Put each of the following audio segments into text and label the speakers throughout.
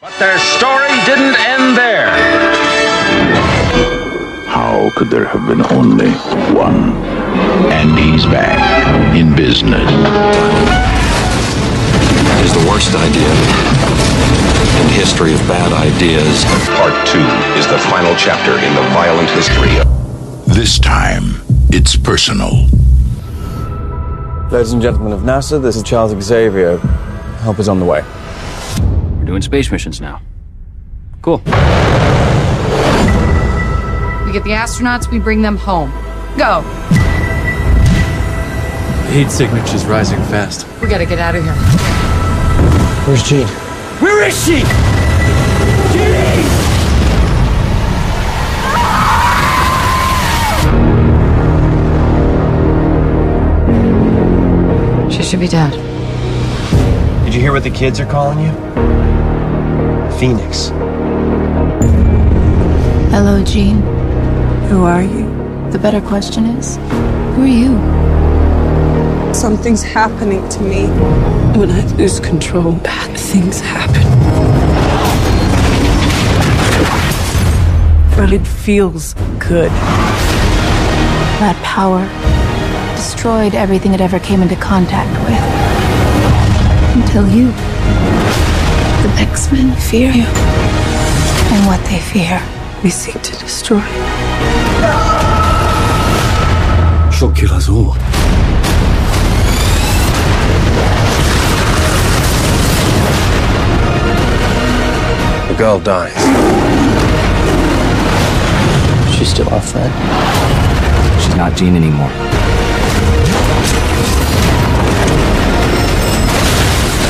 Speaker 1: But their story didn't end there.
Speaker 2: How could there have been only one? And he's back in business.
Speaker 3: is the worst idea in the history of bad ideas.
Speaker 4: Part 2 is the final chapter in the violent history of
Speaker 2: This time, it's personal.
Speaker 5: Ladies and gentlemen of NASA, this is Charles Xavier. Help is on the way.
Speaker 6: We're doing space missions now. Cool.
Speaker 7: We get the astronauts, we bring them home. Go.
Speaker 8: Heat signature's rising fast.
Speaker 7: We gotta get out of here. Where's Gene? Where is she? She should be dead.
Speaker 9: Did you hear what the kids are calling you? Phoenix.
Speaker 10: Hello, Jean. Who are you? The better question is, who are you? Something's happening to me. When I lose control, bad things happen. But it feels good. That power destroyed everything it ever came into contact with. Until you. The X Men fear you. And what they fear, we seek to destroy.
Speaker 8: She'll kill us all.
Speaker 9: The girl dies.
Speaker 6: She's still our friend. She's not Jean anymore.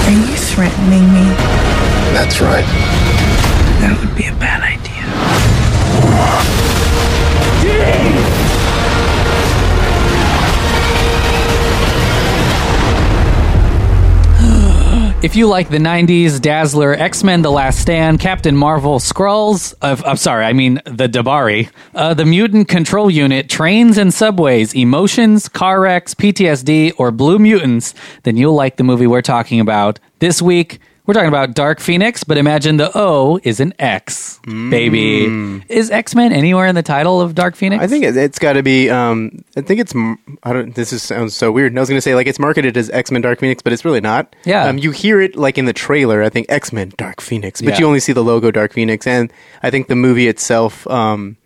Speaker 10: Are you threatening me?
Speaker 9: That's right.
Speaker 10: That would be a bad idea.
Speaker 11: If you like the 90s, Dazzler, X Men, The Last Stand, Captain Marvel, Skrulls, uh, I'm sorry, I mean the Dabari, uh, the Mutant Control Unit, trains and subways, emotions, car wrecks, PTSD, or Blue Mutants, then you'll like the movie we're talking about this week. We're talking about Dark Phoenix, but imagine the O is an X, baby. Is X Men anywhere in the title of Dark Phoenix?
Speaker 12: Mm. I think it, it's got to be. Um, I think it's. m- I don't. This is, sounds so weird. And I was going to say like it's marketed as X Men Dark Phoenix, but it's really not.
Speaker 11: Yeah.
Speaker 12: Um, you hear it like in the trailer. I think X Men Dark Phoenix, but
Speaker 11: Yeah.
Speaker 12: you only see the logo Dark Phoenix, and I think the movie itself. Um,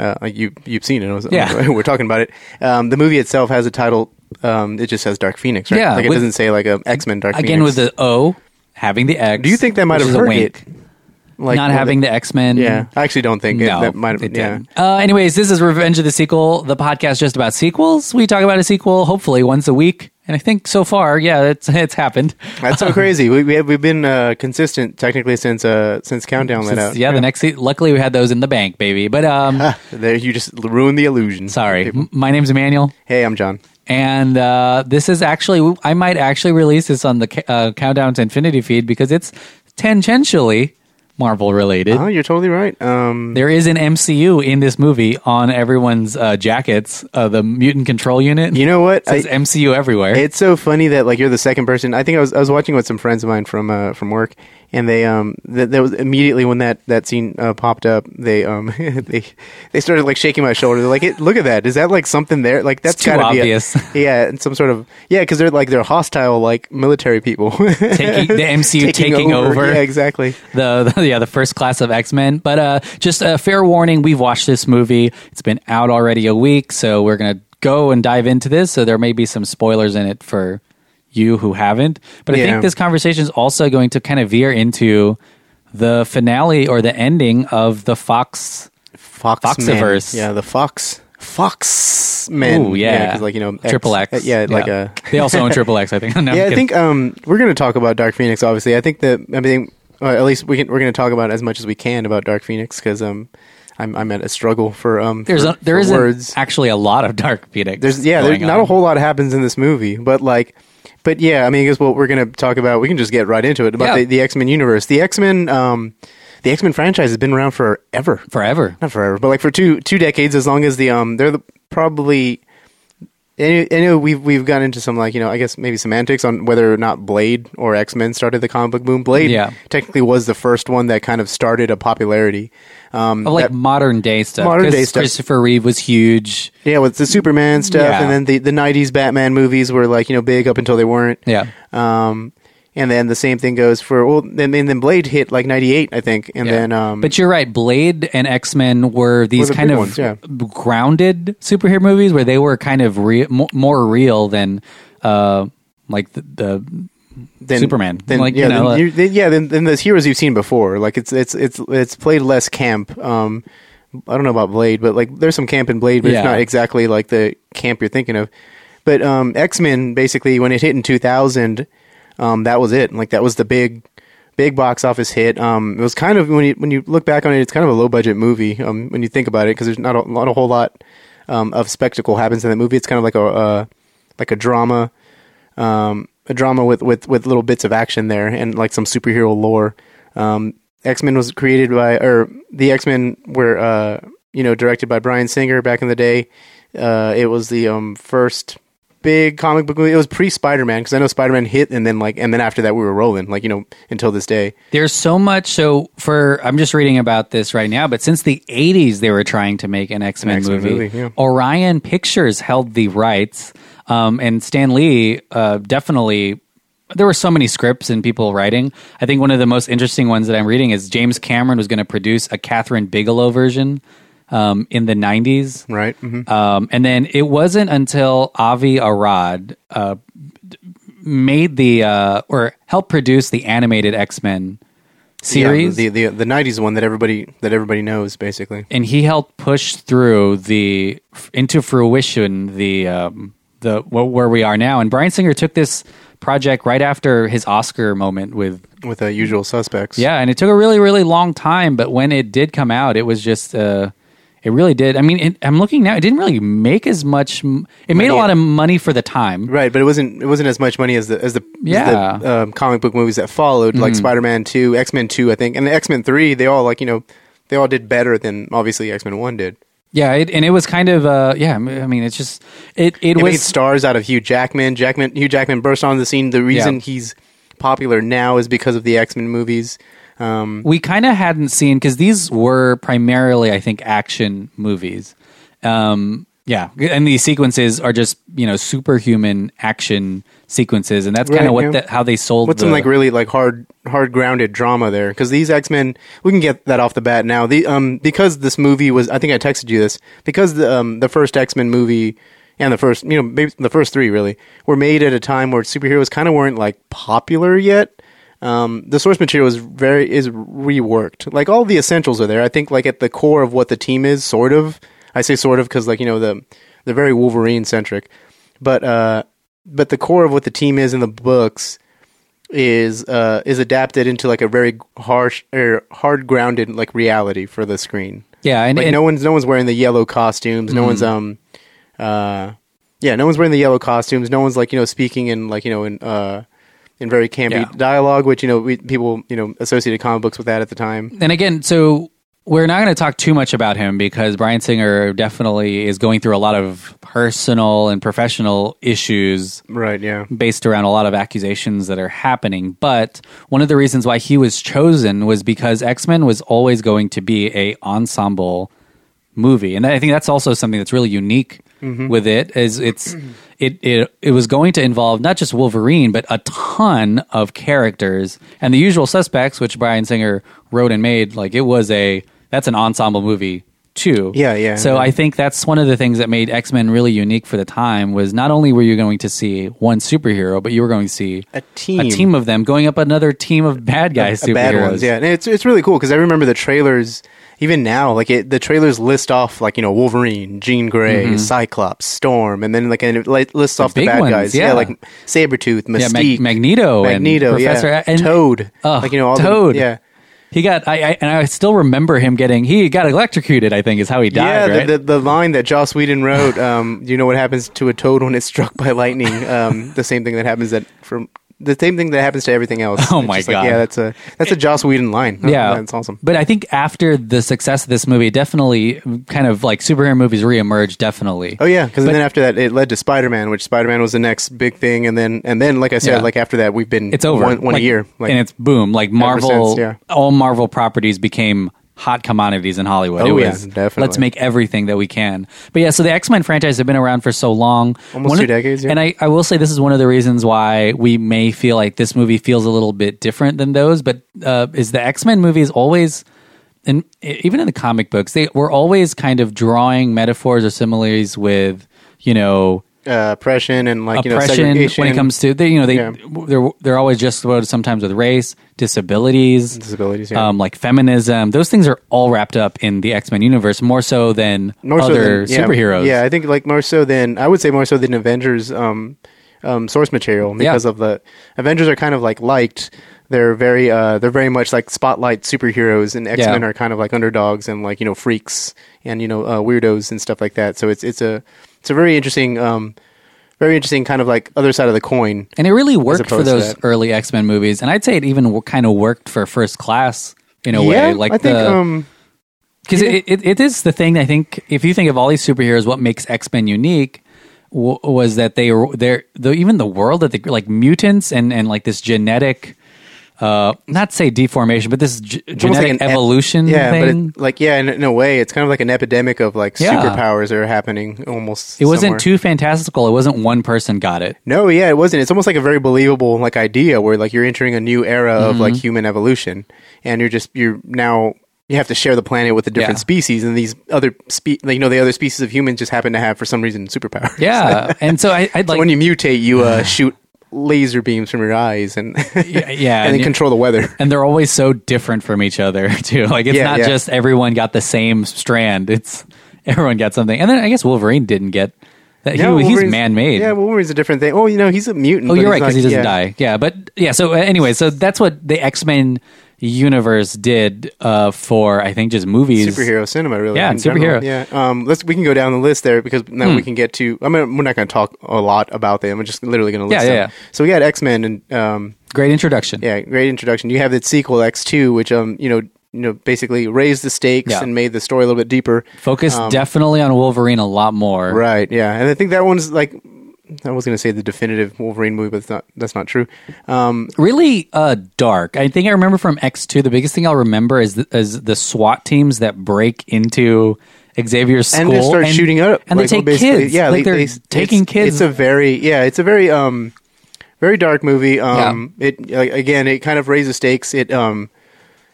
Speaker 12: uh, you you've seen it. I was-
Speaker 11: Yeah.
Speaker 12: We're talking about it. Um, the movie itself has a title. Um, it just has Dark Phoenix, right?
Speaker 11: Yeah,
Speaker 12: Like it
Speaker 11: with-
Speaker 12: doesn't say like a X Men Dark
Speaker 11: Again,
Speaker 12: Phoenix.
Speaker 11: with the O having the X.
Speaker 12: Do you think that might
Speaker 11: which
Speaker 12: have
Speaker 11: is a
Speaker 12: hurt
Speaker 11: wink.
Speaker 12: it? Like
Speaker 11: Not
Speaker 12: when
Speaker 11: having
Speaker 12: they-
Speaker 11: the X Men.
Speaker 12: Yeah, I actually don't think it, that might have.
Speaker 11: it
Speaker 12: Yeah.
Speaker 11: didn't. Uh, anyways, this is Revenge of the Sequel, the podcast just about sequels. We talk about a sequel hopefully once a week, and I think so far, yeah, it's it's happened.
Speaker 12: That's so crazy. We, we have, we've been uh, consistent technically since uh, since countdown let out.
Speaker 11: yeah, the next. se- Luckily, we had those in the bank, baby. But um,
Speaker 12: There, you just ruined the illusion.
Speaker 11: sorry,
Speaker 12: People-
Speaker 11: M- my name's Emmanuel.
Speaker 12: Hey, I'm John.
Speaker 11: And uh, this is actually, I might actually release this on the ca- uh, Countdown to Infinity feed because it's tangentially Marvel related.
Speaker 12: Oh, you're totally right. Um,
Speaker 11: There is an MCU in this movie on everyone's uh, jackets, uh, the mutant control unit.
Speaker 12: you know what?
Speaker 11: It says
Speaker 12: I-
Speaker 11: MCU everywhere.
Speaker 12: it's so funny that like you're the second person. I think I was I was watching with some friends of mine from uh, from work, and they um that that was immediately when that that scene uh, popped up. They um they they started like shaking my shoulder. They're like, "Hey, look at that! Is that like something there? Like that's
Speaker 11: too
Speaker 12: gotta
Speaker 11: obvious.
Speaker 12: be a, yeah, and some sort of yeah, because they're like they're hostile like military people.
Speaker 11: taking the MCU taking, over.
Speaker 12: Yeah, exactly.
Speaker 11: the, the yeah the first class of X Men. But uh, just a fair warning: we've watched this movie. It's been out already a week, so we're gonna go and dive into this. So there may be some spoilers in it for you who haven't. But I
Speaker 12: Yeah.
Speaker 11: think this conversation is also going to kind of veer into the finale or the ending of the Fox.
Speaker 12: Fox
Speaker 11: Foxiverse.
Speaker 12: Yeah, the Fox Fox Man.
Speaker 11: Ooh, yeah,
Speaker 12: 'cause, like you know, X-
Speaker 11: Triple X.
Speaker 12: uh, Yeah, like a.
Speaker 11: they also own Triple X. I think. No, I'm
Speaker 12: yeah, I
Speaker 11: kidding.
Speaker 12: think um, we're going to talk about Dark Phoenix. Obviously, I think that I mean, uh, at least we can, we're going to talk about as much as we can about Dark Phoenix because um, I'm I'm at a struggle for um.
Speaker 11: there's
Speaker 12: for,
Speaker 11: a, there
Speaker 12: for
Speaker 11: isn't
Speaker 12: words.
Speaker 11: actually a lot of Dark Phoenix.
Speaker 12: There's yeah, there's
Speaker 11: going
Speaker 12: not a
Speaker 11: on.
Speaker 12: whole lot happens in this movie, but like, but yeah, I mean, I guess what we're gonna talk about, we can just get right into it about
Speaker 11: Yeah.
Speaker 12: the, the X Men universe. The X Men, um, the X Men franchise has been around forever,
Speaker 11: forever.
Speaker 12: Mm, not forever, but like for two two decades, as long as the um, they're the, probably I I know we've we've gone into some like you know I guess maybe semantics on whether or not Blade or X Men started the comic book boom. Blade
Speaker 11: Yeah.
Speaker 12: technically was the first one that kind of started a popularity. Um,
Speaker 11: Of like
Speaker 12: that-
Speaker 11: modern day stuff.
Speaker 12: Modern
Speaker 11: 'cause
Speaker 12: day stuff.
Speaker 11: Christopher Reeve was huge.
Speaker 12: yeah, with the Superman stuff,
Speaker 11: Yeah.
Speaker 12: and then the the '90s Batman movies were like you know big up until they weren't.
Speaker 11: Yeah.
Speaker 12: Um, and then the same thing goes for well, and, and then Blade hit like '98, I think, and
Speaker 11: Yeah.
Speaker 12: then um,
Speaker 11: but you're right. Blade and X Men were these
Speaker 12: the
Speaker 11: kind
Speaker 12: big
Speaker 11: of
Speaker 12: ones, yeah.
Speaker 11: grounded superhero movies where they were kind of re- mo- more real than uh, like the, the
Speaker 12: then-
Speaker 11: Superman.
Speaker 12: Then,
Speaker 11: like
Speaker 12: yeah,
Speaker 11: you know,
Speaker 12: then
Speaker 11: uh,
Speaker 12: you're- then- yeah, then, then those heroes you've seen before. Like it's it's it's it's played less camp. Um, I don't know about Blade, but like there's some camp in Blade, but
Speaker 11: Yeah.
Speaker 12: it's not exactly like the camp you're thinking of. But um, X Men basically when it hit in 2000, um, that was it. Like that was the big big box office hit. Um, it was kind of when you when you look back on it, it's kind of a low budget movie. Um, when you think about it, because there's not a, not a whole lot um, of spectacle happens in that movie. It's kind of like a uh, like a drama um, a drama with, with, with little bits of action there and like some superhero lore. Um, X Men was created by, or the X Men were, uh, you know, directed by Brian Singer back in the day. Uh, it was the um, first big comic book movie. It was pre Spider Man because I know Spider Man hit and then like, and then after that we were rolling, like, you know, until this day.
Speaker 11: There's so much. So for I'm just reading about this right now, but since the 80s, they were trying to make an X Men
Speaker 12: X-Men
Speaker 11: movie.
Speaker 12: movie, yeah.
Speaker 11: Orion Pictures held the rights, um, and Stan Lee uh, definitely. There were so many scripts and people writing. I think one of the most interesting ones that I'm reading is James Cameron was going to produce a Catherine Bigelow version um, in the 90s.
Speaker 12: Right. Mhm.
Speaker 11: Um, and then it wasn't until Avi Arad uh, made the uh, or helped produce the animated X Men series,
Speaker 12: Yeah, the, the, the 90s one that everybody, that everybody knows basically.
Speaker 11: and he helped push through the into fruition the um, the wh- where we are now. And Brian Singer took this project right after his Oscar moment with
Speaker 12: With the usual suspects.
Speaker 11: yeah, and it took a really, really long time. But when it did come out, it was just, uh, it really did. I mean, it, I'm looking now; it didn't really make as much. m- It made a
Speaker 12: Money.
Speaker 11: lot of money for the time.
Speaker 12: Right, but it wasn't it wasn't as much money as the as the, as
Speaker 11: Yeah. Mm-hmm.
Speaker 12: the um, comic book movies that followed, like Spider Man Two, X Men Two, I think, and the X Men Three. They all like you know they all did better than obviously X Men One did.
Speaker 11: Yeah, it, and it was kind of, uh, yeah. I mean, it's just it. It,
Speaker 12: It,
Speaker 11: was
Speaker 12: made stars out of Hugh Jackman. Jackman Hugh Jackman burst onto the scene. The reason
Speaker 11: Yeah.
Speaker 12: he's popular now is because of the X Men movies. Um,
Speaker 11: we kind of hadn't seen because these were primarily, I think, action movies. Um, yeah, and these sequences are just you know superhuman action sequences, and that's kind of
Speaker 12: Right,
Speaker 11: what
Speaker 12: yeah.
Speaker 11: the, how they sold.
Speaker 12: What's
Speaker 11: the,
Speaker 12: some like really like hard hard grounded drama there? Because these X Men, we can get that off the bat now. The um because this movie was, I think I texted you this because the um the first X Men movie and the first you know maybe the first three really were made at a time where superheroes kind of weren't like popular yet. Um, the source material is very is reworked. Like all the essentials are there. I think like at the core of what the team is, sort of. I say sort of because like you know the they're very Wolverine centric, but uh, but the core of what the team is in the books is uh is adapted into like a very harsh or hard grounded like reality for the screen.
Speaker 11: yeah, and,
Speaker 12: like
Speaker 11: and-
Speaker 12: no one's no one's wearing the yellow costumes. No one's um
Speaker 11: Mm-hmm.
Speaker 12: uh yeah, no one's wearing the yellow costumes. No one's like you know speaking in like you know in uh in very campy
Speaker 11: Yeah.
Speaker 12: dialogue, which you know we, people you know associated comic books with that at the time.
Speaker 11: and again, so we're not going to talk too much about him because Brian Singer definitely is going through a lot of personal and professional issues
Speaker 12: Right. Yeah.
Speaker 11: based around a lot of accusations that are happening. But one of the reasons why he was chosen was because X Men was always going to be a ensemble movie, and I think that's also something that's really unique
Speaker 12: Mm-hmm.
Speaker 11: with it. Is it's it it it was going to involve not just Wolverine but a ton of characters and the usual suspects, which Brian Singer wrote and made. Like it was a that's an ensemble movie too.
Speaker 12: Yeah, yeah.
Speaker 11: So I think that's one of the things that made X Men really unique for the time was not only were you going to see one superhero, but you were going to see
Speaker 12: A team.
Speaker 11: a team of them going up another team of bad guys,
Speaker 12: a
Speaker 11: superheroes.
Speaker 12: bad ones. Yeah, and it's it's really cool because I remember the trailers. Even now, like it, the trailers list off like you know Wolverine, Jean grey Cyclops, Storm, and then like and it li- lists off the
Speaker 11: Mm-hmm. big
Speaker 12: bad
Speaker 11: ones,
Speaker 12: guys.
Speaker 11: yeah.
Speaker 12: like Sabretooth,
Speaker 11: Yeah, Mag-
Speaker 12: Mystique,
Speaker 11: Magneto and
Speaker 12: Magneto, yeah,
Speaker 11: Professor- and-
Speaker 12: Toad,
Speaker 11: Ugh,
Speaker 12: like you know all
Speaker 11: Toad.
Speaker 12: The, yeah,
Speaker 11: He got I, I and I still remember him getting he got electrocuted. I think is how he died.
Speaker 12: yeah.
Speaker 11: right?
Speaker 12: The, the the line that Joss Whedon wrote, um, you know what happens to a toad when it's struck by lightning? Um, the same thing that happens that from the same thing that happens to everything else.
Speaker 11: Oh
Speaker 12: It's
Speaker 11: my
Speaker 12: just like,
Speaker 11: God.
Speaker 12: yeah, that's a that's a Joss Whedon line. Oh,
Speaker 11: yeah,
Speaker 12: that's awesome.
Speaker 11: But I think after the success of this movie, definitely kind of like superhero movies reemerged. Definitely.
Speaker 12: Oh yeah, because then after that, it led to Spider Man, which Spider Man was the next big thing, and then and then like I said,
Speaker 11: Yeah.
Speaker 12: like after that, we've been
Speaker 11: It's over.
Speaker 12: one, one
Speaker 11: Like,
Speaker 12: a year, like
Speaker 11: and it's boom. Like Marvel,
Speaker 12: since, yeah.
Speaker 11: all Marvel properties became hot commodities in Hollywood.
Speaker 12: Oh,
Speaker 11: it
Speaker 12: yeah,
Speaker 11: was,
Speaker 12: definitely.
Speaker 11: Let's make everything that we can. But yeah, so the X Men franchise have been around for so long,
Speaker 12: Almost
Speaker 11: One
Speaker 12: two
Speaker 11: of-
Speaker 12: decades, yeah.
Speaker 11: And I, I will say this is one of the reasons why we may feel like this movie feels a little bit different than those. But uh, is the X Men movies always? And even in the comic books, they were always kind of drawing metaphors or similes with, you know,
Speaker 12: uh, oppression and like you know
Speaker 11: oppression
Speaker 12: segregation.
Speaker 11: when it comes to they, you know they
Speaker 12: Yeah.
Speaker 11: they're they're always just about sometimes with race disabilities
Speaker 12: disabilities yeah.
Speaker 11: um like feminism those things are all wrapped up in the X Men universe more so than
Speaker 12: more so
Speaker 11: other
Speaker 12: than- yeah,
Speaker 11: superheroes
Speaker 12: Yeah, I think like more so than I would say more so than Avengers um, um, source material because of the Avengers are kind of like liked. They're very uh, they're very much like spotlight superheroes, and X Men
Speaker 11: Yeah.
Speaker 12: are kind of like underdogs and like you know freaks and you know uh, weirdos and stuff like that. So it's it's a it's a very interesting. Um, very interesting, kind of like other side of the coin.
Speaker 11: and it really
Speaker 12: as
Speaker 11: worked for
Speaker 12: opposed to
Speaker 11: those
Speaker 12: that.
Speaker 11: early X Men movies and I'd say it even w- kind of worked for First Class in a
Speaker 12: Yeah,
Speaker 11: way like
Speaker 12: I think,
Speaker 11: the
Speaker 12: um,
Speaker 11: because it, it, it is the thing I think if you think of all these superheroes, what makes X Men unique w- was that they were they're the, even the world that they like mutants and and like this genetic. Uh, not say deformation, but this g-
Speaker 12: It's almost
Speaker 11: genetic
Speaker 12: like an ep-
Speaker 11: evolution
Speaker 12: yeah,
Speaker 11: thing.
Speaker 12: but it, like yeah, in, in a way, it's kind of like an epidemic of like
Speaker 11: Yeah.
Speaker 12: superpowers that are happening almost.
Speaker 11: it wasn't
Speaker 12: somewhere.
Speaker 11: too fantastical. It wasn't one person got it.
Speaker 12: No, yeah, it wasn't. It's almost like a very believable like idea where like you're entering a new era of
Speaker 11: Mhm.
Speaker 12: like human evolution, and you're just you're now you have to share the planet with a different
Speaker 11: Yeah.
Speaker 12: species, and these other spe- like you know the other species of humans just happen to have for some reason superpowers.
Speaker 11: Yeah, and so I, I'd
Speaker 12: So
Speaker 11: like
Speaker 12: when you mutate, you uh, shoot laser beams from your eyes, and
Speaker 11: yeah,
Speaker 12: and then
Speaker 11: you-
Speaker 12: control the weather.
Speaker 11: and they're always so different from each other too. Like it's
Speaker 12: Yeah,
Speaker 11: not
Speaker 12: yeah.
Speaker 11: just everyone got the same strand. It's everyone got something. And then I guess Wolverine didn't get that.
Speaker 12: Yeah,
Speaker 11: he, he's
Speaker 12: Wolverine's-
Speaker 11: man made.
Speaker 12: Yeah, Wolverine's a different thing. Oh, you know, he's a mutant.
Speaker 11: Oh,
Speaker 12: but
Speaker 11: you're right
Speaker 12: he's
Speaker 11: because
Speaker 12: not-
Speaker 11: he doesn't
Speaker 12: yeah.
Speaker 11: die. Yeah, but yeah. So uh, anyway, so that's what the X Men universe did uh, for I think just movies,
Speaker 12: superhero cinema really
Speaker 11: Yeah,
Speaker 12: in
Speaker 11: superhero.
Speaker 12: general. yeah um let's we can go down the list there because now
Speaker 11: Hmm.
Speaker 12: we can get to i mean we're not going to talk a lot about them i'm just literally going to
Speaker 11: Yeah,
Speaker 12: list
Speaker 11: yeah,
Speaker 12: them.
Speaker 11: yeah.
Speaker 12: so we got x-men and um
Speaker 11: Great introduction.
Speaker 12: yeah great introduction you have the sequel x2 which um you know you know basically raised the stakes
Speaker 11: Yeah.
Speaker 12: and made the story a little bit deeper
Speaker 11: Focused
Speaker 12: Um,
Speaker 11: definitely on Wolverine a lot more.
Speaker 12: right yeah and i think that one's like i was going to say the definitive wolverine movie but it's not, that's not true um
Speaker 11: Really uh, dark. I think I remember from X2, the biggest thing I'll remember is the, is the SWAT teams that break into Xavier's school.
Speaker 12: and they start shooting up
Speaker 11: And
Speaker 12: like,
Speaker 11: they take
Speaker 12: basically-
Speaker 11: kids. Yeah, like
Speaker 12: they-
Speaker 11: they, are
Speaker 12: they-
Speaker 11: taking
Speaker 12: it's,
Speaker 11: kids.
Speaker 12: It's a very yeah, it's a very um very dark movie. Um it like, again it kind of raises stakes. It um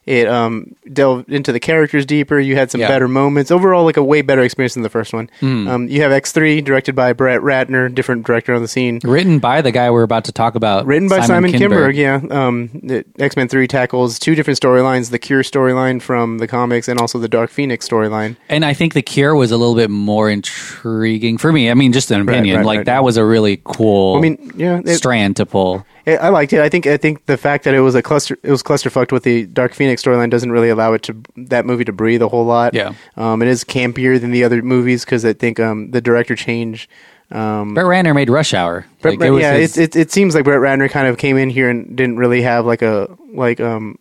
Speaker 12: it um delved into the characters deeper. You had some
Speaker 11: Yeah.
Speaker 12: better moments. Overall like a way better experience than the first one.
Speaker 11: Mm.
Speaker 12: Um you have X3 directed by Brett Ratner, different director on the scene.
Speaker 11: written by the guy we're about to talk about.
Speaker 12: Written by Simon, Kinberg, yeah. Um, X Men Three tackles two different storylines: the Cure storyline from the comics, and also the Dark Phoenix storyline.
Speaker 11: And I think The Cure was a little bit more intriguing for me. I mean, just an
Speaker 12: Right,
Speaker 11: opinion.
Speaker 12: right,
Speaker 11: like
Speaker 12: right.
Speaker 11: that was a really cool.
Speaker 12: I mean, yeah, it-
Speaker 11: strand to pull.
Speaker 12: I I liked it. I think I think the fact that it was a cluster, it was clusterfucked with the Dark Phoenix storyline doesn't really allow it to that movie to breathe a whole lot.
Speaker 11: Yeah.
Speaker 12: um, it is campier than the other movies because I think um, the director change. Um,
Speaker 11: Brett Ratner made Rush Hour.
Speaker 12: Brett-
Speaker 11: Like, it was
Speaker 12: yeah,
Speaker 11: his-
Speaker 12: it, it it seems like Brett Ratner kind of came in here and didn't really have like a like um.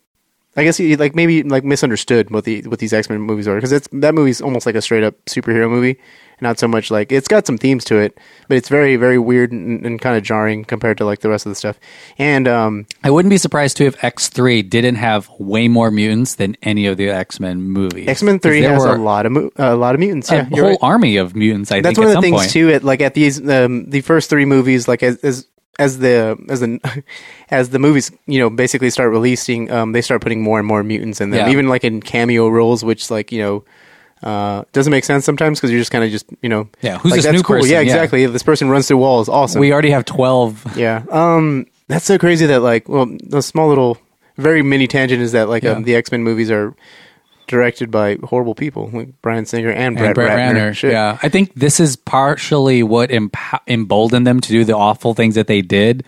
Speaker 12: I guess he like maybe like misunderstood what the what these X Men movies are because it's that movie's almost like a straight up superhero movie, not so much like it's got some themes to it, but it's very very weird and, and kind of jarring compared to like the rest of the stuff. And um,
Speaker 11: I wouldn't be surprised too if X three didn't have way more mutants than any of the X Men movies.
Speaker 12: X Men
Speaker 11: 'Cause
Speaker 12: Three
Speaker 11: there
Speaker 12: has
Speaker 11: were
Speaker 12: a lot of mu- a lot of mutants.
Speaker 11: a
Speaker 12: Yeah,
Speaker 11: whole
Speaker 12: you're right.
Speaker 11: army of mutants. I think
Speaker 12: That's one
Speaker 11: at
Speaker 12: of the
Speaker 11: some
Speaker 12: things
Speaker 11: point.
Speaker 12: too. At like at these um, the first three movies, like as as as the as the as the movies you know basically start releasing, um, they start putting more and more mutants in them.
Speaker 11: Yeah.
Speaker 12: Even like in cameo roles, which like you know. Uh, doesn't make sense sometimes because you're just kind of just you know
Speaker 11: Yeah, who's
Speaker 12: like,
Speaker 11: this
Speaker 12: that's
Speaker 11: new
Speaker 12: cool.
Speaker 11: person?
Speaker 12: yeah
Speaker 11: Yeah.
Speaker 12: exactly this person runs through walls awesome
Speaker 11: We already have twelve.
Speaker 12: yeah. Um, that's so crazy that like, well, the small little, very mini tangent is that like
Speaker 11: Yeah.
Speaker 12: um, the X Men movies are directed by horrible people, like Brian Singer and Brett,
Speaker 11: And Brett
Speaker 12: Ratner.
Speaker 11: Ratner.
Speaker 12: Shit.
Speaker 11: Yeah, I think this is partially what empo- emboldened them to do the awful things that they did.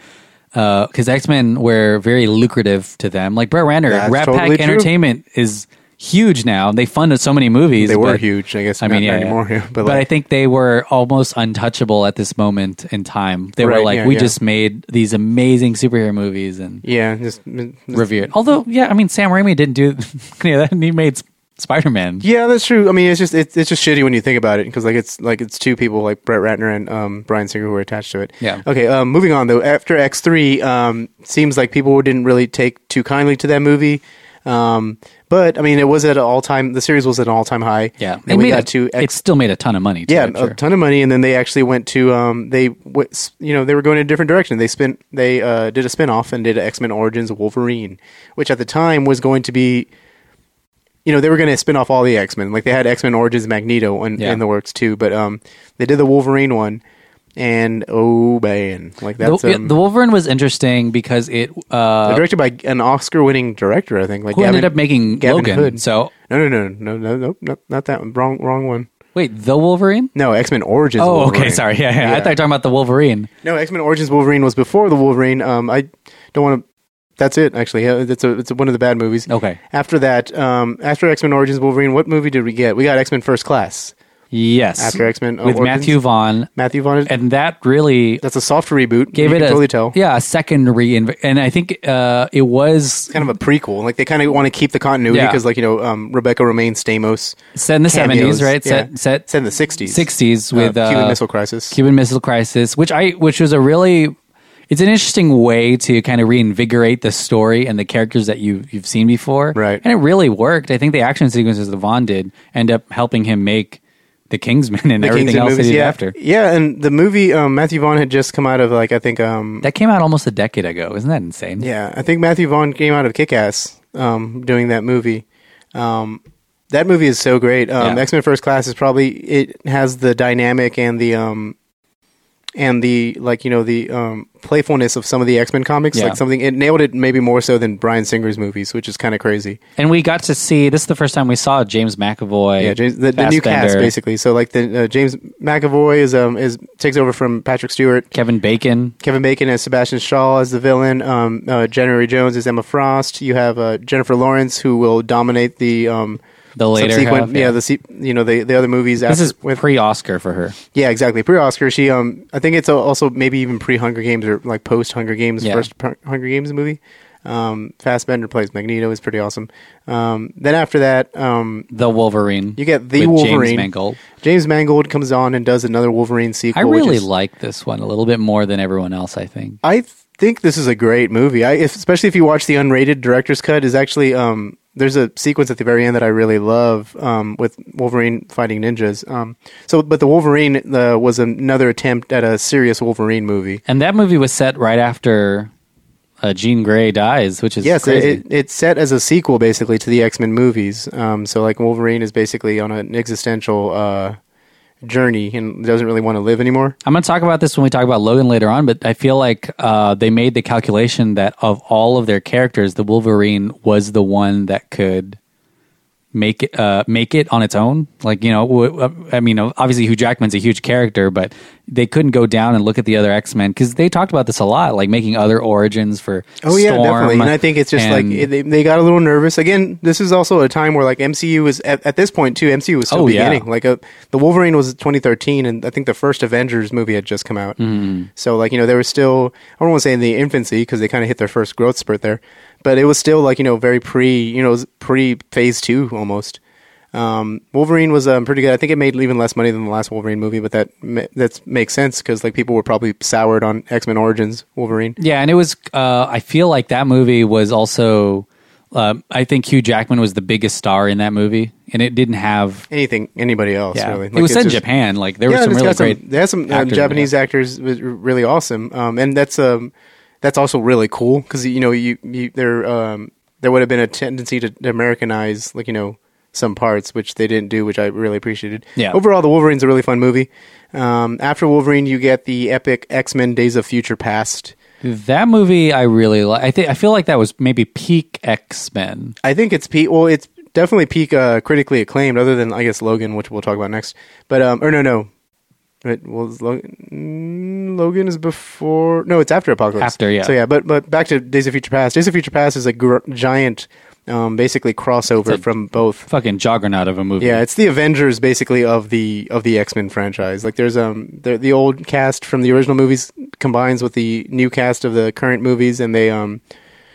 Speaker 11: uh, Because X Men were very lucrative to them. Like Brett Ratner,
Speaker 12: That's
Speaker 11: Rat
Speaker 12: totally
Speaker 11: Pack
Speaker 12: true.
Speaker 11: Entertainment is huge now. They funded so many movies.
Speaker 12: They were
Speaker 11: but-
Speaker 12: huge, I guess. not anymore.
Speaker 11: But,
Speaker 12: But, like,
Speaker 11: I think they were almost untouchable at this moment in time. They were
Speaker 12: Right,
Speaker 11: like,
Speaker 12: yeah,
Speaker 11: we
Speaker 12: yeah.
Speaker 11: just made these amazing superhero movies and
Speaker 12: yeah, just, just
Speaker 11: revered. Although, yeah, I mean, Sam Raimi didn't do any of that, and he made Spider Man.
Speaker 12: Yeah, that's true. I mean, it's just it's, it's just shitty when you think about it because like it's like it's two people like Brett Ratner and um, Brian Singer who were attached to it.
Speaker 11: Yeah.
Speaker 12: Okay. Um, moving on though, after X three, um, seems like people didn't really take too kindly to that movie. Um, but I mean, it was at an all time. The series was at an all time high.
Speaker 11: Yeah,
Speaker 12: and we got
Speaker 11: a,
Speaker 12: to
Speaker 11: it still made a ton of money. Too,
Speaker 12: yeah,
Speaker 11: I'm sure.
Speaker 12: a ton of money, and then they actually went to um, they w- you know they were going in a different direction. They spent they uh, did a spin off and did X Men Origins Wolverine, which at the time was going to be, you know, they were going to spin off all the X Men. Like they had X Men Origins Magneto in,
Speaker 11: Yeah.
Speaker 12: in the works too, but um, they did the Wolverine one, and oh man, like that's
Speaker 11: the,
Speaker 12: um,
Speaker 11: the Wolverine was interesting because it uh,
Speaker 12: directed by an Oscar-winning director, I think. Like
Speaker 11: who
Speaker 12: Gavin,
Speaker 11: ended up making
Speaker 12: Gavin
Speaker 11: Logan.
Speaker 12: Hood.
Speaker 11: So
Speaker 12: no, no, no, no, no, no, no, not that one. Wrong, wrong one.
Speaker 11: wait, the Wolverine?
Speaker 12: No, X Men Origins.
Speaker 11: Oh, okay,
Speaker 12: Wolverine.
Speaker 11: sorry. Yeah, yeah. I
Speaker 12: Yeah.
Speaker 11: thought you were talking about the Wolverine.
Speaker 12: No, X Men Origins Wolverine was before the Wolverine. Um, I don't want to. That's it. Actually, Yeah, that's a it's one of the bad movies.
Speaker 11: Okay.
Speaker 12: After that, um, after X Men Origins Wolverine, what movie did we get? We got X Men First Class.
Speaker 11: Yes,
Speaker 12: After X-Men uh,
Speaker 11: with
Speaker 12: Origins?
Speaker 11: Matthew Vaughn.
Speaker 12: Matthew Vaughn,
Speaker 11: and that really
Speaker 12: that's a soft reboot.
Speaker 11: Gave
Speaker 12: You
Speaker 11: it
Speaker 12: can
Speaker 11: a
Speaker 12: totally tell.
Speaker 11: yeah a second reinvent, and I think uh, it was
Speaker 12: Kind of a prequel. Like they kind of want to keep the continuity
Speaker 11: Yeah.
Speaker 12: because, like you know, um, Rebecca Romaine Stamos
Speaker 11: set in the
Speaker 12: cameos.
Speaker 11: seventies, right?
Speaker 12: Yeah.
Speaker 11: Set set
Speaker 12: set in the sixties,
Speaker 11: sixties with uh,
Speaker 12: Cuban Missile Crisis.
Speaker 11: Cuban Missile Crisis, which I which was a really it's an interesting way to kind of reinvigorate the story and the characters that you you've seen before, right? And it really worked. I think the action sequences that Vaughn did end up helping him make the Kingsman and
Speaker 12: The
Speaker 11: everything
Speaker 12: Kingsman
Speaker 11: else
Speaker 12: movies,
Speaker 11: that he did
Speaker 12: yeah.
Speaker 11: after.
Speaker 12: Yeah, and the movie um, Matthew Vaughn had just come out of like I think um,
Speaker 11: That came out almost a decade ago. Isn't that insane?
Speaker 12: Yeah, I think Matthew Vaughn came out of Kick Ass um, doing that movie. Um, that movie is so great. Um,
Speaker 11: Yeah.
Speaker 12: X Men First Class is probably it has the dynamic and the um, and the like you know the um, playfulness of some of the X Men comics.
Speaker 11: Yeah.
Speaker 12: Like something it nailed it maybe more so than Brian Singer's movies, which is kind of crazy.
Speaker 11: And we got to see this is the first time we saw James McAvoy.
Speaker 12: Yeah, James, the, the new cast
Speaker 11: Fassbender,
Speaker 12: basically. So like the uh, James McAvoy is um is takes over from Patrick Stewart.
Speaker 11: Kevin Bacon.
Speaker 12: Kevin Bacon as Sebastian Shaw as the villain. Um, uh, January Jones is Emma Frost. You have uh, Jennifer Lawrence who will dominate the um
Speaker 11: The later
Speaker 12: subsequent-
Speaker 11: half,
Speaker 12: yeah.
Speaker 11: yeah.
Speaker 12: the se- you know the the other movies.
Speaker 11: This
Speaker 12: after,
Speaker 11: is pre Oscar for her.
Speaker 12: yeah exactly pre Oscar. She um I think it's al- also maybe even pre Hunger Games or like post Hunger Games
Speaker 11: Yeah.
Speaker 12: first Pu- Hunger Games movie. Um, Fassbender plays Magneto is pretty awesome. Um, then after that, um,
Speaker 11: The Wolverine.
Speaker 12: you get the
Speaker 11: with
Speaker 12: Wolverine.
Speaker 11: James Mangold.
Speaker 12: James Mangold comes on and does another Wolverine sequel.
Speaker 11: I
Speaker 12: which
Speaker 11: really
Speaker 12: is-
Speaker 11: like this one a little bit more than everyone else. I think.
Speaker 12: I think this is a great movie. I, if, especially if you watch the unrated director's cut, is actually um, there's a sequence at the very end that I really love um, with Wolverine fighting ninjas. Um, so, but the Wolverine uh, was another attempt at a serious Wolverine movie.
Speaker 11: And that movie was set right after uh, Jean Grey dies, which is
Speaker 12: Yes, it,
Speaker 11: crazy.
Speaker 12: it, it's set as a sequel basically to the X Men movies. Um, so, like Wolverine is basically on an existential uh, journey and doesn't really want to live anymore.
Speaker 11: I'm going to talk about this when we talk about Logan later on, but I feel like uh, they made the calculation that of all of their characters, the Wolverine was the one that could make it uh, make it on its own. Like you know, w- uh, I mean, obviously Hugh Jackman's a huge character, but they couldn't go down and look at the other X Men because they talked about this a lot, like making other origins for.
Speaker 12: Oh yeah,
Speaker 11: Storm
Speaker 12: definitely. And I think it's just
Speaker 11: and-
Speaker 12: like it, they, they got a little nervous. Again, this is also a time where like MCU is at, at this point too. MCU was still
Speaker 11: Oh, yeah.
Speaker 12: beginning. Like a, the Wolverine was 2013, and I think the first Avengers movie had just come out.
Speaker 11: Mm.
Speaker 12: So like you know they were still I don't want to say in the infancy because they kind of hit their first growth spurt there, but it was still like you know very pre you know it was pre phase two almost. Um, Wolverine was um, pretty good. I think it made even less money than the last Wolverine movie, but that ma- that makes sense because like people were probably soured on X Men Origins Wolverine.
Speaker 11: Yeah, and it was. Uh, I feel like that movie was also. Um, I think Hugh Jackman was the biggest star in that movie, and it didn't have
Speaker 12: anything anybody else.
Speaker 11: Yeah.
Speaker 12: really.
Speaker 11: it was
Speaker 12: it's
Speaker 11: set in
Speaker 12: just-
Speaker 11: Japan. Like there were
Speaker 12: Yeah,
Speaker 11: some
Speaker 12: it's
Speaker 11: really
Speaker 12: got
Speaker 11: great.
Speaker 12: They had some uh,
Speaker 11: actors in
Speaker 12: Japanese actors was r- really awesome, um, and that's um, that's also really cool because you know you, you there um, there would have been a tendency to Americanize like you know some parts which they didn't do, which I really appreciated.
Speaker 11: Yeah.
Speaker 12: Overall, the Wolverine's a really fun movie. Um, after Wolverine, you get the epic X Men Days of Future Past.
Speaker 11: That movie I really like. I think I feel like that was maybe peak X Men.
Speaker 12: I think it's peak. Well, it's definitely peak uh, critically acclaimed. Other than I guess Logan, which we'll talk about next. But um, or no, no. Right, well, is Logan, mm, Logan is before. No, it's after Apocalypse.
Speaker 11: After, yeah.
Speaker 12: So yeah, but but back to Days of Future Past. Days of Future Past is a gr- giant um, basically crossover from both.
Speaker 11: Fucking juggernaut of a movie.
Speaker 12: Yeah, it's the Avengers basically of the of the X Men franchise. Like there's um the, the old cast from the original movies combines with the new cast of the current movies, and they um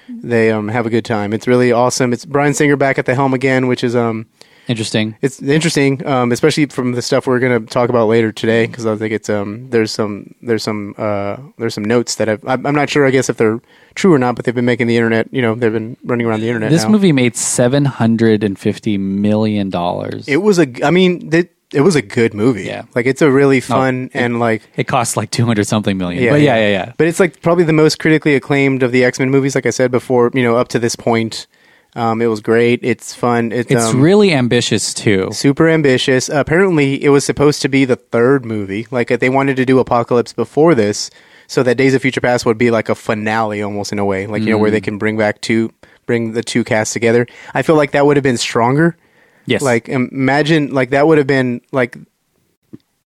Speaker 12: they um have a good time. It's really awesome. It's Brian Singer back at the helm again, which is um
Speaker 11: interesting.
Speaker 12: It's interesting, um, especially from the stuff we're going to talk about later today, because I think it's um, there's some there's some uh, there's some notes that I've, I'm I'm not sure. I guess if they're true or not, but they've been making the internet. You know, they've been running around the internet.
Speaker 11: This
Speaker 12: now.
Speaker 11: movie made seven hundred and fifty million dollars.
Speaker 12: It was a. I mean, it, it was a good movie.
Speaker 11: Yeah.
Speaker 12: like it's a really fun
Speaker 11: it-
Speaker 12: and like
Speaker 11: It cost like two hundred something million. but yeah, yeah, yeah.
Speaker 12: But it's like probably the most critically acclaimed of the X Men movies. Like I said before, you know, up to this point, um, it was great. It's fun. It's,
Speaker 11: It's
Speaker 12: um,
Speaker 11: really ambitious too.
Speaker 12: super ambitious. Apparently, it was supposed to be the third movie. Like they wanted to do Apocalypse before this, so that Days of Future Past would be like a finale, almost in a way. Like you know, where they
Speaker 11: Mm.
Speaker 12: can bring back two, bring the two casts together. I feel like that would have been stronger.
Speaker 11: Yes.
Speaker 12: Like im- imagine, like that would have been like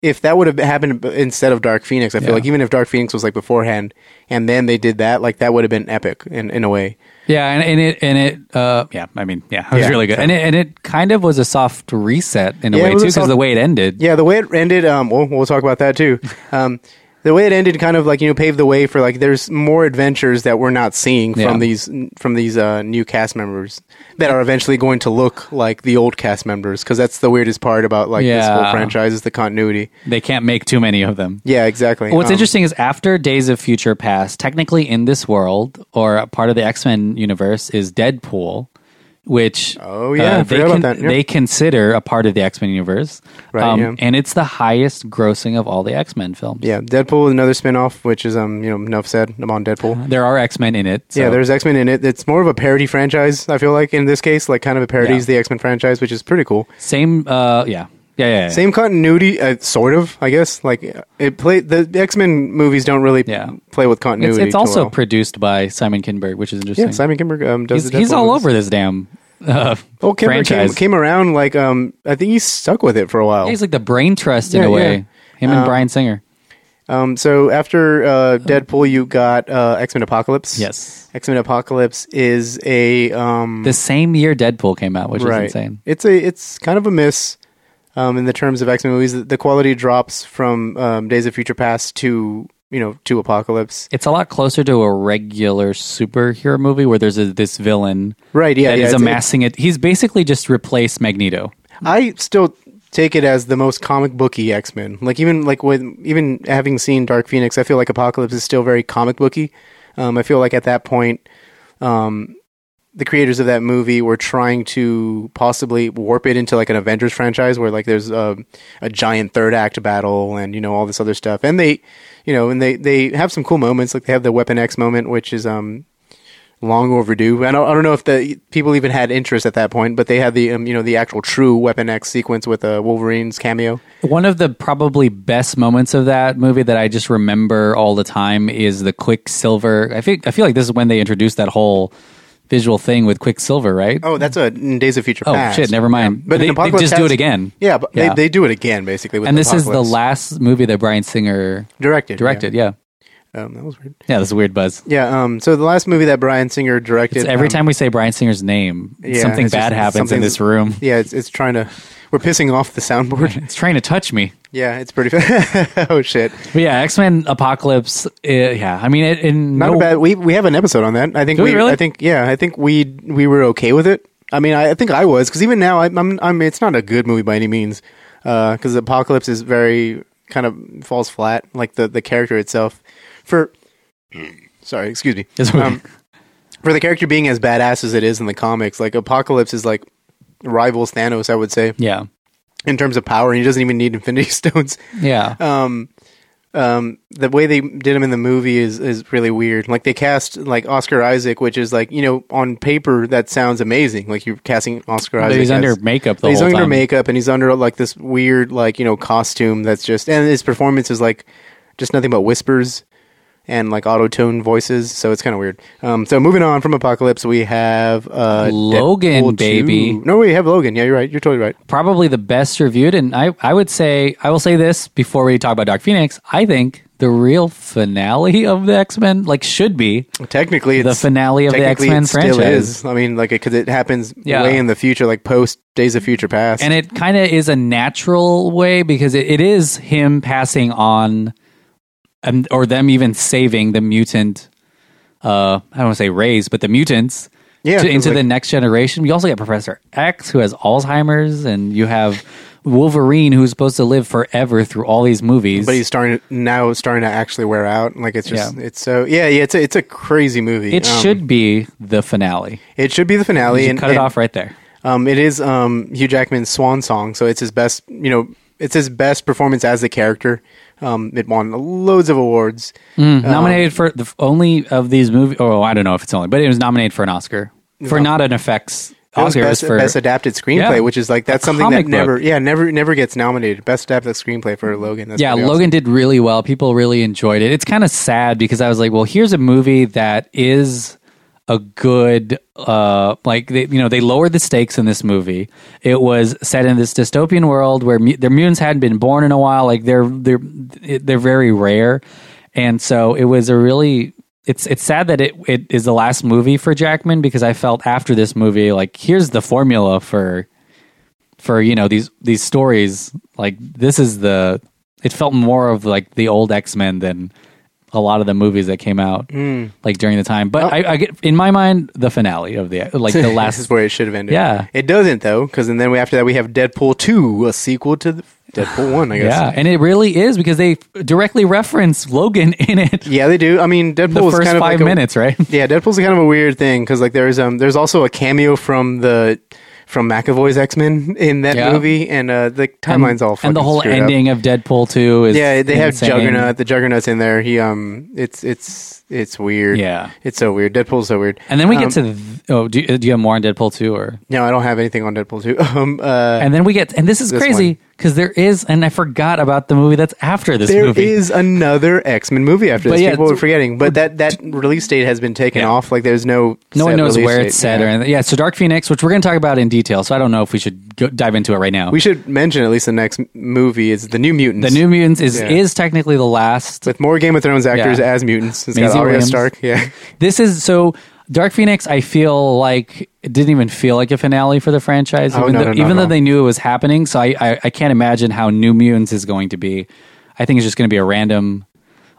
Speaker 12: if that would have happened b- instead of Dark Phoenix. I feel
Speaker 11: Yeah.
Speaker 12: like even if Dark Phoenix was like beforehand, and then they did that, like that would have been epic in in a way.
Speaker 11: Yeah, and, and it and it uh yeah, I mean, yeah, it was
Speaker 12: Yeah.
Speaker 11: really good. And it and it kind of was a soft reset in a
Speaker 12: Yeah,
Speaker 11: way
Speaker 12: it
Speaker 11: too
Speaker 12: was a
Speaker 11: because
Speaker 12: soft-
Speaker 11: the way it ended.
Speaker 12: Yeah, the way it ended, um, we'll, we'll talk about that too. Um, the way it ended kind of like you know paved the way for like there's more adventures that we're not seeing from
Speaker 11: Yeah.
Speaker 12: these from these uh, new cast members that are eventually going to look like the old cast members because that's the weirdest part about like this
Speaker 11: Yeah.
Speaker 12: whole franchise is the continuity.
Speaker 11: They can't make too many of them.
Speaker 12: Yeah, exactly.
Speaker 11: What's
Speaker 12: Um,
Speaker 11: interesting is after Days of Future Past, technically in this world or a part of the X Men universe is Deadpool, which oh
Speaker 12: yeah, I
Speaker 11: they,
Speaker 12: forgot about
Speaker 11: con-
Speaker 12: that, yeah.
Speaker 11: they consider a part of the X Men universe, Um,
Speaker 12: Right, yeah.
Speaker 11: and it's the highest grossing of all the X Men films.
Speaker 12: Yeah, Deadpool is another spinoff, which is um you know enough said. I'm on Deadpool.
Speaker 11: There are X Men in it. Uh-huh. so-
Speaker 12: Yeah, there's X Men in it. It's more of a parody franchise. I feel like in this case, like kind of a parody
Speaker 11: Yeah.
Speaker 12: is the X Men franchise, which is pretty cool.
Speaker 11: same. Uh, yeah. yeah, yeah, yeah.
Speaker 12: Same continuity, uh, sort of. I guess like it play the X Men movies don't really play with
Speaker 11: It's,
Speaker 12: continuity.
Speaker 11: it's
Speaker 12: too
Speaker 11: also
Speaker 12: well.
Speaker 11: produced by Simon Kinberg, which is interesting.
Speaker 12: yeah. Simon Kinberg um, does
Speaker 11: he's,
Speaker 12: the
Speaker 11: he's
Speaker 12: Deadpool
Speaker 11: all
Speaker 12: movies.
Speaker 11: over this damn uh,
Speaker 12: Oh, Kinberg came,
Speaker 11: franchise.
Speaker 12: came around like um I think he stuck with it for a while.
Speaker 11: he's like the brain trust in
Speaker 12: Yeah,
Speaker 11: a
Speaker 12: yeah.
Speaker 11: way. Him and
Speaker 12: Um,
Speaker 11: Brian Singer.
Speaker 12: Um, so after uh, Deadpool, you got uh, X Men Apocalypse.
Speaker 11: Oh. Yes.
Speaker 12: X Men Apocalypse is a um,
Speaker 11: The same year Deadpool came out, which is insane.
Speaker 12: It's a it's kind of a miss um, in the terms of X Men movies. The- The quality drops from um, Days of Future Past to you know to Apocalypse.
Speaker 11: It's a lot closer to a regular superhero movie where there's a, this villain,
Speaker 12: Right, yeah,
Speaker 11: that
Speaker 12: yeah,
Speaker 11: is
Speaker 12: it's-
Speaker 11: amassing it. He's basically just replaced Magneto.
Speaker 12: I still take it as the most comic booky X Men. Like even like with even having seen Dark Phoenix, I feel like Apocalypse is still very comic booky. Um, I feel like at that point, um, the creators of that movie were trying to possibly warp it into like an Avengers franchise where like there's a, a giant third act battle and you know all this other stuff. And they, you know, and they they have some cool moments. Like they have the Weapon X moment, which is um long overdue. I don't, I don't know if the people even had interest at that point, but they had the um, you know the actual true Weapon X sequence with uh, Wolverine's cameo.
Speaker 11: One of the probably best moments of that movie that I just remember all the time is the Quicksilver. I think I feel like this is when they introduced that whole visual thing with Quicksilver, right?
Speaker 12: Oh, that's a in Days of Future
Speaker 11: Oh,
Speaker 12: Past.
Speaker 11: shit, never mind.
Speaker 12: But
Speaker 11: They- they
Speaker 12: in Apocalypse
Speaker 11: just do
Speaker 12: has-
Speaker 11: it again.
Speaker 12: Yeah, but
Speaker 11: Yeah.
Speaker 12: They, they do it again basically. With
Speaker 11: and this is the
Speaker 12: Apocalypse.
Speaker 11: last movie that Brian Singer
Speaker 12: Directed,
Speaker 11: Directed, yeah.
Speaker 12: Um, that was weird.
Speaker 11: Yeah, that's a weird buzz.
Speaker 12: Yeah. Um. So the last movie that Brian Singer directed.
Speaker 11: It's every
Speaker 12: um,
Speaker 11: time we say Brian Singer's name,
Speaker 12: yeah,
Speaker 11: something
Speaker 12: it's
Speaker 11: bad
Speaker 12: just-
Speaker 11: happens in
Speaker 12: something's-
Speaker 11: this room.
Speaker 12: Yeah, it's, it's trying to. We're pissing off the soundboard.
Speaker 11: It's trying to touch me.
Speaker 12: yeah, it's pretty. oh shit!
Speaker 11: But yeah, X Men Apocalypse. eh, yeah, I mean, it, in
Speaker 12: Not
Speaker 11: no,
Speaker 12: a bad. We we have an episode on that. I think
Speaker 11: Do we
Speaker 12: we.
Speaker 11: really?
Speaker 12: I think yeah. I think we we were okay with it. I mean, I, I think I was because even now I, I'm I'm. It's not a good movie by any means. Because Apocalypse is very kind of falls flat. Like the the character itself. For sorry, excuse me. Um,
Speaker 11: It's okay.
Speaker 12: for the character being as badass as it is in the comics, like Apocalypse is like rivals Thanos. I would say
Speaker 11: yeah,
Speaker 12: in terms of power, and he doesn't even need Infinity Stones
Speaker 11: yeah.
Speaker 12: um um the way they did him in the movie is is really weird like they cast like oscar isaac which is like you know on paper that sounds amazing like you're casting oscar
Speaker 11: But
Speaker 12: isaac
Speaker 11: he's
Speaker 12: as-
Speaker 11: under makeup the
Speaker 12: he's
Speaker 11: whole
Speaker 12: under
Speaker 11: time.
Speaker 12: makeup and he's under like this weird like you know costume that's just and his performance is like just nothing but whispers and like auto-tone voices so it's kind of weird um so moving on from apocalypse we have uh
Speaker 11: Logan,
Speaker 12: Deadpool 2.
Speaker 11: baby.
Speaker 12: no we have logan yeah you're right you're totally right
Speaker 11: Probably the best reviewed, and I, I would say I will say this before we talk about Dark Phoenix. I think the real finale of the X Men? Like, should be
Speaker 12: technically
Speaker 11: the finale of the X
Speaker 12: Technically,
Speaker 11: Men
Speaker 12: it
Speaker 11: franchise.
Speaker 12: Still is. I mean, like because it happens
Speaker 11: Yeah.
Speaker 12: way in the future, like post Days of Future Past.
Speaker 11: And it kind of is a natural way because it, it is him passing on, um, or them even saving the mutant. Uh, I don't want to say raise, but the mutants.
Speaker 12: Yeah,
Speaker 11: to,
Speaker 12: 'cause,
Speaker 11: into the
Speaker 12: like-
Speaker 11: next generation. You also get Professor X, who has Alzheimer's, and you have Wolverine, who's supposed to live forever through all these movies.
Speaker 12: but he's starting now starting to actually wear out. Like it's just
Speaker 11: Yeah.
Speaker 12: it's so yeah yeah it's a, it's a crazy movie.
Speaker 11: it
Speaker 12: Um,
Speaker 11: should be the finale.
Speaker 12: it should be the
Speaker 11: You
Speaker 12: finale
Speaker 11: should
Speaker 12: and
Speaker 11: cut it
Speaker 12: and-
Speaker 11: off right there.
Speaker 12: Um, it is um, Hugh Jackman's swan song, so it's his best. You know, it's his best performance as the character. Um, it won loads of awards.
Speaker 11: Mm,
Speaker 12: Um,
Speaker 11: nominated for the f- only of these movies. Oh, I don't know if it's only, but it was nominated for an Oscar for not an effects.
Speaker 12: It was
Speaker 11: Oscar
Speaker 12: best,
Speaker 11: was for
Speaker 12: best adapted screenplay,
Speaker 11: Yeah.
Speaker 12: which is like that's
Speaker 11: A
Speaker 12: something
Speaker 11: comic book.
Speaker 12: that never, yeah, never, never gets nominated. Best adapted screenplay for Logan. That's
Speaker 11: yeah,
Speaker 12: pretty
Speaker 11: Logan
Speaker 12: awesome.
Speaker 11: did really well. People really enjoyed it. It's kind of sad because I was like, well, here's a movie that is a good uh like they, you know they lowered the stakes in this movie it was set in this dystopian world where mu- their mutants hadn't been born in a while like they're they're they're very rare and so it was a really it's it's sad that it, it is the last movie for jackman because i felt after this movie like here's the formula for for you know these these stories like this is the it felt more of like the old x-men than a lot of the movies that came out
Speaker 12: Mm.
Speaker 11: like during the time but I, I get in my mind the finale of the like the last
Speaker 12: This is where it should have ended.
Speaker 11: Yeah.
Speaker 12: it doesn't though, because and then we, after that we have Deadpool two, a sequel to the Deadpool one. I guess.
Speaker 11: yeah and it really is because they directly reference logan in it
Speaker 12: yeah they do i mean
Speaker 11: the
Speaker 12: Deadpool is
Speaker 11: first
Speaker 12: kind of
Speaker 11: five
Speaker 12: like a-
Speaker 11: minutes right
Speaker 12: yeah, Deadpool's kind of a weird thing because like there's um there's also a cameo from the from McAvoy's X Men in that
Speaker 11: Yeah.
Speaker 12: movie, and uh, the
Speaker 11: and,
Speaker 12: timeline's all fucking
Speaker 11: and the whole
Speaker 12: screwed up.
Speaker 11: ending of deadpool 2 is
Speaker 12: Yeah, they have
Speaker 11: insane.
Speaker 12: Juggernaut. The Juggernaut's in there. He um, it's it's it's weird.
Speaker 11: Yeah.
Speaker 12: it's so weird. Deadpool's so weird.
Speaker 11: and then we
Speaker 12: Um,
Speaker 11: get to th- oh do, you- do you have more on deadpool 2 or
Speaker 12: no, I don't have anything on Deadpool two. Um, uh,
Speaker 11: and then we get and this is
Speaker 12: this
Speaker 11: crazy because there is and i forgot about the movie that's after this
Speaker 12: There
Speaker 11: movie
Speaker 12: is another X Men movie after
Speaker 11: But
Speaker 12: this.
Speaker 11: yeah,
Speaker 12: People are
Speaker 11: it's-
Speaker 12: forgetting, but that that release date has been taken off. Like there's no
Speaker 11: no one
Speaker 12: set
Speaker 11: knows
Speaker 12: release
Speaker 11: where
Speaker 12: date.
Speaker 11: it's set or
Speaker 12: Yeah.
Speaker 11: anything. Yeah, so Dark Phoenix, which we're going to talk about in detail. So I don't know if we should go, dive into it right now.
Speaker 12: We should mention at least the next m- movie is the New Mutants.
Speaker 11: the New Mutants is
Speaker 12: Yeah.
Speaker 11: is technically the last.
Speaker 12: with more Game of Thrones actors
Speaker 11: Yeah.
Speaker 12: as mutants. It's
Speaker 11: Maisie
Speaker 12: got Arya
Speaker 11: Williams.
Speaker 12: Stark. Yeah,
Speaker 11: This is so Dark Phoenix. I feel like it didn't even feel like a finale for the franchise,
Speaker 12: Oh,
Speaker 11: even
Speaker 12: no,
Speaker 11: though,
Speaker 12: no, no,
Speaker 11: even
Speaker 12: no.
Speaker 11: though they knew it was happening. So I, I I can't imagine how New Mutants is going to be. I think it's just going to be a random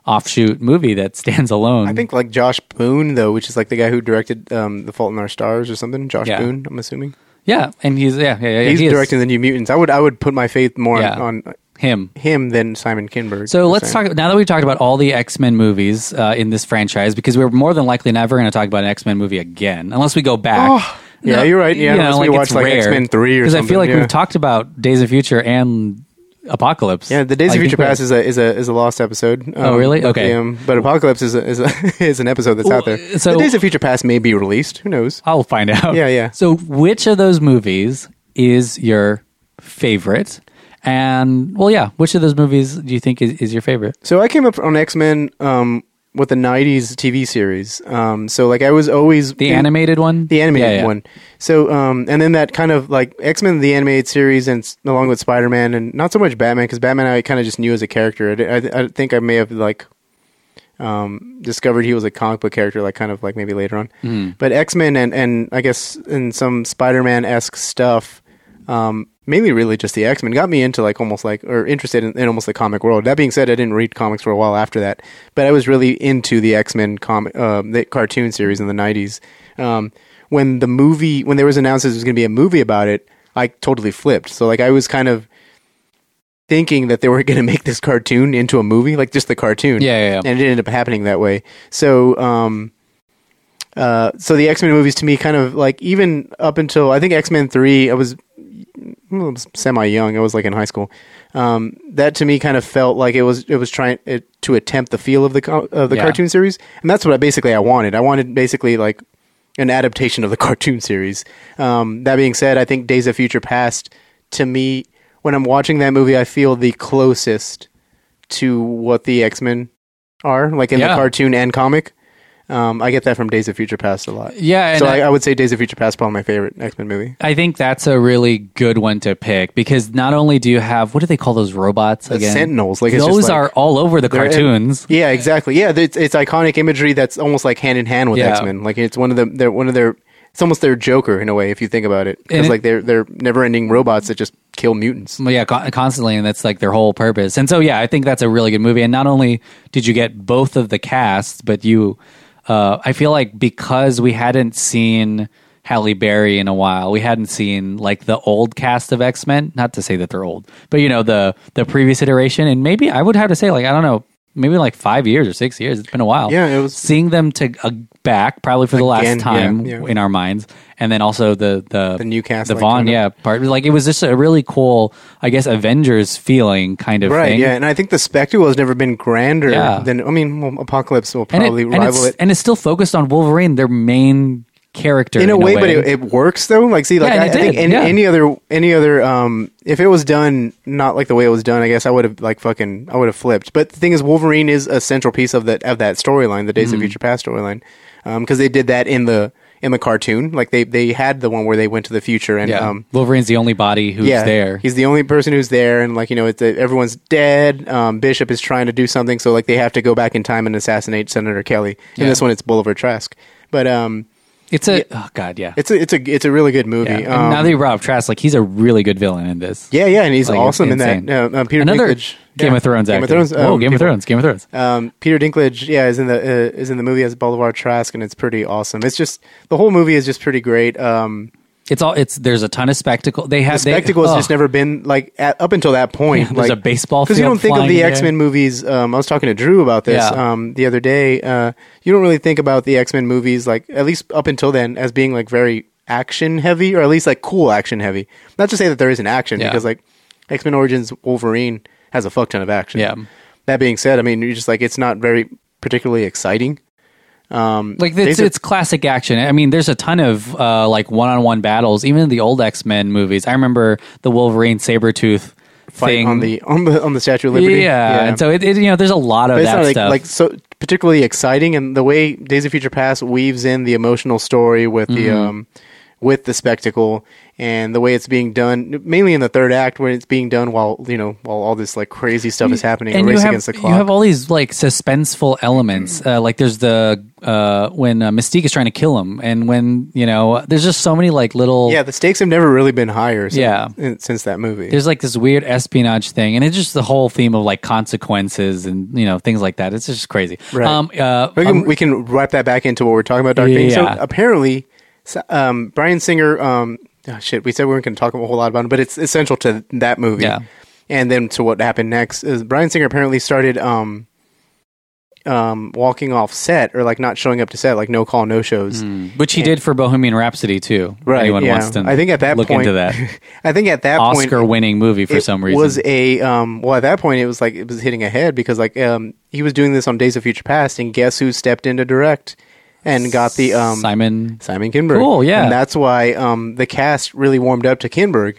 Speaker 11: offshoot movie that stands alone.
Speaker 12: I think like Josh Boone though, which is like the guy who directed um, The Fault in Our Stars or something. Josh
Speaker 11: Yeah.
Speaker 12: Boone, I'm assuming
Speaker 11: yeah, and he's yeah yeah, yeah
Speaker 12: he's
Speaker 11: he is.
Speaker 12: directing the New Mutants. I would I would put my faith more
Speaker 11: Yeah.
Speaker 12: on, on
Speaker 11: him.
Speaker 12: him than Simon Kinberg.
Speaker 11: So
Speaker 12: I'm
Speaker 11: let's
Speaker 12: saying.
Speaker 11: talk. Now that we've talked about all the X Men movies uh, in this franchise, because we're more than likely never going to talk about an X Men movie again, unless we go back.
Speaker 12: Oh, yeah, you're right. Yeah,
Speaker 11: you
Speaker 12: unless we watch,
Speaker 11: it's
Speaker 12: like,
Speaker 11: rare.
Speaker 12: X-Men 3 or
Speaker 11: I
Speaker 12: something,
Speaker 11: feel like
Speaker 12: yeah.
Speaker 11: we've talked about Days of Future and Apocalypse.
Speaker 12: Yeah, the Days
Speaker 11: I
Speaker 12: of
Speaker 11: Oh, think
Speaker 12: Future
Speaker 11: we're-
Speaker 12: Past is a is a is a lost episode.
Speaker 11: Oh, really?
Speaker 12: but
Speaker 11: Okay.
Speaker 12: the, um, but Apocalypse is a, is a, is an episode that's out
Speaker 11: Well,
Speaker 12: there.
Speaker 11: so-
Speaker 12: the Days of Future Past may be released. Who knows?
Speaker 11: I'll find out.
Speaker 12: Yeah, yeah.
Speaker 11: So which of those movies is your favorite? And well, yeah, which of those movies do you think is, is your favorite?
Speaker 12: So I came up on X Men um, with the '90s TV series. Um, so like I was always
Speaker 11: The animated one.
Speaker 12: the animated
Speaker 11: Yeah, yeah.
Speaker 12: one. So um, and then that kind of like X Men the animated series, and s- along with Spider Man, and not so much Batman because Batman I kind of just knew as a character. I d- I, th- I think I may have like um, discovered he was a comic book character, like kind of like maybe later on.
Speaker 11: Hmm.
Speaker 12: But X Men and and I guess in some Spider Man esque stuff. Um, mainly really just the X Men got me into like almost like or interested in, in almost the comic world. That being said, I didn't read comics for a while after that, but I was really into the X Men comic um, the cartoon series in the nineties. Um, when the movie when there was announced there was going to be a movie about it, I totally flipped. So like I was kind of thinking that they were going to make this cartoon into a movie, like just the cartoon.
Speaker 11: Yeah, yeah, yeah.
Speaker 12: And it ended up happening that way. So, um, uh, so the X Men movies to me kind of like even up until I think X Men three, I was semi young. I was like in high school. Um, that to me kind of felt like it was it was trying it, to attempt the feel of the co- of the
Speaker 11: Yeah.
Speaker 12: cartoon series, and that's what I basically I wanted. I wanted basically like an adaptation of the cartoon series. Um, that being said, I think Days of Future Past to me when I'm watching that movie, I feel the closest to what the X Men are like in
Speaker 11: Yeah.
Speaker 12: the cartoon and comic. Um, I get that from Days of Future Past a lot.
Speaker 11: Yeah, and
Speaker 12: so
Speaker 11: I-
Speaker 12: I, I would say Days of Future Past probably my favorite X Men movie.
Speaker 11: I think that's a really good one to pick because not only do you have what do they call those robots
Speaker 12: The
Speaker 11: again?
Speaker 12: Sentinels, like, it's
Speaker 11: those
Speaker 12: just like-
Speaker 11: are all over the
Speaker 12: They're in-
Speaker 11: cartoons.
Speaker 12: yeah, exactly. Yeah, it's, it's iconic imagery that's almost like hand in hand with
Speaker 11: Yeah.
Speaker 12: X Men. Like it's one of the they're one of their it's almost their Joker in a way if you think about it.
Speaker 11: And
Speaker 12: It's
Speaker 11: it-
Speaker 12: like they're they're never ending robots that just kill mutants.
Speaker 11: Well, yeah, con- constantly, and that's like their whole purpose. And so, yeah, I think that's a really good movie. And not only did you get both of the casts, but you, uh, I feel like because we hadn't seen Halle Berry in a while, we hadn't seen like the old cast of X Men. Not to say that they're old, but you know the the previous iteration, and maybe I would have to say like I don't know, maybe like five years or six years. It's been a while.
Speaker 12: Yeah, it was-
Speaker 11: seeing them to uh, back probably for the
Speaker 12: Again,
Speaker 11: last
Speaker 12: yeah,
Speaker 11: time
Speaker 12: yeah.
Speaker 11: in our minds, and then also the the,
Speaker 12: The new cast,
Speaker 11: the
Speaker 12: like,
Speaker 11: Vaughn,
Speaker 12: coming up.
Speaker 11: yeah, part. Like it was just a really cool, I guess, Avengers feeling kind of
Speaker 12: Right,
Speaker 11: thing.
Speaker 12: yeah, and I think the spectacle has never been grander
Speaker 11: Yeah.
Speaker 12: than I mean, well, Apocalypse will
Speaker 11: and
Speaker 12: probably
Speaker 11: it, and
Speaker 12: rival
Speaker 11: it's,
Speaker 12: it.
Speaker 11: and it's still focused on Wolverine, their main character,
Speaker 12: in a way, but it, it works though. Like, see, like
Speaker 11: Yeah, and
Speaker 12: I, I
Speaker 11: it
Speaker 12: think
Speaker 11: did,
Speaker 12: any,
Speaker 11: yeah.
Speaker 12: any other any other um, if it was done not like the way it was done, I guess I would have like fucking I would have flipped. But the thing is, Wolverine is a central piece of that of that storyline, the Days of
Speaker 11: Mhm.
Speaker 12: Future Past storyline, because they did that in the in the cartoon. Like they they had the one where they went to the future and
Speaker 11: yeah.
Speaker 12: um,
Speaker 11: Wolverine's the only body who's there.
Speaker 12: He's the only person who's there, and like you know, it's uh everyone's dead. Um, Bishop is trying to do something, so like they have to go back in time and assassinate Senator Kelly. In
Speaker 11: Yeah.
Speaker 12: this one, it's Bolivar Trask, but um,
Speaker 11: it's a oh god, yeah,
Speaker 12: it's a it's a it's a really good movie.
Speaker 11: Yeah. And
Speaker 12: Um,
Speaker 11: now that you brought up Trask, like he's a really good villain in this.
Speaker 12: yeah, yeah, and he's
Speaker 11: Like,
Speaker 12: awesome in
Speaker 11: insane.
Speaker 12: that. Uh, uh, Peter
Speaker 11: Another
Speaker 12: Dinklage,
Speaker 11: Game
Speaker 12: Yeah.
Speaker 11: of Thrones
Speaker 12: Game
Speaker 11: actor.
Speaker 12: of Thrones. um,
Speaker 11: Whoa, Game of
Speaker 12: people.
Speaker 11: Thrones. Game of Thrones.
Speaker 12: Um, Peter Dinklage, yeah, is in the uh, is in the movie as Bolivar Trask, and it's pretty awesome. It's just the whole movie is just pretty great. Um,
Speaker 11: It's all. It's there's a ton of spectacle. They
Speaker 12: the
Speaker 11: have they-
Speaker 12: spectacle has
Speaker 11: oh.
Speaker 12: just never been like at, up until that point.
Speaker 11: Yeah, there's
Speaker 12: like,
Speaker 11: a baseball
Speaker 12: because you
Speaker 11: field
Speaker 12: don't think of
Speaker 11: flying
Speaker 12: the
Speaker 11: in the
Speaker 12: X Men
Speaker 11: air.
Speaker 12: movies. Um, I was talking to Drew about this
Speaker 11: Yeah.
Speaker 12: um, the other day. Uh, you don't really think about the X Men movies like at least up until then as being like very action heavy or at least like cool action heavy. Not to say that there isn't action
Speaker 11: Yeah.
Speaker 12: because like X Men Origins Wolverine has a fuck ton of action.
Speaker 11: Yeah.
Speaker 12: That being said, I mean you're just like it's not very particularly exciting. Um,
Speaker 11: like it's,
Speaker 12: Days of-
Speaker 11: it's classic action i mean there's a ton of uh, like one-on-one battles even in the old x-men movies i remember the wolverine sabretooth
Speaker 12: fight
Speaker 11: thing
Speaker 12: on the on the on the Statue of Liberty.
Speaker 11: yeah, and so it, it you know there's a lot of
Speaker 12: But it's
Speaker 11: Oh, that
Speaker 12: not like,
Speaker 11: stuff
Speaker 12: like so particularly exciting, and the way Days of Future Past weaves in the emotional story with the
Speaker 11: Mhm.
Speaker 12: um, with the spectacle and the way it's being done, mainly in the third act when it's being done while you know while all this like crazy stuff is happening, a
Speaker 11: and you
Speaker 12: race
Speaker 11: have,
Speaker 12: against the
Speaker 11: you have
Speaker 12: clock.
Speaker 11: all these like suspenseful elements uh, like there's the uh, when uh, mystique is trying to kill him and when you know there's just so many like little
Speaker 12: Yeah, the stakes have never really been higher. Since,
Speaker 11: Yeah.
Speaker 12: in- since that movie.
Speaker 11: there's like this weird espionage thing and it's just the whole theme of like consequences and you know things like that it's just crazy
Speaker 12: Right.
Speaker 11: um uh
Speaker 12: we, can,
Speaker 11: um,
Speaker 12: we can wrap that back into what we're talking about, Dark Thing.
Speaker 11: Yeah.
Speaker 12: So apparently, so- um, Brian Singer. Um, oh shit, we said we weren't going to talk a whole lot about it, but it's essential to that movie.
Speaker 11: Yeah.
Speaker 12: And then to what happened next is Brian Singer apparently started um, um, walking off set or like not showing up to set, like no call, no shows.
Speaker 11: which he did for Bohemian Rhapsody too. if
Speaker 12: Right,
Speaker 11: Hmm. Anyone
Speaker 12: yeah.
Speaker 11: wants to?
Speaker 12: I think at that
Speaker 11: look
Speaker 12: point-
Speaker 11: into that
Speaker 12: I think at that point,
Speaker 11: Oscar-winning movie for
Speaker 12: it
Speaker 11: some reason.
Speaker 12: was a um, well at that point it was like it was hitting ahead because like um, he was doing this on Days of Future Past, and guess who stepped in to direct and got the um,
Speaker 11: Simon
Speaker 12: Simon Kinberg.
Speaker 11: Cool, yeah.
Speaker 12: And that's why um, the cast really warmed up to Kinberg.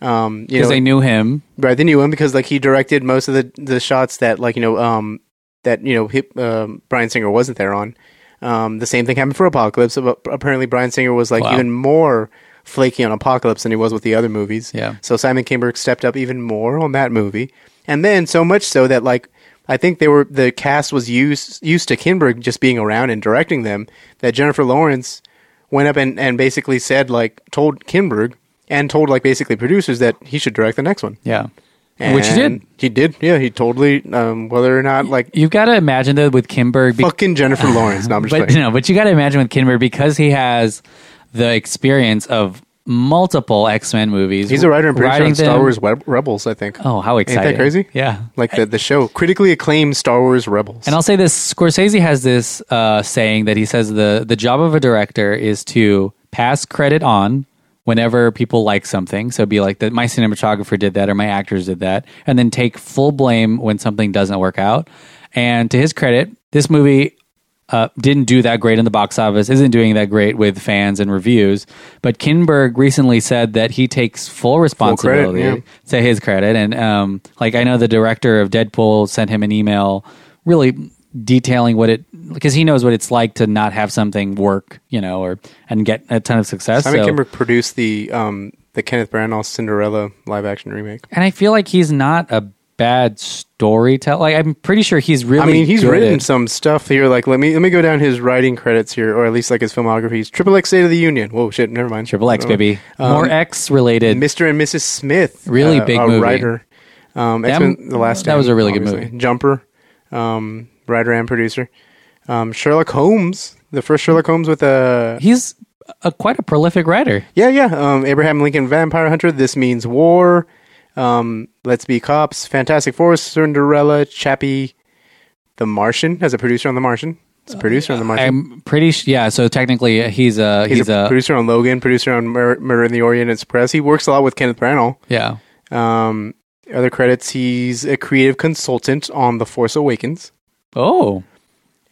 Speaker 12: Um, you
Speaker 11: because
Speaker 12: know,
Speaker 11: they knew him.
Speaker 12: right? They knew him because like he directed most of the the shots that like you know um, that you know hip, um, Brian Singer wasn't there on. Um, the same thing happened for Apocalypse. Ap- Apparently, Brian Singer was like
Speaker 11: Wow.
Speaker 12: even more flaky on Apocalypse than he was with the other movies.
Speaker 11: Yeah.
Speaker 12: So Simon Kinberg stepped up even more on that movie, and then so much so that like I think they were the cast was used used to Kinberg just being around and directing them that Jennifer Lawrence went up and, and basically said like told Kinberg and told like basically producers that he should direct the next one.
Speaker 11: Yeah, which he
Speaker 12: And
Speaker 11: did.
Speaker 12: He did. Yeah, he totally. Um, whether or not like
Speaker 11: You've got to imagine though with Kinberg, be-
Speaker 12: fucking Jennifer Lawrence. No, I'm just
Speaker 11: but
Speaker 12: playing.
Speaker 11: no, but you got to imagine with Kinberg because he has the experience of multiple X Men movies.
Speaker 12: He's a writer and producer
Speaker 11: writing
Speaker 12: on Star
Speaker 11: them-
Speaker 12: Wars Web- Rebels. I think.
Speaker 11: Oh, how exciting!
Speaker 12: Ain't that crazy?
Speaker 11: Yeah,
Speaker 12: Like the the show critically acclaimed Star Wars Rebels.
Speaker 11: And I'll say this: Scorsese has this uh, saying that he says the the job of a director is to pass credit on whenever people like something. So be like that. My cinematographer did that, or my actors did that, and then take full blame when something doesn't work out. And to his credit, this movie uh, didn't do that great in the box office, isn't doing that great with fans and reviews. But Kinberg recently said that he takes full responsibility
Speaker 12: yeah.
Speaker 11: to his credit. And um, like I know the director of Deadpool sent him an email really detailing what it because he knows what it's like to not have something work, you know, or and get a ton of success.
Speaker 12: Simon
Speaker 11: so-
Speaker 12: Kimber produced the um, the Kenneth Branagh Cinderella live action remake.
Speaker 11: and I feel like he's not a bad storyteller. Like I'm pretty sure he's really.
Speaker 12: I mean, he's
Speaker 11: good
Speaker 12: written
Speaker 11: at-
Speaker 12: some stuff here. Like, let me let me go down his writing credits here, or at least like his filmography. He's Triple X State of the Union. Whoa, shit, never mind.
Speaker 11: Triple X, baby.
Speaker 12: um,
Speaker 11: More X related.
Speaker 12: Mr. and Mrs. Smith. uh,
Speaker 11: Really big
Speaker 12: a
Speaker 11: movie.
Speaker 12: writer. Um,
Speaker 11: Them-
Speaker 12: X-Men, the last
Speaker 11: that was
Speaker 12: Stand,
Speaker 11: a really good
Speaker 12: obviously.
Speaker 11: movie.
Speaker 12: Jumper, um, writer and producer. Um, Sherlock Holmes, the first Sherlock Holmes with a
Speaker 11: he's a, quite a prolific writer.
Speaker 12: Yeah, yeah. Um, Abraham Lincoln Vampire Hunter. This means war. Um, Let's be cops. Fantastic Four. Cinderella. Chappie. The Martian as a producer on The Martian. It's a producer on The Martian.
Speaker 11: Uh, I'm pretty sh- yeah. So technically, uh, he's a
Speaker 12: he's, a, producer on Logan. Producer on Mur- Murder in the Orient Express. He works a lot with Kenneth Branagh.
Speaker 11: yeah.
Speaker 12: Um, other credits, he's a creative consultant on The Force Awakens.
Speaker 11: Oh.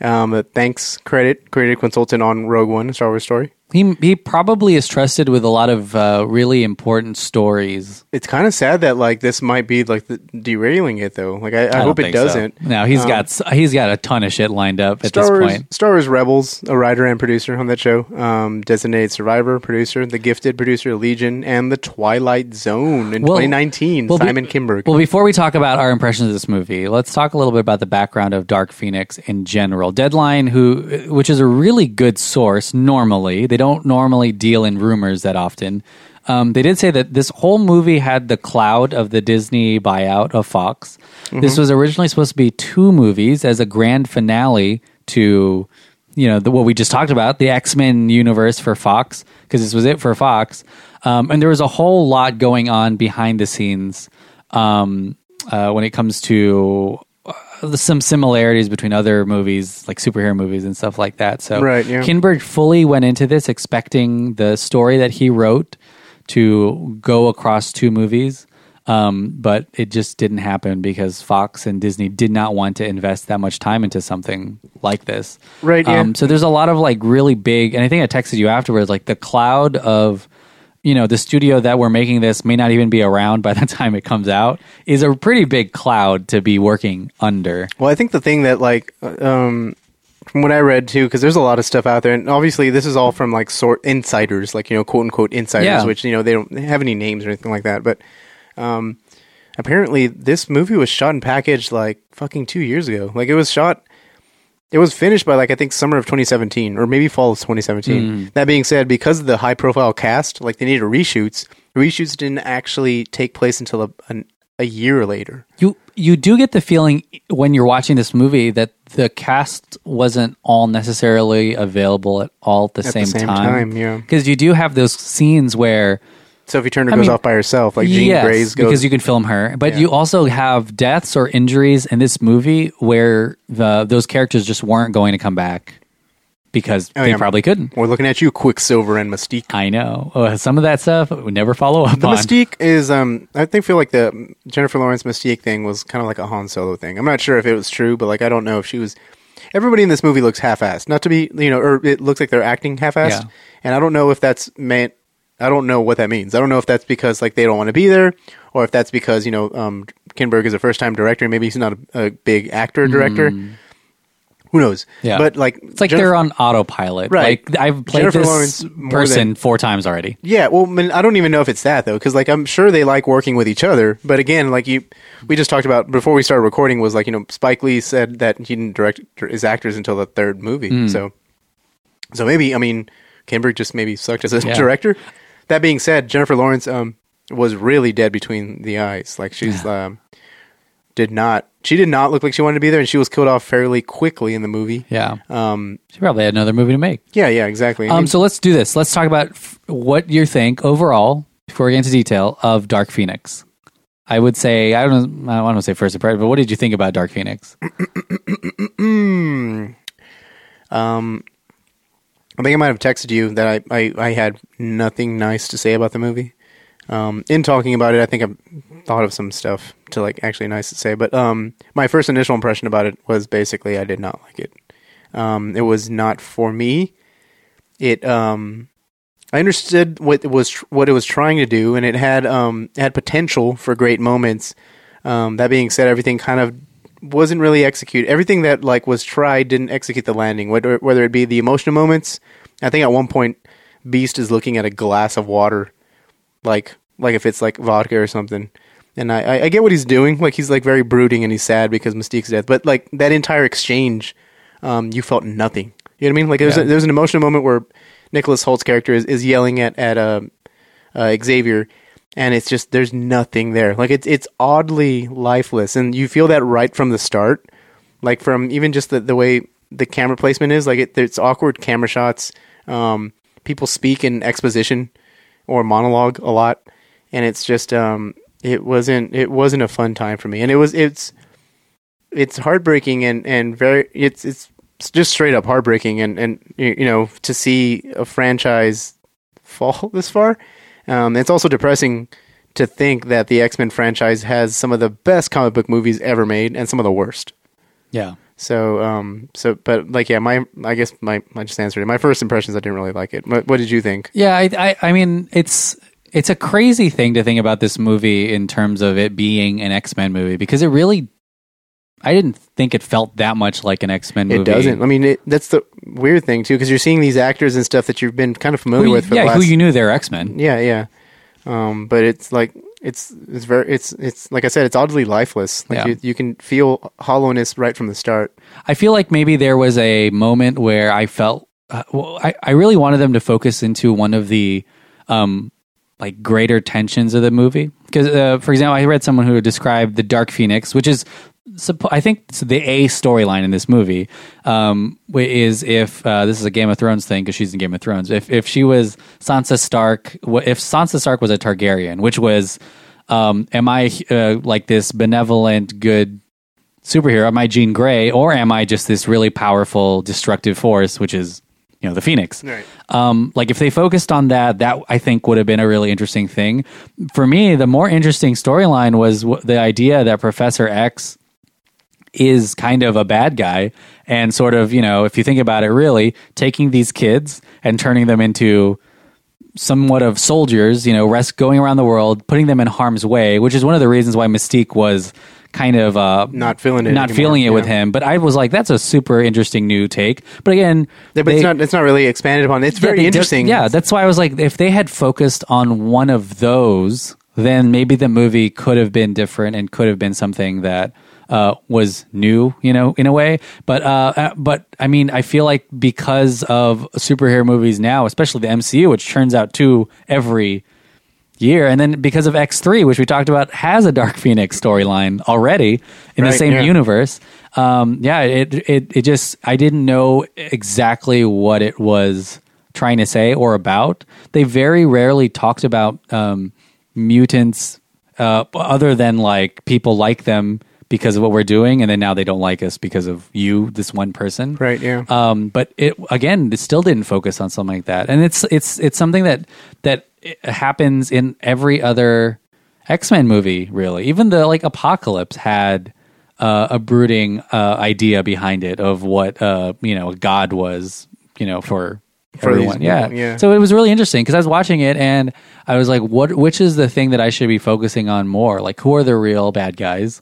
Speaker 12: Um, a thanks credit, creative consultant on Rogue One, a Star Wars story.
Speaker 11: He he probably is trusted with a lot of uh, really important stories.
Speaker 12: It's kind of sad that like this might be like the, derailing it though. Like I, I,
Speaker 11: don't
Speaker 12: hope it
Speaker 11: think so.
Speaker 12: doesn't.
Speaker 11: No, he's
Speaker 12: Um,
Speaker 11: got s- he's got a ton of shit lined up at
Speaker 12: Star
Speaker 11: this
Speaker 12: Wars,
Speaker 11: point.
Speaker 12: Star Wars Rebels, a writer and producer on that show, um, designated survivor, producer, the gifted producer, Legion, and the Twilight Zone in
Speaker 11: Well-
Speaker 12: 2019.
Speaker 11: well, be-
Speaker 12: Simon Kimberg.
Speaker 11: Well, before we talk about our impressions of this movie, let's talk a little bit about the background of Dark Phoenix in general. Deadline, who which is a really good source normally, they don't normally deal in rumors that often. Um, they did say that this whole movie had the cloud of the Disney buyout of Fox. This
Speaker 13: Mhm.
Speaker 12: Mm-hmm.
Speaker 11: was originally supposed to be two movies as a grand finale to you know the, what we just talked about the x-men universe for fox because this was it for fox um, and there was a whole lot going on behind the scenes um, uh, when it comes to uh, some similarities between other movies like superhero movies and stuff like that so
Speaker 12: Right, yeah.
Speaker 11: kinberg fully went into this expecting the story that he wrote to go across two movies um, but it just didn't happen because Fox and Disney did not want to invest that much time into something like this.
Speaker 12: Right, yeah.
Speaker 11: Um, so there's a lot of like really big, and I think I texted you afterwards, like the cloud of, you know, the studio that we're making this may not even be around by the time it comes out is a pretty big cloud to be working under.
Speaker 12: Well, I think the thing that like uh, um, from what I read too, because there's a lot of stuff out there, and obviously this is all from like sort insiders, like you know, quote unquote insiders,
Speaker 11: Yeah.
Speaker 12: which you know they don't have any names or anything like that. But um, apparently, this movie was shot and packaged like fucking two years ago. Like it was shot. It was finished by like I think summer of 2017 or maybe fall of 2017.
Speaker 11: Mm.
Speaker 12: That being said, because of the high profile cast, like they needed reshoots. Reshoots didn't actually take place until a, an, a year later.
Speaker 11: You you do get the feeling when you're watching this movie that the cast wasn't all necessarily available at all at the,
Speaker 12: At the
Speaker 11: same,
Speaker 12: same time, yeah.
Speaker 11: Because you do have those scenes where
Speaker 12: Sophie Turner goes off by herself, like Jean Grey's goes-
Speaker 11: because you can film her, but
Speaker 12: Yeah.
Speaker 11: you also have deaths or injuries in this movie where the those characters just weren't going to come back because
Speaker 12: Oh,
Speaker 11: they
Speaker 12: yeah.
Speaker 11: probably couldn't.
Speaker 12: We're looking at you, Quicksilver and Mystique.
Speaker 11: I know uh, some of that stuff we never follow up
Speaker 12: The
Speaker 11: on.
Speaker 12: Mystique is, um, I think, feel like the Jennifer Lawrence Mystique thing was kind of like a Han Solo thing. I'm not sure if it was true, but like I don't know if she was. Everybody in this movie looks half-assed. Not to be, you know, or it looks like they're acting half-assed,
Speaker 11: Yeah.
Speaker 12: and I don't know if that's meant. I don't know what that means. I don't know if that's because like they don't want to be there, or if that's because you know, um, Kinberg is a first-time director. Maybe he's not a, a big actor director. Who knows?
Speaker 11: Mm. Yeah.
Speaker 12: but like
Speaker 11: it's like
Speaker 12: Jennifer-
Speaker 11: they're on autopilot.
Speaker 12: Right.
Speaker 11: Like I've played
Speaker 12: Jennifer
Speaker 11: this
Speaker 12: Lawrence more
Speaker 11: person
Speaker 12: than-
Speaker 11: four times already.
Speaker 12: Yeah, well, I, mean, I don't even know if it's that though, because like I'm sure they like working with each other. But again, like you, we just talked about before we started recording was like you know Spike Lee said that he didn't direct his actors until the third movie.
Speaker 11: Mm.
Speaker 12: So, so maybe I mean, Kinberg just maybe sucked as a
Speaker 11: Yeah.
Speaker 12: director. That being said, Jennifer Lawrence um was really dead between the eyes. Like she's um did not she did not look like she wanted to be there, and she was killed off fairly quickly in the movie.
Speaker 11: Yeah.
Speaker 12: Um.
Speaker 11: She probably had another movie to make.
Speaker 12: Yeah. Yeah. Exactly. I
Speaker 11: Um,
Speaker 12: mean-
Speaker 11: so let's do this. Let's talk about f- what you think overall, before we get into detail, of Dark Phoenix. I would say, I don't, I don't want to say first impression, but what did you think about Dark Phoenix?
Speaker 12: um, I think Um, I might have texted you that I, I, I had nothing nice to say about the movie. Um, in talking about it, I think I've thought of some stuff to like actually nice to say. But um, my first initial impression about it was basically I did not like it. Um, it was not for me. It um, I understood what it was what it was trying to do, and it had um, had potential for great moments. Um, that being said, everything kind of wasn't really executed. Everything that like was tried didn't execute the landing. Whether whether it be the emotional moments, I think at one point Beast is looking at a glass of water, like like if it's like vodka or something. And I, I, I get what he's doing. Like he's like very brooding and he's sad because Mystique's death. But like that entire exchange, um, you felt nothing. You know what I mean? Like there's
Speaker 13: Yeah.
Speaker 12: a, there's an emotional moment where Nicholas Holt's character is, is yelling at at uh, uh, Xavier, and it's just there's nothing there. Like it's it's oddly lifeless, and you feel that right from the start. Like from even just the the way the camera placement is, like it, it's awkward camera shots. Um, people speak in exposition or monologue a lot, and it's just um, it wasn't it wasn't a fun time for me, and it was it's it's heartbreaking and and very it's it's just straight up heartbreaking and and you you know to see a franchise fall this far um it's also depressing to think that the x-men franchise has some of the best comic book movies ever made and some of the worst
Speaker 11: Yeah.
Speaker 12: so um so but like yeah my i guess my i just answered it my first impressions i didn't really like it what, what did you think
Speaker 11: Yeah, I, I, I mean, it's it's a crazy thing to think about this movie in terms of it being an X Men movie because it really, I didn't think it felt that much like an X Men movie.
Speaker 12: it doesn't i mean it, that's the weird thing too because you're seeing these actors and stuff that you've been kind of familiar
Speaker 11: Who you-
Speaker 12: with for
Speaker 11: yeah,
Speaker 12: the last
Speaker 11: who you knew they're X Men.
Speaker 12: Yeah, yeah. Um, but it's like it's it's very it's it's like I said, it's oddly lifeless. Like
Speaker 11: Yeah.
Speaker 12: you, you can feel hollowness right from the start.
Speaker 11: I feel like maybe there was a moment where I felt uh, well, I, I really wanted them to focus into one of the um, like greater tensions of the movie. Because, uh, for example, I read someone who described the Dark Phoenix, which is suppo- I think it's the A storyline in this movie um, wh- is if uh, this is a Game of Thrones thing because she's in Game of Thrones. If if she was Sansa Stark, wh- if Sansa Stark was a Targaryen, which was, um, am I uh, like this benevolent good superhero? Am I Jean Grey, or am I just this really powerful destructive force, which is you know the Phoenix?
Speaker 12: Right.
Speaker 11: Um, like if they focused on that, that I think would have been a really interesting thing. For me, the more interesting storyline was w- the idea that Professor X is kind of a bad guy and sort of, you know, if you think about it really, taking these kids and turning them into somewhat of soldiers, you know, rest going around the world, putting them in harm's way, which is one of the reasons why Mystique was kind of uh,
Speaker 12: not feeling it
Speaker 11: not
Speaker 12: anymore,
Speaker 11: feeling it with
Speaker 12: yeah.
Speaker 11: him. But I was like, that's a super interesting new take. But again,
Speaker 12: Yeah, but it's not it's not really expanded upon. It's
Speaker 11: yeah,
Speaker 12: very
Speaker 11: they just-
Speaker 12: interesting.
Speaker 11: yeah, that's why I was like, if they had focused on one of those, then maybe the movie could have been different and could have been something that uh, was new, you know, in a way. But uh, uh, but I mean, I feel like because of superhero movies now, especially the MCU, which churns out two every year, and then because of X three, which we talked about, has a Dark Phoenix storyline already in the
Speaker 14: Right,
Speaker 11: same
Speaker 14: yeah.
Speaker 11: universe. Um, yeah, it, it it just I didn't know exactly what it was trying to say or about. They very rarely talked about um, mutants uh, other than like people like them because of what we're doing, and then now they don't like us because of you, this one person.
Speaker 12: Right. Yeah.
Speaker 11: Um, but it again, it still didn't focus on something like that, and it's it's it's something that that it happens in every other X Men movie, really. Even the like Apocalypse had uh, a brooding uh, idea behind it of what uh, you know a god was, you know, for,
Speaker 12: For these
Speaker 11: everyone. yeah.
Speaker 12: people, yeah.
Speaker 11: So it was really interesting because I was watching it and I was like, what? Which is the thing that I should be focusing on more? Like, who are the real bad guys?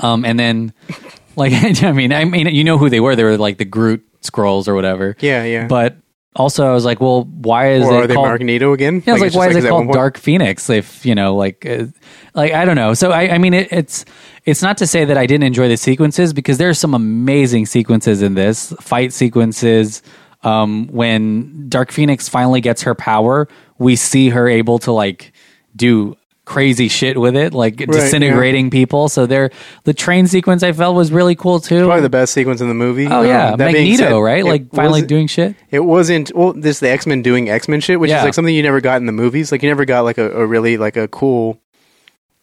Speaker 11: Um, and then like I mean, I mean, you know who they were? They were like the Groot scrolls or whatever.
Speaker 12: Yeah, yeah.
Speaker 11: But also, I was like, well, why is
Speaker 12: Or
Speaker 11: it
Speaker 12: are they
Speaker 11: called
Speaker 12: Magneto again?
Speaker 11: Yeah, I was
Speaker 12: Like,
Speaker 11: like,
Speaker 12: it's just
Speaker 11: why
Speaker 12: like,
Speaker 11: is
Speaker 12: is
Speaker 11: it
Speaker 12: that one
Speaker 11: called
Speaker 12: point-
Speaker 11: Dark Phoenix? If you know, like, uh, like I don't know. So I, I mean, it, it's it's not to say that I didn't enjoy the sequences because there are some amazing sequences in this fight sequences. Um, when Dark Phoenix finally gets her power, we see her able to like do crazy shit with it, like
Speaker 12: Right, yeah.
Speaker 11: disintegrating people. So there, the train sequence I felt was really cool too.
Speaker 12: Probably the best sequence in the movie.
Speaker 11: Oh yeah,
Speaker 12: Um, that being
Speaker 11: Magneto,
Speaker 12: said,
Speaker 11: right?
Speaker 12: it
Speaker 11: Like finally
Speaker 12: wasn't-
Speaker 11: doing shit.
Speaker 12: It wasn't well. This the X Men doing X Men shit, which
Speaker 11: Yeah.
Speaker 12: is like something you never got in the movies. Like you never got like a, a really like a cool,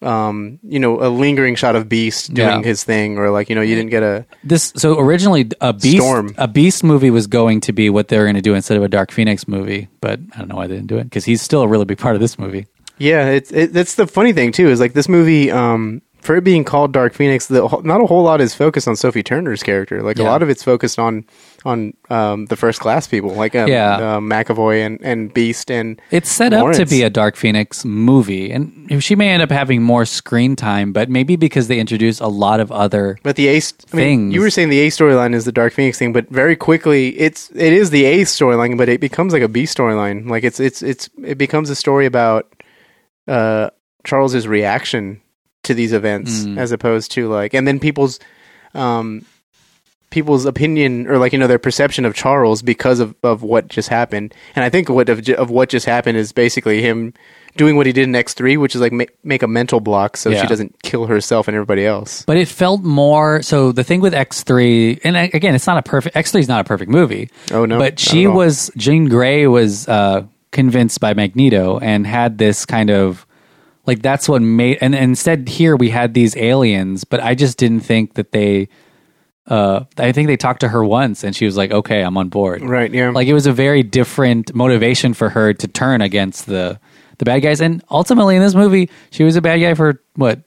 Speaker 12: um, you know, a lingering shot of Beast doing
Speaker 11: Yeah.
Speaker 12: his thing, or like you know, you didn't get a
Speaker 11: This so originally a beast
Speaker 12: Storm.
Speaker 11: a beast movie was going to be what they were going to do instead of a Dark Phoenix movie, but I don't know why they didn't do it because he's still a really big part of this movie.
Speaker 12: Yeah, it's it, that's the funny thing too is like this movie um for it being called Dark Phoenix, the, whole- not a whole lot is focused on Sophie Turner's character. Like a
Speaker 11: Yeah.
Speaker 12: lot of it's focused on on um, the first class people, like um,
Speaker 11: Yeah.
Speaker 12: uh, McAvoy and, and Beast and
Speaker 11: It's set up
Speaker 12: Lawrence.
Speaker 11: to be a Dark Phoenix movie, and she may end up having more screen time, but maybe because they introduce a lot of other.
Speaker 12: But the Ace I mean,
Speaker 11: things.
Speaker 12: you were saying the A storyline is the Dark Phoenix thing, but very quickly it's it is the A storyline, but it becomes like a B storyline. Like it's it's it's it becomes a story about uh Charles's reaction to these events
Speaker 11: Mm.
Speaker 12: as opposed to like and then people's um people's opinion or like you know their perception of Charles because of, of what just happened. And I think what of, ju- of what just happened is basically him doing what he did in X3, which is like ma- make a mental block so
Speaker 11: Yeah.
Speaker 12: she doesn't kill herself and everybody else.
Speaker 11: But it felt more so. The thing with X three, and I- again, it's not a perfect X three is not a perfect movie.
Speaker 12: Oh no.
Speaker 11: but
Speaker 12: not
Speaker 11: she
Speaker 12: at all.
Speaker 11: was Jean Grey was uh, convinced by Magneto and had this kind of like that's what made and, and instead here we had these aliens, but I just didn't think that they. Uh, I think they talked to her once, and she was like, "Okay, I'm on board."
Speaker 12: Right, yeah.
Speaker 11: Like it was a very different motivation for her to turn against the the bad guys, and ultimately in this movie, she was a bad guy for what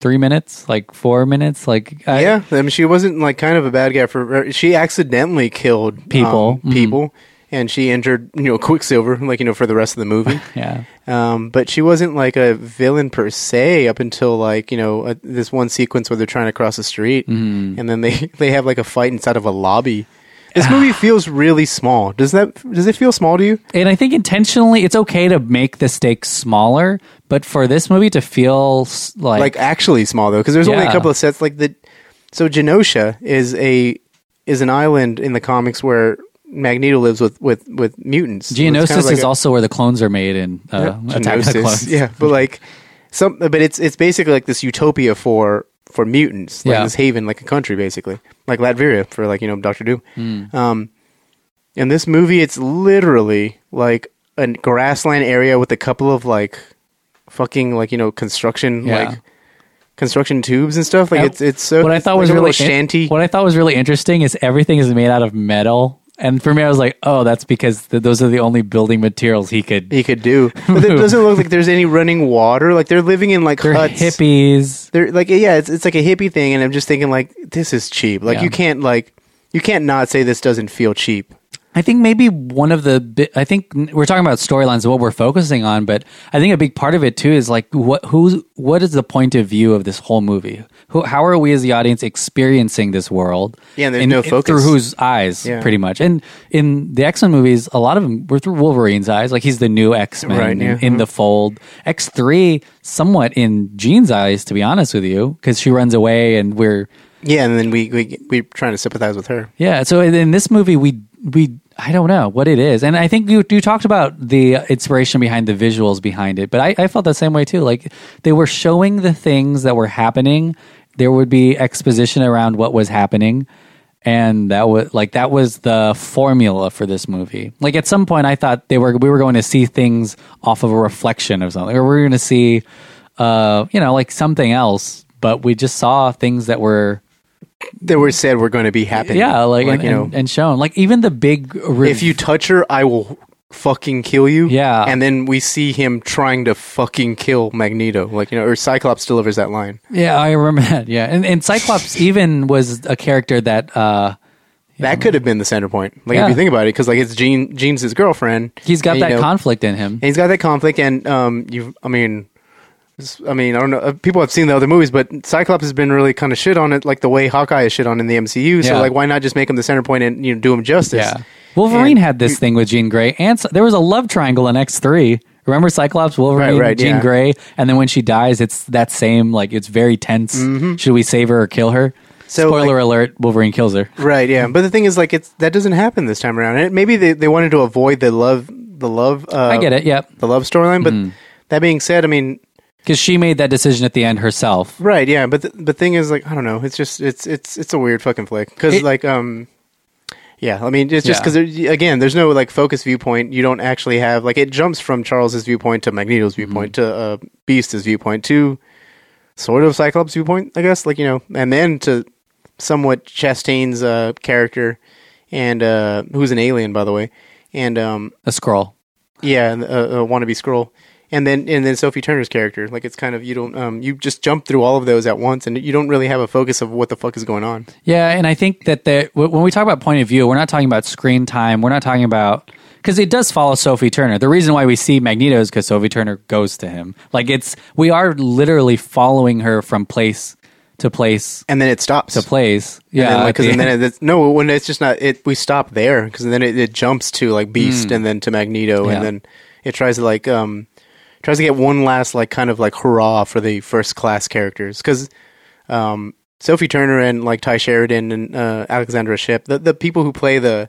Speaker 11: three minutes, like four minutes, like I,
Speaker 12: yeah, I mean, she wasn't like kind of a bad guy for. er, She accidentally killed
Speaker 11: People. Mm-hmm.
Speaker 12: um, people, and she injured you know Quicksilver, like you know for the rest of the movie.
Speaker 11: yeah.
Speaker 12: Um, but she wasn't like a villain per se up until like you know uh this one sequence where they're trying to cross the street,
Speaker 11: Mm-hmm.
Speaker 12: and then they they have like a fight inside of a lobby. This movie feels really small. Does that does it feel small to you?
Speaker 11: And I think intentionally, it's okay to make the stakes smaller, but for this movie to feel s- like,
Speaker 12: like, actually small though, because there's only a
Speaker 11: Yeah.
Speaker 12: couple of sets. Like the so Genosha is a is an island in the comics where Magneto lives with with with mutants. So it's kind of
Speaker 11: Geonosis
Speaker 12: like
Speaker 11: is
Speaker 12: a-
Speaker 11: also where the clones are made in uh,
Speaker 12: yeah,
Speaker 11: Attack of the
Speaker 12: Geonosis.
Speaker 11: Clones.
Speaker 12: Yeah, but like some, but it's it's basically like this utopia for for mutants, like
Speaker 11: Yeah.
Speaker 12: this haven, like a country, basically, like Latveria for like you know Doctor Doom.
Speaker 11: Hmm.
Speaker 12: Um, in this movie, it's literally like a grassland area with a couple of like fucking like you know construction
Speaker 11: Yeah.
Speaker 12: like construction tubes and stuff. Like
Speaker 11: And
Speaker 12: it's it's so.
Speaker 11: what I thought
Speaker 12: like
Speaker 11: was
Speaker 12: a little
Speaker 11: really in-
Speaker 12: shanty.
Speaker 11: What I thought was really interesting is everything is made out of metal, and for me, I was like, oh, that's because th- those are the only building materials he could.
Speaker 12: he could do, but it doesn't look like there's any running water. Like they're living in like
Speaker 11: They're
Speaker 12: huts.
Speaker 11: hippies.
Speaker 12: they're like yeah it's, it's like a hippie thing and i'm just thinking like this is cheap like
Speaker 11: Yeah.
Speaker 12: you can't like you can't not say this doesn't feel cheap
Speaker 11: I think maybe one of the bi- I think n- we're talking about storylines, what we're focusing on, but I think a big part of it too is like what who's what is the point of view of this whole movie? Who, how are we as the audience experiencing this world?
Speaker 12: Yeah, and there's
Speaker 11: in-
Speaker 12: no
Speaker 11: in-
Speaker 12: focus.
Speaker 11: through whose eyes,
Speaker 12: Yeah.
Speaker 11: pretty much. And in the X Men movies, a lot of them were through Wolverine's eyes, like he's the new X Men
Speaker 12: Right,
Speaker 11: in,
Speaker 12: yeah. Uh-huh.
Speaker 11: in the fold. X three, somewhat in Jean's eyes, to be honest with you, because she runs away and we're
Speaker 12: yeah and then we we we're trying to sympathize with her
Speaker 11: yeah. So in- in this movie, we we I don't know what it is, and I think you you talked about the inspiration behind the visuals behind it, but I, I felt the same way too. Like they were showing the things that were happening. There would be exposition around what was happening, and that was like that was the formula for this movie. Like at some point, I thought they were we were going to see things off of a reflection of something, or we were going to see, uh, you know, like something else. But we just saw things that were
Speaker 12: they were said we're going to be happening
Speaker 11: yeah, like, and,
Speaker 12: you know
Speaker 11: and, and shown. Like even the big re-
Speaker 12: if you touch her i will fucking kill you
Speaker 11: Yeah.
Speaker 12: and then we see him trying to fucking kill magneto like you know or cyclops delivers that line
Speaker 11: yeah, I remember that. Yeah, and and Cyclops even was a character that uh
Speaker 12: that could have been the center point like
Speaker 11: Yeah.
Speaker 12: if you think about it because like it's jean jean's his girlfriend
Speaker 11: he's got
Speaker 12: and, you
Speaker 11: that
Speaker 12: know,
Speaker 11: conflict in him.
Speaker 12: And he's got that conflict, and um, you, I mean, s- I mean, I don't know. uh, People have seen the other movies, but Cyclops has been really kind of shit on it, like the way Hawkeye is shit on in the MCU. So
Speaker 11: Yeah.
Speaker 12: like, why not just make him the center point and you know do him justice?
Speaker 11: Yeah, Wolverine
Speaker 12: And-
Speaker 11: had this thing with Jean Grey, and Cy- there was a love triangle in X three. Remember Cyclops, Wolverine,
Speaker 12: Right, right,
Speaker 11: Jean
Speaker 12: yeah.
Speaker 11: Grey, and then when she dies, it's that same like it's very tense. Should we save her or kill her?
Speaker 12: Mm-hmm. So,
Speaker 11: Spoiler
Speaker 12: like-
Speaker 11: alert: Wolverine kills her.
Speaker 12: Right, yeah, but the thing is, like, it's that doesn't happen this time around. And it, maybe they, they wanted to avoid the love, the love. Uh,
Speaker 11: I get it. Mm-hmm. Yep,
Speaker 12: the love storyline. But that being said, I mean,
Speaker 11: because she made that decision at the end herself.
Speaker 12: Right, yeah, but the, the thing is, like, I don't know. It's just it's it's it's a weird fucking flick because
Speaker 11: It-
Speaker 12: like um, yeah. I mean, it's just
Speaker 11: Yeah.
Speaker 12: because again, there's no like focus viewpoint. You don't actually have like it jumps from Charles's viewpoint to Magneto's
Speaker 11: Mm-hmm.
Speaker 12: viewpoint to uh, Beast's viewpoint to sort of Cyclops' viewpoint, I guess. Like you know, and then to somewhat Chastain's uh, character and uh, who's an alien by the way, and um,
Speaker 11: A scroll.
Speaker 12: yeah, and, uh, uh, wannabe scroll. and then and then Sophie Turner's character. Like it's kind of you don't um, you just jump through all of those at once, and you don't really have a focus of what the fuck is going on.
Speaker 11: Yeah, and I think that the, w- when we talk about point of view, we're not talking about screen time. We're not talking about because it does follow Sophie Turner. The reason why we see Magneto is because Sophie Turner goes to him. Like it's we are literally following her from place to place,
Speaker 12: and then it stops
Speaker 11: to place.
Speaker 12: Yeah, and then, like, cause the then it's, no, when it's just not it. We stop there because then it, it, jumps to like Beast, mm. and then to Magneto, yeah. and then it tries to like um tries to get one last like kind of like hurrah for the first class characters because um Sophie Turner and like Ty Sheridan and uh, Alexandra Ship, the the people who play the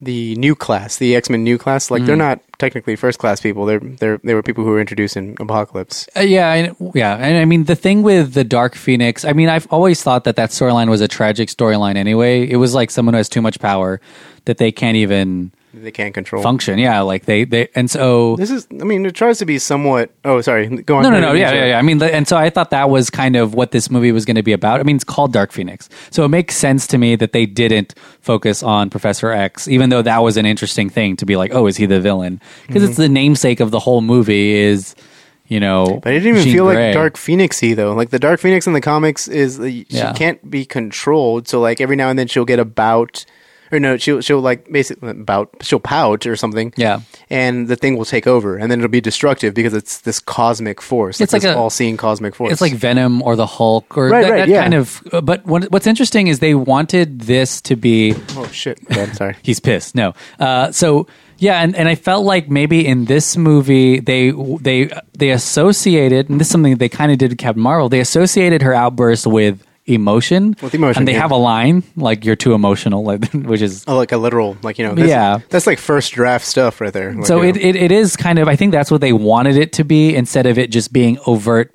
Speaker 12: the new class, the X Men new class, like mm. they're not technically first class people. They're they're they were people who were introduced in Apocalypse.
Speaker 11: Uh, yeah, and, yeah, and I mean the thing with the Dark Phoenix. I mean, I've always thought that that storyline was a tragic storyline. Anyway, it was like someone who has too much power that they can't even
Speaker 12: they can't control
Speaker 11: function. Yeah, like they they and so
Speaker 12: this is. I mean, it tries to be somewhat. Oh, sorry. Go on.
Speaker 11: No, no, no. Yeah, yeah, yeah. I mean, and so I thought that was kind of what this movie was going to be about. I mean, it's called Dark Phoenix, so it makes sense to me that they didn't focus on Professor X, even though that was an interesting thing to be like, oh, is he the villain? Because mm-hmm. it's the namesake of the whole movie. Is you know,
Speaker 12: but it didn't even Jean feel Grey. like Dark Phoenixy though. Like the Dark Phoenix in the comics is uh, she yeah. can't be controlled. So like every now and then she'll get about or no, she'll she'll like basically about she'll pout or something.
Speaker 11: Yeah,
Speaker 12: and the thing will take over, and then it'll be destructive because it's this cosmic force. It's like, like all-seeing cosmic force.
Speaker 11: It's like Venom or the Hulk or right, that, right, that yeah. kind of. uh, But what, what's interesting is they wanted this to be.
Speaker 12: Oh shit! I'm sorry.
Speaker 11: He's pissed. No. Uh, so yeah, and, and I felt like maybe in this movie they they they associated, and this is something they kind of did with Captain Marvel. They associated her outburst with Emotion,
Speaker 12: emotion,
Speaker 11: and they
Speaker 12: yeah.
Speaker 11: have a line like "you're too emotional," like, which is
Speaker 12: oh, like a literal, like you know, that's,
Speaker 11: yeah,
Speaker 12: that's like first draft stuff right there. Like,
Speaker 11: so
Speaker 12: you
Speaker 11: know. it, it it is kind of I think that's what they wanted it to be instead of it just being overt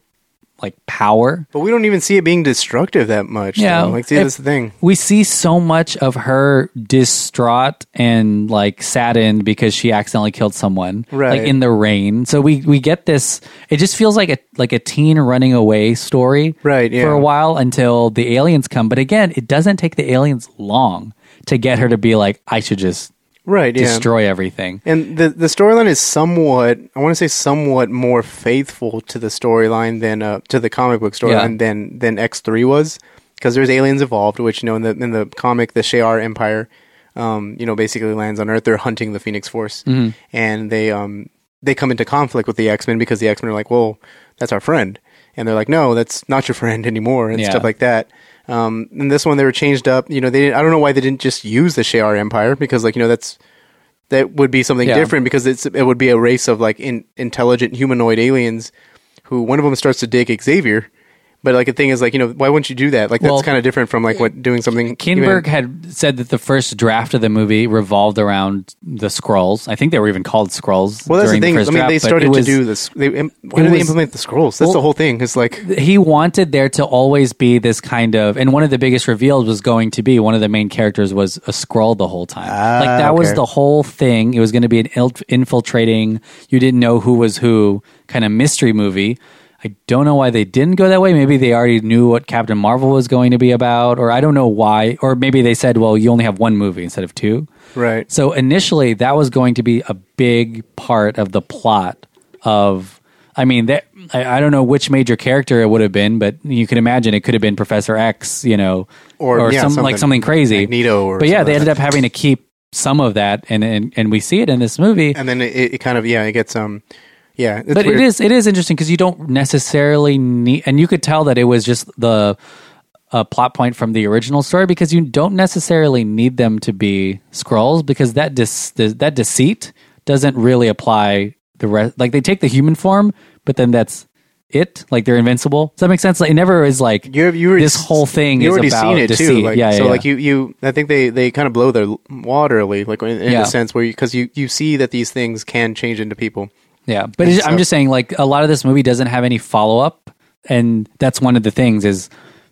Speaker 11: like power.
Speaker 12: But we don't even see it being destructive that much. Yeah, though. like see that's the thing.
Speaker 11: We see so much of her distraught and like saddened because she accidentally killed someone,
Speaker 12: right?
Speaker 11: Like in the rain. So we we get this. It just feels like a like a teen running away story,
Speaker 12: right? Yeah.
Speaker 11: For a while until the aliens come. But again, it doesn't take the aliens long to get her to be like, I should just
Speaker 12: right yeah.
Speaker 11: destroy everything
Speaker 12: and the the storyline is somewhat i want to say somewhat more faithful to the storyline than uh, to the comic book storyline yeah. than than x3 was because there's aliens involved which you know in the in the comic the Shi'ar empire um, you know basically lands on earth they're hunting the phoenix force
Speaker 11: mm-hmm.
Speaker 12: and they um they come into conflict with the x-men because the x-men are like well that's our friend and they're like no that's not your friend anymore and yeah. stuff like that um, and this one they were changed up. You know, they didn't, I don't know why they didn't just use the Shi'ar Empire because like you know that's that would be something yeah. different because it's it would be a race of like in, intelligent humanoid aliens who one of them starts to dig Xavier. But like the thing is like you know why wouldn't you do that? Like that's well, kind of different from like what doing something.
Speaker 11: Kinberg human. had said that the first draft of the movie revolved around the scrolls. I think they were even called scrolls.
Speaker 12: Well, that's the thing.
Speaker 11: The
Speaker 12: I mean,
Speaker 11: draft,
Speaker 12: they started was, to do this. They, why did was, they implement the scrolls? That's well, the whole thing. Is like
Speaker 11: he wanted there to always be this kind of, and one of the biggest reveals was going to be one of the main characters was a scroll the whole time.
Speaker 12: Ah,
Speaker 11: like that
Speaker 12: okay.
Speaker 11: was the whole thing. It was going to be an infiltrating. You didn't know who was who kind of mystery movie. I don't know why they didn't go that way. Maybe they already knew what Captain Marvel was going to be about, or I don't know why. Or maybe they said, well, you only have one movie instead of two.
Speaker 12: Right.
Speaker 11: So initially, that was going to be a big part of the plot of. I mean, that, I, I don't know which major character it would have been, but you can imagine it could have been Professor X, you know,
Speaker 12: or, or
Speaker 11: yeah,
Speaker 12: some, something,
Speaker 11: like something crazy.
Speaker 12: Magneto
Speaker 11: but yeah, they ended up having to keep some of that, and, and, and we see it in this movie.
Speaker 12: And then it, it kind of, yeah, it gets. um yeah
Speaker 11: but
Speaker 12: weird.
Speaker 11: it is it is interesting because you don't necessarily need and you could tell that it was just the uh, plot point from the original story because you don't necessarily need them to be scrolls because that dis, that deceit doesn't really apply the rest like they take the human form but then that's it like they're invincible does that make sense like it never is like
Speaker 12: you have, you
Speaker 11: this whole thing
Speaker 12: you
Speaker 11: already
Speaker 12: seen it
Speaker 11: deceit.
Speaker 12: too like,
Speaker 11: yeah, yeah
Speaker 12: so
Speaker 11: yeah.
Speaker 12: like you you i think they they kind of blow their waterly like in, in yeah. a sense where because you, you you see that these things can change into people
Speaker 11: yeah, but so, I'm just saying, like a lot of this movie doesn't have any follow up, and that's one of the things is,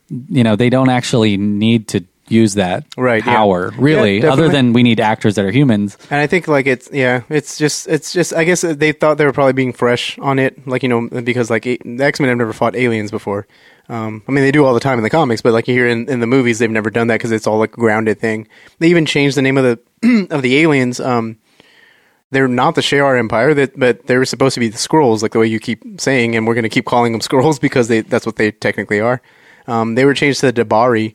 Speaker 11: you know, they don't actually need to use that
Speaker 12: right
Speaker 11: power
Speaker 12: yeah.
Speaker 11: really,
Speaker 12: yeah,
Speaker 11: other than we need actors that are humans.
Speaker 12: And I think like it's yeah, it's just it's just I guess they thought they were probably being fresh on it, like you know, because like the X Men have never fought aliens before. Um, I mean, they do all the time in the comics, but like here in, in the movies, they've never done that because it's all like a grounded thing. They even changed the name of the of the aliens. Um, they're not the Shi'ar Empire, that but they're supposed to be the Scrolls, like the way you keep saying, and we're going to keep calling them Scrolls because they that's what they technically are. Um, they were changed to the Dabari,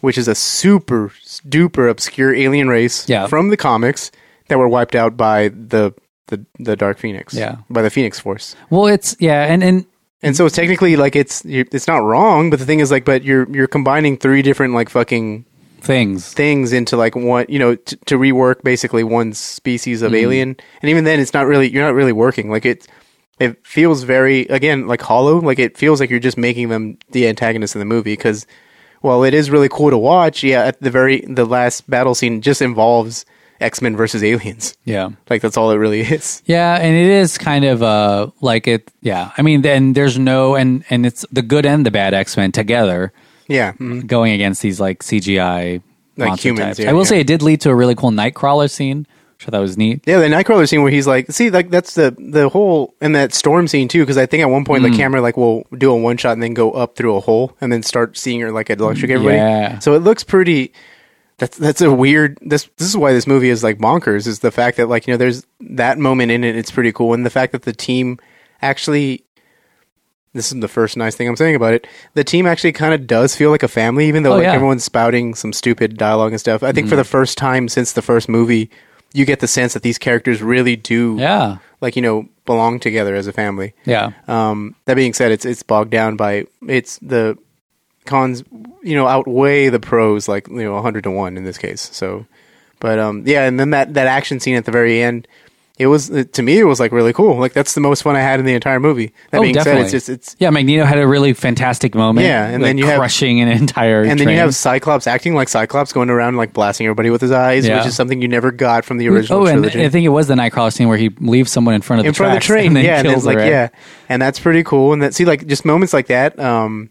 Speaker 12: which is a super duper obscure alien race
Speaker 11: Yeah.
Speaker 12: from the comics that were wiped out by the the, the Dark Phoenix,
Speaker 11: Yeah.
Speaker 12: by the Phoenix Force.
Speaker 11: Well, it's yeah, and and
Speaker 12: And so technically, like it's you- it's not wrong, but the thing is, like, but you're you're combining three different like fucking
Speaker 11: things
Speaker 12: things into like one, you know, t- to rework basically one species of
Speaker 11: Mhm.
Speaker 12: alien, and even then, it's not really you're not really working. Like it it feels very again like hollow. Like it feels like you're just making them the antagonist in the movie because while it is really cool to watch, yeah, at the very the last battle scene just involves X Men versus aliens.
Speaker 11: yeah.
Speaker 12: Like that's all it really is.
Speaker 11: Yeah, and it is kind of uh like it yeah. I mean then there's no and and it's the good and the bad X Men together.
Speaker 12: Yeah. Mhm.
Speaker 11: Going against these like CGI
Speaker 12: Like
Speaker 11: monster
Speaker 12: humans,
Speaker 11: types.
Speaker 12: yeah,
Speaker 11: I will
Speaker 12: yeah.
Speaker 11: say it did lead to a really cool nightcrawler scene, which I thought was neat.
Speaker 12: Yeah, the Nightcrawler scene where he's like, see, like that's the the whole and that storm scene too, because I think at one point
Speaker 11: Mm.
Speaker 12: the camera like will do a one shot and then go up through a hole and then start seeing her like electric everybody.
Speaker 11: Mm, Yeah.
Speaker 12: So it looks pretty. That's that's a weird. This this is why this movie is like bonkers. Is the fact that like you know there's that moment in it. It's pretty cool, and the fact that the team actually. This is the first nice thing I'm saying about it. The team actually kind of does feel like a family, even though
Speaker 11: Oh,
Speaker 12: like
Speaker 11: yeah.
Speaker 12: everyone's spouting some stupid dialogue and stuff. I think for
Speaker 11: Mhm.
Speaker 12: the first time since the first movie, you get the sense that these characters really do,
Speaker 11: Yeah.
Speaker 12: like you know, belong together as a family.
Speaker 11: Yeah.
Speaker 12: Um, that being said, it's it's bogged down by it's the cons, you know, outweigh the pros like you know hundred to one in this case. So, but um, yeah, and then that that action scene at the very end, it was to me it was like really cool. Like that's the most fun I had in the entire movie.
Speaker 11: Oh,
Speaker 12: That being said, it's just it's
Speaker 11: yeah, Magneto had a really fantastic moment.
Speaker 12: Yeah, and
Speaker 11: like,
Speaker 12: then you have-
Speaker 11: crushing an entire
Speaker 12: and then you
Speaker 11: train.
Speaker 12: have Cyclops acting like Cyclops going around like blasting everybody with his eyes,
Speaker 11: Yeah.
Speaker 12: which is something you never got from the original
Speaker 11: Oh, and
Speaker 12: trilogy.
Speaker 11: I think it was the Nightcrawler scene where he leaves someone in front of
Speaker 12: in
Speaker 11: the
Speaker 12: front of
Speaker 11: tracks
Speaker 12: the train,
Speaker 11: and then
Speaker 12: yeah, and
Speaker 11: kills
Speaker 12: it's
Speaker 11: the
Speaker 12: like
Speaker 11: red.
Speaker 12: yeah, and that's pretty cool. And that see like just moments like that. Um,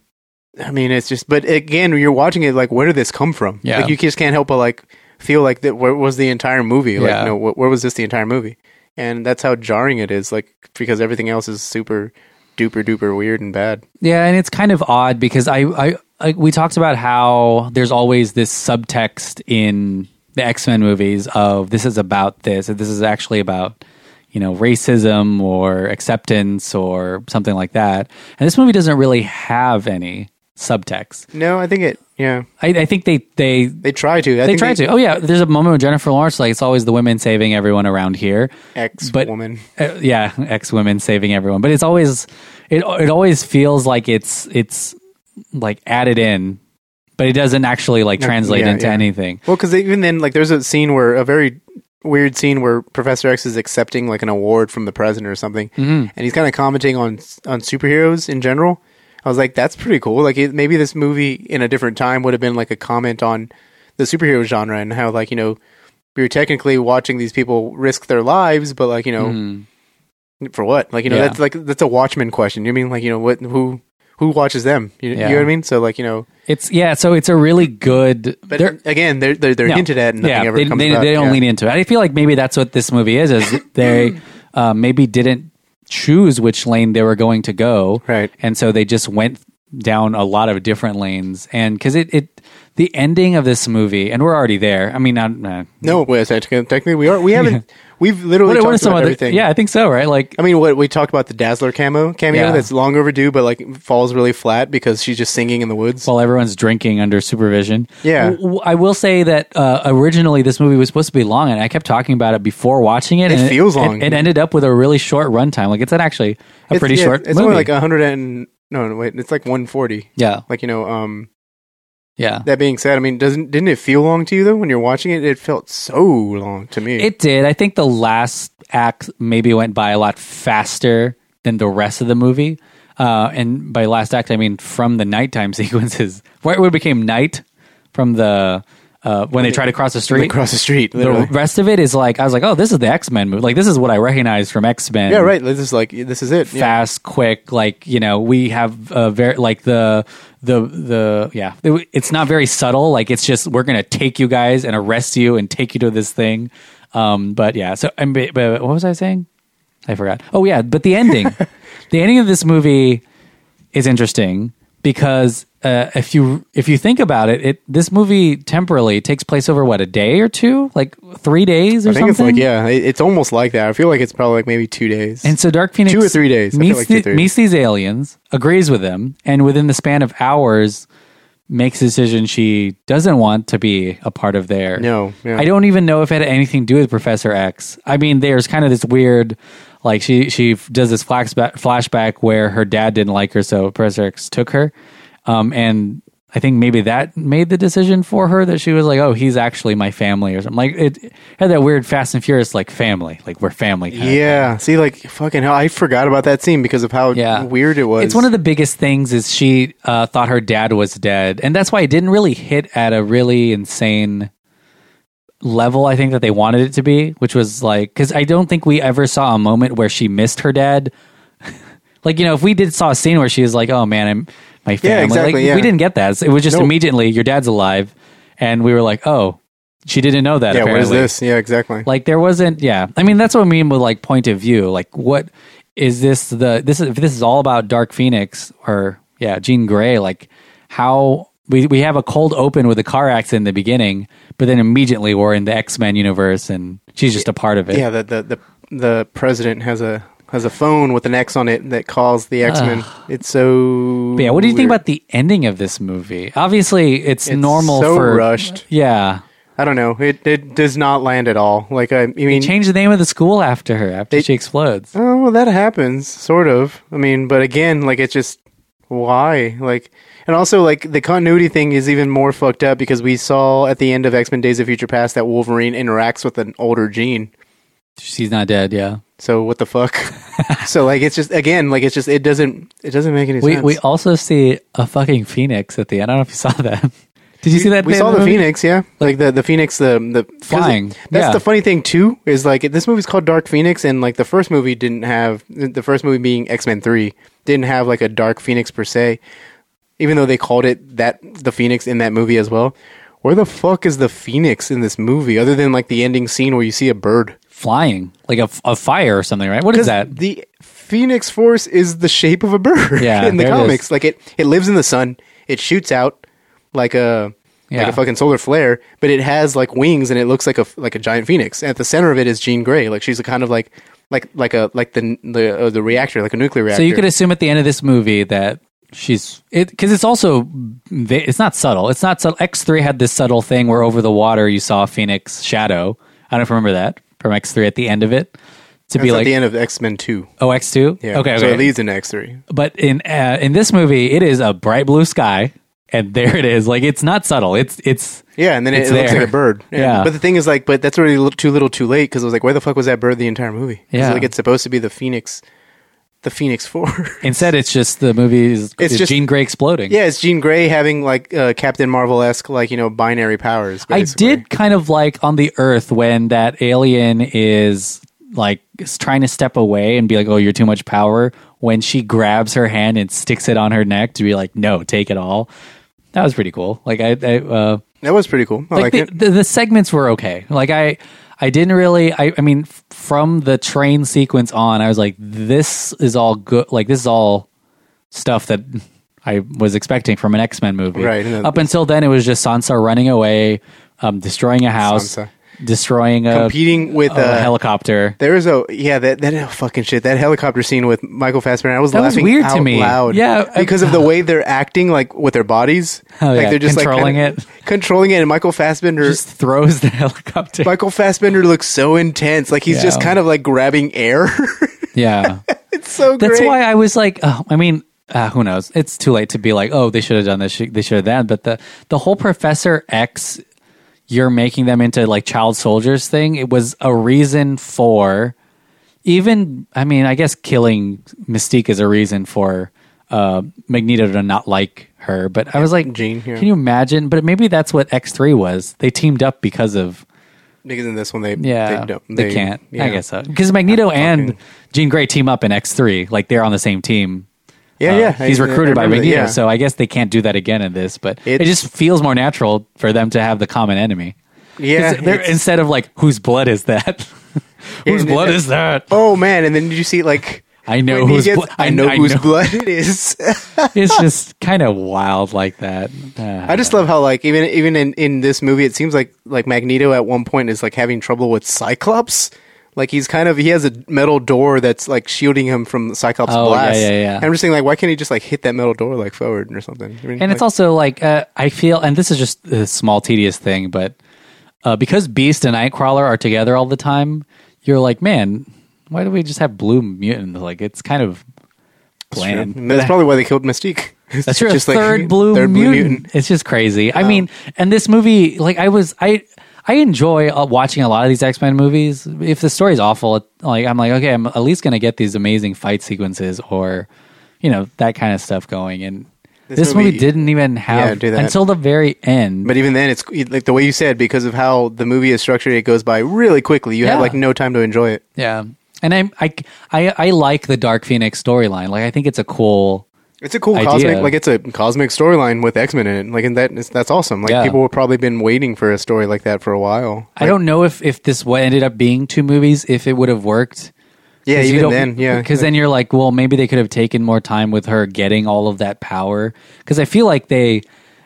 Speaker 12: I mean, it's just but again, when you're watching it like where did this come from?
Speaker 11: Yeah.
Speaker 12: like you just can't help but like feel like that. Where was the entire movie? Like,
Speaker 11: Yeah.
Speaker 12: no, wh- where was this the entire movie? And that's how jarring it is, like because everything else is super duper duper weird and bad.
Speaker 11: Yeah, and it's kind of odd because I, I, I we talked about how there's always this subtext in the X Men movies of this is about this, and this is actually about you know racism or acceptance or something like that. And this movie doesn't really have any subtext.
Speaker 12: No, I think it. Yeah,
Speaker 11: I, I think they they
Speaker 12: they try to. I
Speaker 11: they
Speaker 12: think
Speaker 11: try to. Oh yeah, there's a moment with Jennifer Lawrence like it's always the women saving everyone around here.
Speaker 12: Ex woman.
Speaker 11: Uh, yeah, ex women saving everyone, but it's always it it always feels like it's it's like added in, but it doesn't actually like
Speaker 12: Yeah,
Speaker 11: translate
Speaker 12: yeah,
Speaker 11: into
Speaker 12: yeah.
Speaker 11: anything.
Speaker 12: Well, because even then, like, there's a scene where a very weird scene where Professor X is accepting like an award from the president or something,
Speaker 11: Mhm.
Speaker 12: and he's kind of commenting on on superheroes in general. I was like, that's pretty cool. Like, it, maybe this movie in a different time would have been like a comment on the superhero genre and how like you know we were technically watching these people risk their lives, but like you know
Speaker 11: Mm.
Speaker 12: for what? Like you know
Speaker 11: Yeah.
Speaker 12: that's like that's a Watchmen question. You mean like you know what who who watches them? You, you
Speaker 11: Yeah.
Speaker 12: know what I mean? So like you know.
Speaker 11: It's yeah, so it's a really good.
Speaker 12: But again, they're they're, they're
Speaker 11: No.
Speaker 12: hinted at, and nothing ever
Speaker 11: they,
Speaker 12: comes
Speaker 11: they,
Speaker 12: about.
Speaker 11: they don't
Speaker 12: Yeah.
Speaker 11: lean into it. I feel like maybe that's what this movie is. Is they uh, maybe didn't choose which lane they were going to go,
Speaker 12: right?
Speaker 11: And so they just went down a lot of different lanes, and because it it the ending of this movie, and we're already there. I mean, not uh,
Speaker 12: No, wait, technically, technically we are. We haven't. We've literally
Speaker 11: what, what are
Speaker 12: talked
Speaker 11: some
Speaker 12: about
Speaker 11: other?
Speaker 12: everything.
Speaker 11: Yeah, I think so. Right? Like,
Speaker 12: I mean, what we talked about the Dazzler camo cameo
Speaker 11: Yeah.
Speaker 12: that's long overdue, but like falls really flat because she's just singing in the woods.
Speaker 11: while everyone's drinking under supervision.
Speaker 12: Yeah.
Speaker 11: W- w- I will say that uh, originally this movie was supposed to be long, and I kept talking about it before watching it.
Speaker 12: It
Speaker 11: and
Speaker 12: feels long.
Speaker 11: It, it ended up with a really short runtime. Like it's not actually a
Speaker 12: It's-
Speaker 11: pretty
Speaker 12: yeah,
Speaker 11: short.
Speaker 12: It's
Speaker 11: movie.
Speaker 12: only like a hundred and no, no, wait, it's like one forty.
Speaker 11: yeah,
Speaker 12: Like you know, um,
Speaker 11: yeah.
Speaker 12: that being said, I mean, doesn't didn't it feel long to you though when you're watching it? It felt so long to me.
Speaker 11: It did. I think the last act maybe went by a lot faster than the rest of the movie. Uh, and by last act, I mean from the nighttime sequences, where it became night from the uh, when they try to cross the street.
Speaker 12: across the street,
Speaker 11: the
Speaker 12: literally.
Speaker 11: rest of it is like I was like, oh, this is the X Men movie. Like this is what I recognize from X Men.
Speaker 12: yeah, right. This is like this is it. Yeah.
Speaker 11: Fast, quick. Like you know, we have a very like the the the yeah. It- it's not very subtle. Like it's just we're gonna take you guys and arrest you and take you to this thing. Um, but yeah. So and but, but what was I saying? I forgot. Oh yeah, but the ending, the ending of this movie is interesting because uh, if you if you think about it, it this movie temporally takes place over what a day or two, like three days or
Speaker 12: I think it's
Speaker 11: something.
Speaker 12: like yeah, it, it's almost like that. I feel like it's probably like maybe two days.
Speaker 11: And so Dark Phoenix
Speaker 12: two or three days I feel
Speaker 11: meets,
Speaker 12: like two or
Speaker 11: the-
Speaker 12: three.
Speaker 11: meets these aliens, agrees with them, and within the span of hours makes a decision she doesn't want to be a part of their.
Speaker 12: No, yeah.
Speaker 11: I don't even know if it had anything to do with Professor X. I mean, there's kind of this weird, like she she f- does this flashback flashback where her dad didn't like her, so Professor X took her, um, and I think maybe that made the decision for her that she was like, oh, he's actually my family or something. Like it, had that weird Fast and Furious like family, like we're family. kind of
Speaker 12: yeah. See, like fucking hell, I forgot about that scene because of how weird it was.
Speaker 11: It's one of the biggest things is she uh, thought her dad was dead, and that's why it didn't really hit at a really insane level. I think that they wanted it to be, which was like because I don't think we ever saw a moment where she missed her dad. like you know, if we did saw a scene where she was like, "Oh man, I'm my family,"
Speaker 12: exactly,
Speaker 11: like,
Speaker 12: yeah.
Speaker 11: we didn't get that. It was just
Speaker 12: Nope.
Speaker 11: immediately your dad's alive, and we were like, "Oh, she didn't know that."
Speaker 12: yeah. What is
Speaker 11: apparently.
Speaker 12: this? Yeah, exactly.
Speaker 11: Like there wasn't, yeah. I mean, that's what I mean with like point of view. Like, what is this? The this is if this is all about Dark Phoenix or yeah, Jean Grey. Like how we we have a cold open with a car accident in the beginning, but then immediately we're in the X Men universe and she's just a part of it.
Speaker 12: Yeah, the, the the the president has a has a phone with an X on it that calls the X Men. it's so.
Speaker 11: But yeah. What do you think
Speaker 12: weird.
Speaker 11: about the ending of this movie? Obviously, it's,
Speaker 12: It's
Speaker 11: normal
Speaker 12: so
Speaker 11: for
Speaker 12: rushed.
Speaker 11: Yeah,
Speaker 12: I don't know. It it does not land at all. Like I, I mean,
Speaker 11: change the name of the school after her after she explodes.
Speaker 12: Oh, well, that happens, sort of. I mean, but again, like it's just why, like, and also like the continuity thing is even more fucked up because we saw at the end of X Men: Days of Future Past that Wolverine interacts with an older Jean.
Speaker 11: She's not dead. Yeah.
Speaker 12: So what the fuck? so like it's just again like it's just it doesn't it doesn't make any
Speaker 11: We
Speaker 12: sense.
Speaker 11: we also see a fucking phoenix at the end. I don't know if you saw that. Did you see that? at
Speaker 12: we
Speaker 11: end
Speaker 12: saw
Speaker 11: of
Speaker 12: the
Speaker 11: movie?
Speaker 12: phoenix yeah like the the phoenix the the 'cause
Speaker 11: Flying,
Speaker 12: it- that's
Speaker 11: yeah.
Speaker 12: the funny thing too is like this movie's called dark phoenix and like the first movie didn't have the first movie being x-men 3 didn't have like a dark phoenix per se even though they called it that the phoenix in that movie as well where the fuck is the phoenix in this movie other than like the ending scene where you see a bird
Speaker 11: flying like a, a fire or something, right? What is
Speaker 12: 'Cause
Speaker 11: that?
Speaker 12: the phoenix force is the shape of a bird
Speaker 11: Yeah,
Speaker 12: in the
Speaker 11: there it is.
Speaker 12: comics like it it lives in the sun it shoots out like a like
Speaker 11: Yeah.
Speaker 12: a fucking solar flare but it has like wings and it looks like a like a giant phoenix and at the center of it is jean gray like she's a kind of like like like a like the the, uh, the reactor like a nuclear reactor
Speaker 11: So you could assume at the end of this movie that she's it because it's also they- it's not subtle. It's not subtle. X three had this subtle thing where over the water you saw a phoenix shadow. I don't know if you remember that from X three at the end of it to
Speaker 12: That's
Speaker 11: be
Speaker 12: at
Speaker 11: like
Speaker 12: the end of x-men 2
Speaker 11: oh X two.
Speaker 12: yeah
Speaker 11: Okay.
Speaker 12: so
Speaker 11: okay.
Speaker 12: it leads into x3
Speaker 11: but in uh, in this movie it is a bright blue sky and there it is. Like it's not subtle. It's it's
Speaker 12: yeah and then it,
Speaker 11: it's
Speaker 12: it looks
Speaker 11: there.
Speaker 12: like a bird And-
Speaker 11: Yeah.
Speaker 12: but the thing is like but that's already li- too little too late because i was like where the fuck was that bird the entire movie 'Cause,
Speaker 11: Yeah.
Speaker 12: like it's supposed to be the phoenix the phoenix force
Speaker 11: Instead, it's just the movie is,
Speaker 12: It's
Speaker 11: is
Speaker 12: just-
Speaker 11: Jean Grey exploding.
Speaker 12: Yeah, it's Jean Grey having like uh, Captain Marvel esque like you know binary powers.
Speaker 11: I
Speaker 12: basically.
Speaker 11: did kind of like on the Earth when that alien is like is trying to step away and be like, "Oh, you're too much power." When she grabs her hand and sticks it on her neck to be like, "No, take it all." That was pretty cool. Like I, I uh,
Speaker 12: That was pretty cool. I
Speaker 11: like
Speaker 12: liked
Speaker 11: the,
Speaker 12: it.
Speaker 11: the, the segments were okay. Like I, I didn't really. I, I mean, f- from the train sequence on, I was like, this is all good. Like this is all stuff that I was expecting from an X Men movie.
Speaker 12: Right, and then-
Speaker 11: Up until then, it was just Sansa running away, um, destroying a house,
Speaker 12: Sansa.
Speaker 11: destroying a
Speaker 12: Competing with,
Speaker 11: a
Speaker 12: uh,
Speaker 11: helicopter.
Speaker 12: There was a yeah that that oh, fucking shit that helicopter scene with Michael Fassbender. I was
Speaker 11: That was
Speaker 12: laughing
Speaker 11: weird to
Speaker 12: out
Speaker 11: me.
Speaker 12: loud.
Speaker 11: Yeah, I-
Speaker 12: because of the way they're acting like with their bodies.
Speaker 11: Oh,
Speaker 12: like
Speaker 11: yeah,
Speaker 12: they're just
Speaker 11: controlling
Speaker 12: like,
Speaker 11: it.
Speaker 12: controlling it. And Michael Fassbender
Speaker 11: Just throws the helicopter.
Speaker 12: Michael Fassbender looks so intense. Like he's
Speaker 11: Yeah.
Speaker 12: just kind of like grabbing air.
Speaker 11: Yeah.
Speaker 12: it's so great.
Speaker 11: That's why I was like, oh, I mean, uh, who knows? It's too late to be like, oh, they should have done this, sh- they should have that. But the the whole Professor X, you're making them into like child soldiers thing. It was a reason for, even I mean, I guess killing Mystique is a reason for uh, Magneto to not like her. But I was like,
Speaker 12: Jean, yeah.
Speaker 11: can you imagine? But maybe that's what X three was. They teamed up because of
Speaker 12: because in this one they
Speaker 11: yeah,
Speaker 12: they,
Speaker 11: they,
Speaker 12: don't,
Speaker 11: can't.
Speaker 12: yeah.
Speaker 11: I guess so. Because Magneto and Jean Grey team up in X three, like they're on the same team.
Speaker 12: Yeah,
Speaker 11: Uh,
Speaker 12: yeah.
Speaker 11: He's
Speaker 12: I- I
Speaker 11: recruited by
Speaker 12: remember that,
Speaker 11: Magneto,
Speaker 12: yeah.
Speaker 11: so I guess they can't do that again in this. But it,
Speaker 12: It's-
Speaker 11: just feels more natural for them to have the common enemy. 'Cause
Speaker 12: Yeah,
Speaker 11: they're-
Speaker 12: it's-
Speaker 11: instead of like whose blood is that? whose
Speaker 12: And-
Speaker 11: blood
Speaker 12: and-
Speaker 11: is that?
Speaker 12: Oh man! And then did you see like
Speaker 11: I know
Speaker 12: When he
Speaker 11: whose
Speaker 12: gets-
Speaker 11: blo-
Speaker 12: I know whose blood it is.
Speaker 11: it's just kind of wild like that. Uh,
Speaker 12: I just love how like even even in, in this movie it seems like like Magneto at one point is like having trouble with Cyclops. Like he's kind of he has a metal door that's like shielding him from Cyclops
Speaker 11: Oh, yeah,
Speaker 12: blast.
Speaker 11: yeah, yeah.
Speaker 12: And I'm just saying like why can't he just like hit that metal door like forward or something? I mean,
Speaker 11: and it's
Speaker 12: like-
Speaker 11: also like uh, I feel, and this is just a small tedious thing, but uh, because Beast and Nightcrawler are together all the time, you're like, man, why do we just have Blue Mutant? Like it's kind of
Speaker 12: That's true.
Speaker 11: bland.
Speaker 12: And That's probably why they killed Mystique. It's
Speaker 11: That's true. third blue mutant. It's just crazy. I mean, and this movie, like I was, I I enjoy uh, watching a lot of these X Men movies. If the story's awful, it- like I'm like, okay, I'm at least gonna get these amazing fight sequences or, you know, that kind of stuff going. And
Speaker 12: This
Speaker 11: this, movie,
Speaker 12: movie-
Speaker 11: didn't even have
Speaker 12: Yeah, do that.
Speaker 11: until the very end.
Speaker 12: But even then, it's like the way you said because of how the movie is structured, it goes by really quickly. You have
Speaker 11: Yeah.
Speaker 12: like no time to enjoy it.
Speaker 11: Yeah, and I I I, I like the Dark Phoenix storyline. Like I think it's a cool.
Speaker 12: It's a cool
Speaker 11: idea.
Speaker 12: cosmic, like it's a cosmic storyline with X Men in it. Like, and that is, that's awesome. Like,
Speaker 11: Yeah.
Speaker 12: people have probably been waiting for a story like that for a while.
Speaker 11: I don't know if if this wa- ended up being two movies, if it would have worked.
Speaker 12: Yeah, even then, yeah.
Speaker 11: Because then you're like, well, maybe they could have taken more time with her getting all of that power. Because I feel like they,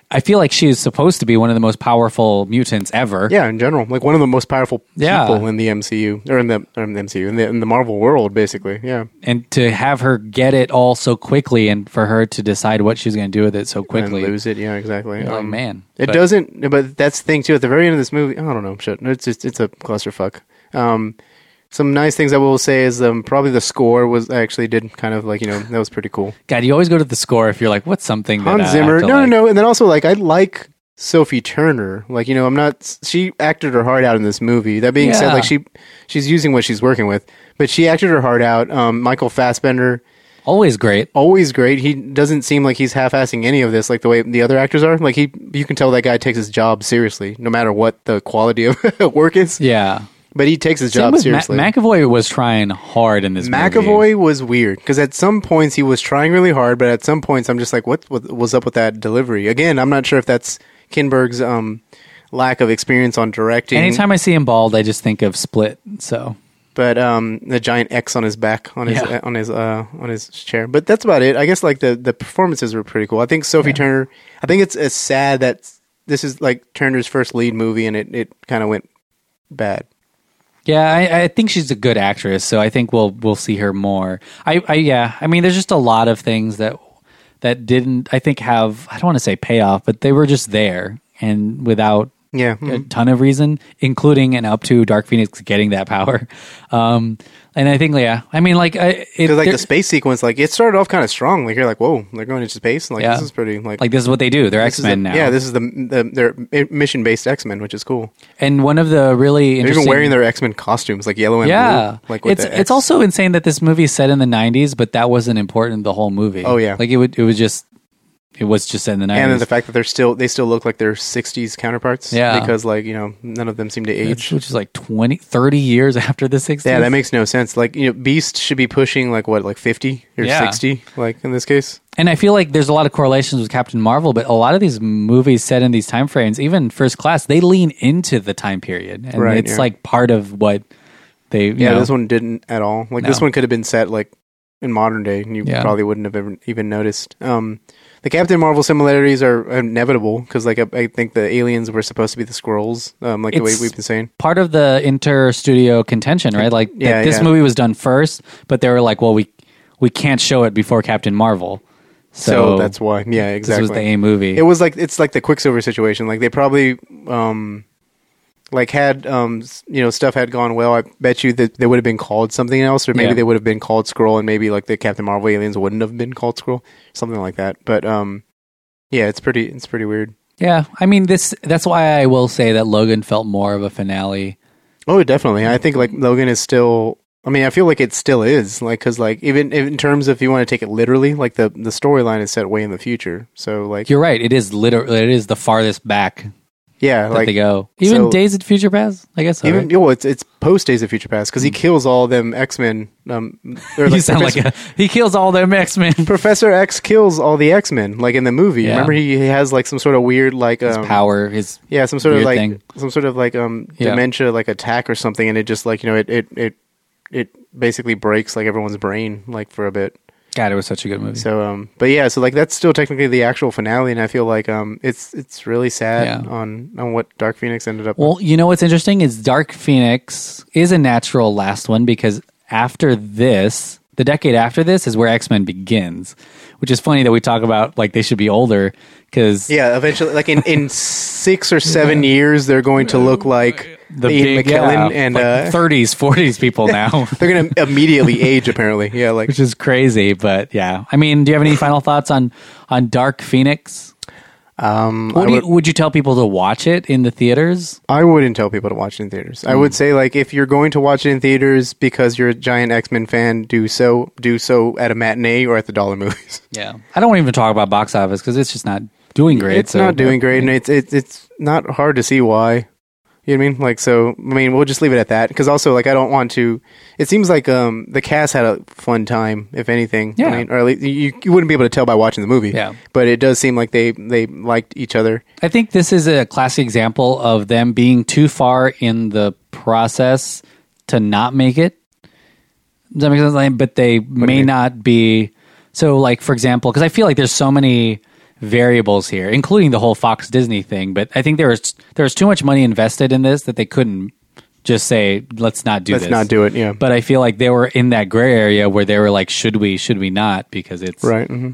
Speaker 11: I feel like she is supposed to be one of the most powerful mutants ever.
Speaker 12: Yeah, in general, like one of the most powerful
Speaker 11: Yeah.
Speaker 12: people in the MCU or in the, or in the MCU in the, in the Marvel world, basically. Yeah,
Speaker 11: And to have her get it all so quickly, and for her to decide what she's going to do with it so quickly,
Speaker 12: lose it. Yeah, exactly.
Speaker 11: You're like,
Speaker 12: Um,
Speaker 11: man,
Speaker 12: It
Speaker 11: But-
Speaker 12: doesn't, but that's the thing too. At the very end of this movie, I don't know. Shit, it's just it's a clusterfuck. Um, some nice things I will say is um, probably the score was I actually did kind of like you know that was pretty cool.
Speaker 11: God, you always go to the score if you're like, what's something that I
Speaker 12: Hans
Speaker 11: have
Speaker 12: Zimmer,
Speaker 11: to
Speaker 12: no,
Speaker 11: like?
Speaker 12: no, no, and then also like I like Sophie Turner. Like you know, I'm not. She acted her heart out in this movie. That being said,
Speaker 11: Yeah.
Speaker 12: like she she's using what she's working with, but she acted her heart out. Um, Michael Fassbender.
Speaker 11: Always great.
Speaker 12: Always great. He doesn't seem like he's half-assing any of this, like the way the other actors are. Like he, you can tell that guy takes his job seriously, no matter what the quality of work is.
Speaker 11: Yeah,
Speaker 12: but he takes his
Speaker 11: Same
Speaker 12: job
Speaker 11: with Ma-
Speaker 12: seriously.
Speaker 11: McAvoy was trying hard in this. movie.
Speaker 12: McAvoy was weird because at some points he was trying really hard, but at some points I'm just like, what, what was up with that delivery? Again, I'm not sure if that's Kinberg's um, lack of experience on directing.
Speaker 11: Anytime I see him bald, I just think of Split. So
Speaker 12: but um, the giant X on his back on his
Speaker 11: Yeah.
Speaker 12: on his uh, on his chair. But that's about it. I guess like the the performances were pretty cool. I think Sophie Turner. I think it's, it's sad that this is like Turner's first lead movie, and it it kind of went bad.
Speaker 11: yeah, I, I think she's a good actress. So I think we'll we'll see her more. I, I yeah, I mean, there's just a lot of things that that didn't I think have I don't want to say payoff, but they were just there and without
Speaker 12: Yeah. hmm.
Speaker 11: a ton of reason, including and up to Dark Phoenix getting that power. Um, and I think yeah, I mean like I, it,
Speaker 12: 'Cause, like
Speaker 11: there-
Speaker 12: the space sequence, like it started off kind of strong. Like you're like, whoa, they're going into space. Like
Speaker 11: Yeah.
Speaker 12: this is pretty. Like
Speaker 11: like this is what they do. They're
Speaker 12: this
Speaker 11: X
Speaker 12: is the-
Speaker 11: Men now.
Speaker 12: Yeah, this is the, the their mission based X Men, which is cool.
Speaker 11: and one of the really
Speaker 12: They're
Speaker 11: interesting
Speaker 12: even wearing their X Men costumes, like yellow and
Speaker 11: yeah,
Speaker 12: blue. Like with
Speaker 11: it's
Speaker 12: the X.
Speaker 11: it's also insane that this movie is set in the '90s, but that wasn't important the whole movie.
Speaker 12: Oh, yeah.
Speaker 11: like it would it was just it was just set in the '90s.
Speaker 12: and then the fact that they're still they still look like their 60s counterparts.
Speaker 11: Yeah.
Speaker 12: because like you know none of them seem to age.
Speaker 11: It's- which is like 20, 30 years after the '60s.
Speaker 12: yeah, that makes no sense. Like you know, Beast should be pushing like what like 50 or
Speaker 11: Yeah.
Speaker 12: 60. Like in this case,
Speaker 11: And I feel like there's a lot of correlations with Captain Marvel, but a lot of these movies set in these time frames, even First Class, they lean into the time period, and
Speaker 12: Right,
Speaker 11: it's
Speaker 12: yeah.
Speaker 11: like part of what they. You
Speaker 12: yeah,
Speaker 11: know,
Speaker 12: this one didn't at all. Like this
Speaker 11: No.
Speaker 12: one could have been set like in modern day, and you
Speaker 11: Yeah.
Speaker 12: probably wouldn't have ever, even noticed. Um, the Captain Marvel similarities are inevitable because like I, I think the aliens were supposed to be the squirrels, um, like the way
Speaker 11: It's-
Speaker 12: we've been saying.
Speaker 11: part of the inter-studio contention, right? Like that
Speaker 12: Yeah,
Speaker 11: this
Speaker 12: yeah.
Speaker 11: movie was done first, but they were like, well, we we can't show it before Captain Marvel,
Speaker 12: So,
Speaker 11: so,
Speaker 12: that's why. Yeah, exactly.
Speaker 11: This was the A movie.
Speaker 12: It was like it's like the Quicksilver situation. Like they probably um like had um s- you know stuff had gone well. I bet you that they would have been called something else, or maybe
Speaker 11: Yeah.
Speaker 12: they would have been called Skrull, and maybe like the Captain Marvel aliens wouldn't have been called Skrull, something like that. But um yeah, it's pretty it's pretty weird.
Speaker 11: yeah, I mean this. That's why I will say that Logan felt more of a finale.
Speaker 12: Oh, definitely. I think like Logan is still. I mean, I feel like it still is like because like even in terms of if you want to take it literally, like the the storyline is set way in the future. So like
Speaker 11: You're right. It is literally it is the farthest back
Speaker 12: yeah,
Speaker 11: that
Speaker 12: like
Speaker 11: they go. Even
Speaker 12: so-
Speaker 11: Days of Future Past, I guess. so,
Speaker 12: Even
Speaker 11: right? Hmm.
Speaker 12: well, it's it's post Days of Future Past because he kills all them X Men. Um, or,
Speaker 11: you sound
Speaker 12: Professor,
Speaker 11: like a, he kills all their X Men.
Speaker 12: Professor X kills all the X Men, like in the movie.
Speaker 11: Yeah.
Speaker 12: Remember, he, he has like some sort of weird like um,
Speaker 11: Power his
Speaker 12: Yeah, some sort of
Speaker 11: weird
Speaker 12: like
Speaker 11: thing.
Speaker 12: some sort of like um
Speaker 11: Yeah.
Speaker 12: dementia like attack or something, and it just like you know it it it it basically breaks like everyone's brain like for a bit.
Speaker 11: God, it was such a good movie.
Speaker 12: So, um, but yeah, so like that's still technically the actual finale, and I feel like um, it's it's really sad
Speaker 11: Yeah.
Speaker 12: on on what Dark Phoenix ended up.
Speaker 11: Well, you know what's interesting is Dark Phoenix is a natural last one because after this, the decade after this is where X Men begins, which is funny that we talk about like they should be older because
Speaker 12: yeah, eventually, like in, in six or seven years, they're going to look like
Speaker 11: the
Speaker 12: Ian
Speaker 11: big
Speaker 12: McKellen
Speaker 11: yeah,
Speaker 12: and
Speaker 11: like
Speaker 12: uh,
Speaker 11: 30s, 40s people now.
Speaker 12: they're going to immediately age. Apparently, yeah, like
Speaker 11: which is crazy, but yeah. I mean, do you have any final thoughts on on Dark Phoenix?
Speaker 12: Um,
Speaker 11: would,
Speaker 12: I
Speaker 11: you, would you tell people to watch it in the theaters?
Speaker 12: I wouldn't tell people to watch it in theaters. I
Speaker 11: Mm.
Speaker 12: would say like if you're going to watch it in theaters because you're a giant X Men fan, do so do so at a matinee or at the dollar movies.
Speaker 11: Yeah, I don't even talk about box office because it's just not doing great.
Speaker 12: It's not doing great, and it's it's it's not hard to see why. You know what I mean? Like so, I mean, we'll just leave it at that because also like I don't want to. It seems like um the cast had a fun time, if anything.
Speaker 11: Yeah.
Speaker 12: I mean, or at least you, you wouldn't be able to tell by watching the movie.
Speaker 11: Yeah.
Speaker 12: but it does seem like they they liked each other.
Speaker 11: I think this is a classic example of them being too far in the process to not make it. Does that make sense? Like, But they may not be. So, like for example, because I feel like there's so many variables here, including the whole Fox Disney thing. But I think there was there was too much money invested in this that they couldn't just say, "Let's not do
Speaker 12: Let's
Speaker 11: this."
Speaker 12: not do it. Yeah,
Speaker 11: But I feel like they were in that gray area where they were like, "Should we? Should we not?" Because it's
Speaker 12: right. hmm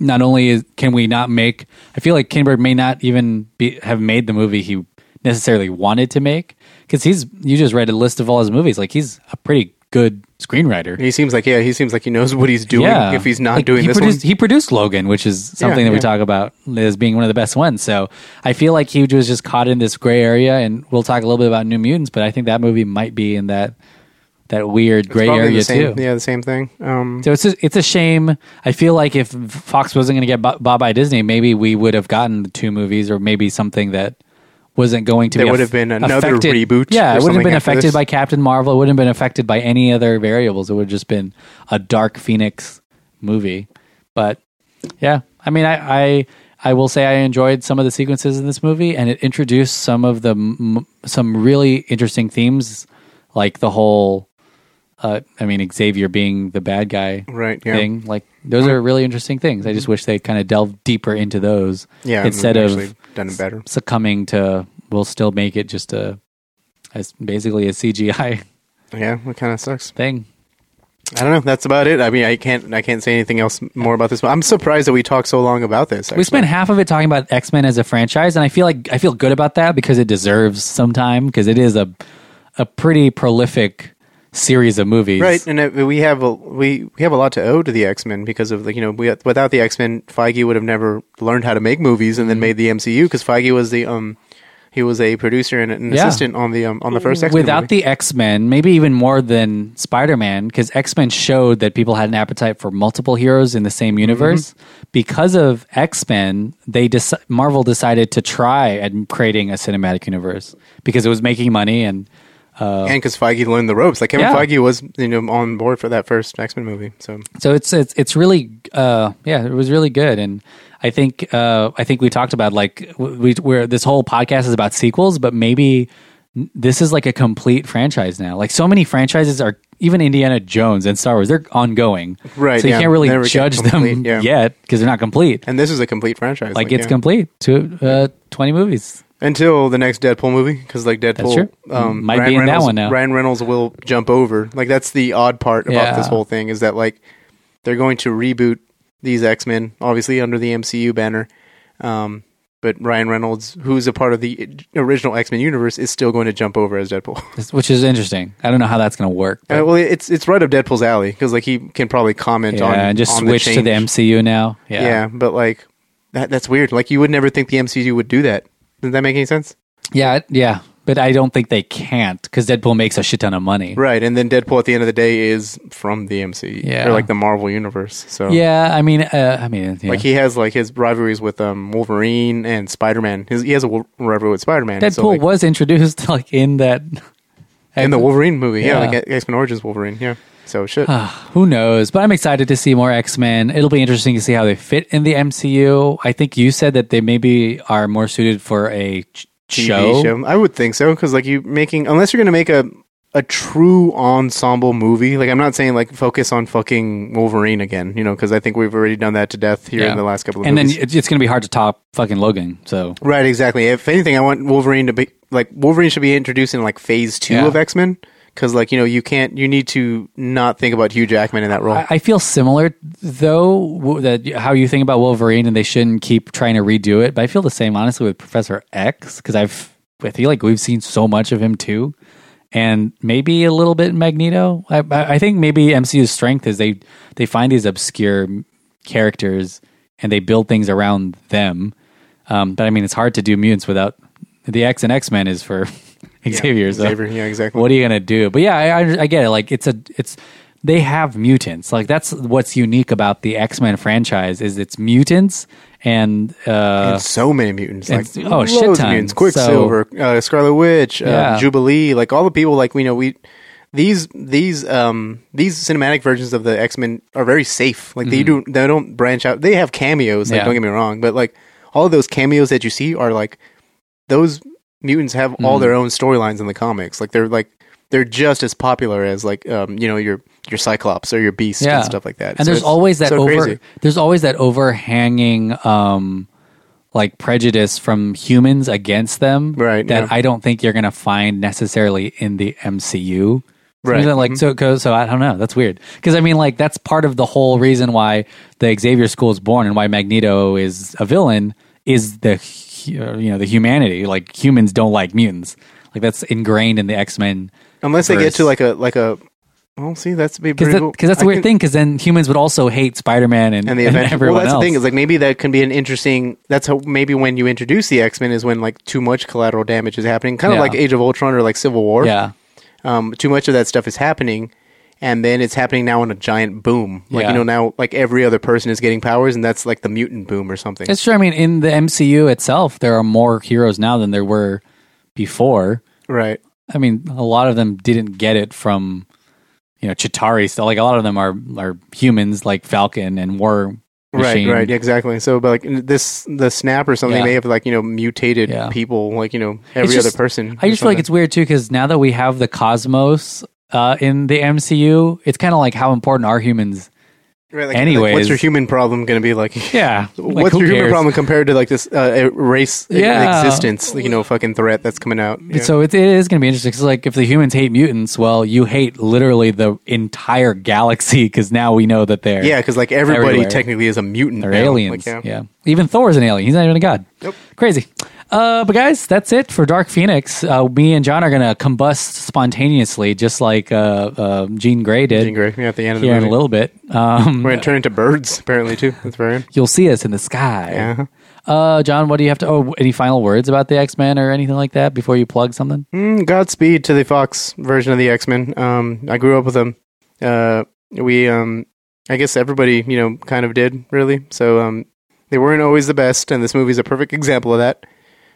Speaker 11: not only is, can we not make i feel like kinberg may not even be, have made the movie he necessarily wanted to make because he's you just read a list of all his movies like he's a pretty good screenwriter
Speaker 12: He seems like yeah, he seems like he knows what he's doing.
Speaker 11: Yeah.
Speaker 12: If he's not
Speaker 11: Like,
Speaker 12: doing
Speaker 11: he
Speaker 12: this one.
Speaker 11: produced, he produced logan which is something that we
Speaker 12: yeah.
Speaker 11: talk about as being one of the best ones so i feel like he was just caught in this gray area and we'll talk a little bit about new mutants but i think that movie might be in that that weird gray
Speaker 12: Probably the
Speaker 11: area
Speaker 12: same-
Speaker 11: too
Speaker 12: Yeah, the same thing. Um,
Speaker 11: So it's a, it's a shame. I feel like if Fox wasn't going to get bu- bought by Disney, maybe we would have gotten the two movies, or maybe something that wasn't going to
Speaker 12: There
Speaker 11: be.
Speaker 12: would
Speaker 11: aff-
Speaker 12: have been another
Speaker 11: affected-
Speaker 12: reboot
Speaker 11: Yeah,
Speaker 12: or
Speaker 11: it wouldn't have
Speaker 12: something
Speaker 11: been
Speaker 12: after
Speaker 11: affected
Speaker 12: this.
Speaker 11: by Captain Marvel. It wouldn't have been affected by any other variables. It would have just been a Dark Phoenix movie. But yeah, I mean, I, I I will say I enjoyed some of the sequences in this movie, and it introduced some of the m- some really interesting themes, like the whole, uh, I mean, Xavier being the bad guy,
Speaker 12: Right, yeah. Mm-hmm.
Speaker 11: Thing like those are really interesting things. I just wish they kind of delved deeper into those,
Speaker 12: Yeah,
Speaker 11: instead
Speaker 12: they've
Speaker 11: of
Speaker 12: actually done it better.
Speaker 11: succumbing to we'll still make it just a as basically a CGI
Speaker 12: yeah, it kind of sucks.
Speaker 11: thing.
Speaker 12: I don't know. That's about it. I mean, I can't. I can't say anything else more about this. one. I'm surprised that we talked so long about this.
Speaker 11: We
Speaker 12: actually.
Speaker 11: spent half of it talking about X Men as a franchise, and I feel like I feel good about that because it deserves some time because it is a a pretty prolific series of movies.
Speaker 12: right, and uh, we have a we, we have a lot to owe to the X Men because of like you know we, without the X Men, Feige would have never learned how to make movies
Speaker 11: Mm-hmm.
Speaker 12: and then made the MCU because Feige was the um he was a producer and an
Speaker 11: Yeah.
Speaker 12: assistant on the um, on the first X Men
Speaker 11: Without the X Men, maybe even more than Spider Man, because X Men showed that people had an appetite for multiple heroes in the same universe. Because of X Men, they deci- Marvel decided to try at creating a cinematic universe because it was making money and. Uh,
Speaker 12: and because Feige learned the ropes. Like Kevin
Speaker 11: Yeah.
Speaker 12: Feige was you know on board for that first X Men movie. So
Speaker 11: so it's it's it's really uh yeah it was really good and i think uh i think we talked about like w- we where this whole podcast is about sequels but maybe n- this is like a complete franchise now like so many franchises are even indiana jones and star wars they're ongoing
Speaker 12: Right,
Speaker 11: so you
Speaker 12: yeah.
Speaker 11: can't really
Speaker 12: Never get
Speaker 11: judge them
Speaker 12: complete, yeah.
Speaker 11: yet because they're not complete
Speaker 12: and this is a complete franchise.
Speaker 11: like it's
Speaker 12: yeah.
Speaker 11: complete to uh 20 movies
Speaker 12: Until the next Deadpool movie, because like Deadpool,
Speaker 11: true. Might be in that
Speaker 12: Reynolds,
Speaker 11: one now.
Speaker 12: Ryan Reynolds will jump over. Like that's the odd part about
Speaker 11: Yeah.
Speaker 12: this whole thing is that like they're going to reboot these X Men, obviously under the MCU banner. Um, but Ryan Reynolds, who's a part of the original X Men universe, is still going to jump over as Deadpool.
Speaker 11: which is interesting i don't know how that's gonna work but-
Speaker 12: Uh, well, it's it's right up Deadpool's alley because like he can probably comment
Speaker 11: yeah
Speaker 12: on
Speaker 11: and just
Speaker 12: on
Speaker 11: switch
Speaker 12: the
Speaker 11: to the
Speaker 12: change.
Speaker 11: mcu now
Speaker 12: Yeah. but like that that's weird. Like you would never think the MCU would do that. Does that make any sense?
Speaker 11: Yeah, yeah, but I don't think they can't because Deadpool makes a shit ton of money.
Speaker 12: Right, and then Deadpool at the end of the day is from the MCU,
Speaker 11: Yeah.
Speaker 12: or like the Marvel universe. So
Speaker 11: Yeah, I mean, uh, I mean, yeah.
Speaker 12: like he has like his rivalries with um Wolverine and Spider Man. His he has a wol- rivalry with Spider Man.
Speaker 11: Deadpool
Speaker 12: so, like,
Speaker 11: was introduced like in that
Speaker 12: in the Wolverine movie, yeah,
Speaker 11: Yeah. Ah,
Speaker 12: like X Men Origins Wolverine, yeah. So shit,
Speaker 11: Who knows? But I'm excited to see more X Men. It'll be interesting to see how they fit in the MCU. I think you said that they maybe are more suited for a ch-
Speaker 12: TV
Speaker 11: show.
Speaker 12: I would think so because like you making unless you're gonna make a a true ensemble movie. Like I'm not saying like focus on fucking Wolverine again, you know, because I think we've already done that to death here in the last couple of
Speaker 11: and
Speaker 12: movies.
Speaker 11: then it- it's going to be hard to top fucking Logan. So
Speaker 12: right, exactly. If anything, I want Wolverine to be like Wolverine should be introduced in like phase two
Speaker 11: Yeah.
Speaker 12: of X Men because like you know you can't you need to not think about Hugh Jackman in that role.
Speaker 11: I, I feel similar though w- that y- how you think about Wolverine and they shouldn't keep trying to redo it. But I feel the same honestly with Professor X because I've I feel like we've seen so much of him too, and maybe a little bit in Magneto. I, I I think maybe MCU's strength is they they find these obscure characters and they build things around them. Um, but I mean, it's hard to do mutants without the X and X Men is for Xavier. so
Speaker 12: Xavier, yeah, exactly.
Speaker 11: What are you gonna do? But yeah, I, I, I get it. Like it's a it's they have mutants. Like that's what's unique about the X Men franchise is it's mutants and uh,
Speaker 12: And so many mutants, like
Speaker 11: and- oh shit
Speaker 12: loads of
Speaker 11: tons.
Speaker 12: mutants.
Speaker 11: So-
Speaker 12: Quicksilver, uh, Scarlet Witch, uh,
Speaker 11: Yeah.
Speaker 12: Jubilee, like all the people, like we know we these these um these cinematic versions of the X Men are very safe. Like they
Speaker 11: Mhm.
Speaker 12: do they don't branch out. They have cameos. Like
Speaker 11: Yeah.
Speaker 12: don't get me wrong, but like all of those cameos that you see are like those mutants have all
Speaker 11: Mhm.
Speaker 12: their own storylines in the comics. Like they're like they're just as popular as like um you know your your Cyclops or your Beast and stuff like that.
Speaker 11: And
Speaker 12: So
Speaker 11: there's
Speaker 12: it's
Speaker 11: always that
Speaker 12: so
Speaker 11: over
Speaker 12: crazy.
Speaker 11: there's always that overhanging um like prejudice from humans against them
Speaker 12: Right,
Speaker 11: that
Speaker 12: yeah.
Speaker 11: I don't think you're going to find necessarily in the MCU.
Speaker 12: Right,
Speaker 11: Something Like
Speaker 12: mhm.
Speaker 11: so it goes so I don't know. That's weird. Cuz I mean like that's part of the whole reason why the Xavier school is born and why Magneto is a villain is the hu- uh, you know the humanity like humans don't like mutants. Like that's ingrained in the X-Men
Speaker 12: unless they get
Speaker 11: verse.
Speaker 12: to like a like a. Well, see, that's be
Speaker 11: Because
Speaker 12: pretty cool.
Speaker 11: that's
Speaker 12: I
Speaker 11: the weird
Speaker 12: can-
Speaker 11: thing. Because then humans would also hate Spider Man and,
Speaker 12: and the
Speaker 11: and
Speaker 12: Avengers. Well,
Speaker 11: everyone
Speaker 12: that's
Speaker 11: else.
Speaker 12: the thing is like maybe that can be an interesting. That's how maybe when you introduce the X Men is when like too much collateral damage is happening, kind of
Speaker 11: Yeah.
Speaker 12: like Age of Ultron or like Civil War.
Speaker 11: Yeah.
Speaker 12: um, too much of that stuff is happening, and then it's happening now in a giant boom. Like
Speaker 11: Yeah.
Speaker 12: you know now like every other person is getting powers, and that's like the mutant boom or something.
Speaker 11: it's true. I mean, in the MCU itself, there are more heroes now than there were before.
Speaker 12: Right.
Speaker 11: I mean, a lot of them didn't get it from you know Chitari stuff. Like a lot of them are are humans, like Falcon and War Machine.
Speaker 12: Right, right, exactly. So, but like n- this, the snap or something
Speaker 11: Yeah.
Speaker 12: may have like you know mutated people, like you know every
Speaker 11: It's
Speaker 12: other
Speaker 11: just-
Speaker 12: person.
Speaker 11: I just feel like it's weird too because now that we have the cosmos uh, in the MCU, it's kind of like how important are humans?
Speaker 12: Right, like,
Speaker 11: anyways,
Speaker 12: like, what's your human problem going to be like?
Speaker 11: Yeah, like,
Speaker 12: What's
Speaker 11: who
Speaker 12: your human
Speaker 11: cares?
Speaker 12: problem compared to like this uh, race
Speaker 11: Yeah.
Speaker 12: existence? You know, fucking threat that's coming out. Yeah.
Speaker 11: So it, it is going to be interesting. 'cause, like, if the humans hate mutants, well, you hate literally the entire galaxy because now we know that they're
Speaker 12: Yeah, because like everybody
Speaker 11: everywhere.
Speaker 12: technically is a mutant.
Speaker 11: they're
Speaker 12: now.
Speaker 11: aliens.
Speaker 12: Like,
Speaker 11: yeah. even Thor is an alien. He's not even a god. Nope. Crazy. Uh, but guys, that's it for Dark Phoenix. Uh, me and John are going to combust spontaneously, just like uh, uh, Jean Grey did. Jean
Speaker 12: Grey, yeah, at the end of the
Speaker 11: here in
Speaker 12: movie.
Speaker 11: a little bit. Um,
Speaker 12: We're gonna turn into birds apparently too. That's very.
Speaker 11: You'll see us in the sky. Uh, John, what do you have to? Oh, any final words about the X Men or anything like that before you plug something?
Speaker 12: Mm, Godspeed to the Fox version of the X Men. Um, I grew up with them. Uh, we, um, I guess everybody, you know, kind of did really. So um, they weren't always the best, and this movie's a perfect example of that.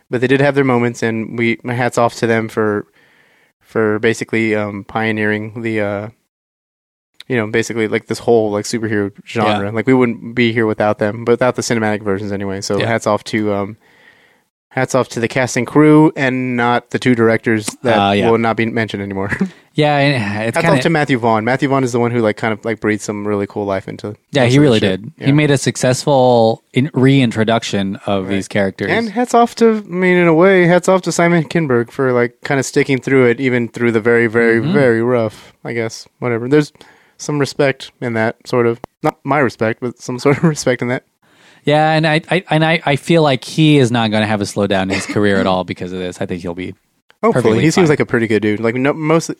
Speaker 12: But they did have their moments, and we, my hats off to them for, for basically um, pioneering the, uh, you know, basically like this whole like superhero genre.
Speaker 11: Yeah.
Speaker 12: Like we wouldn't be here without them, but without the cinematic versions anyway. So
Speaker 11: Yeah.
Speaker 12: hats off to um, hats off to the casting crew and not the two directors that
Speaker 11: Uh, yeah.
Speaker 12: will not be mentioned anymore.
Speaker 11: Yeah, and it's
Speaker 12: hats
Speaker 11: kind
Speaker 12: off
Speaker 11: of
Speaker 12: to Matthew Vaughn. Matthew Vaughn is the one who like kind of like breathed some really cool life into.
Speaker 11: Yeah,
Speaker 12: most
Speaker 11: he
Speaker 12: of
Speaker 11: really
Speaker 12: the shit.
Speaker 11: did.
Speaker 12: Yeah.
Speaker 11: He made a successful in- reintroduction of these characters.
Speaker 12: And hats off to, I mean, in a way, hats off to Simon Kinberg for like kind of sticking through it, even through the very, very,
Speaker 11: Mhm.
Speaker 12: very rough. I guess whatever. There's some respect in that sort of not my respect, but some sort of respect in that.
Speaker 11: yeah, and I, I and I, I feel like he is not going to have a slow down in his career at all because of this. I think he'll be
Speaker 12: Hopefully,
Speaker 11: perfectly
Speaker 12: he
Speaker 11: fine.
Speaker 12: seems like a pretty good dude. Like no, most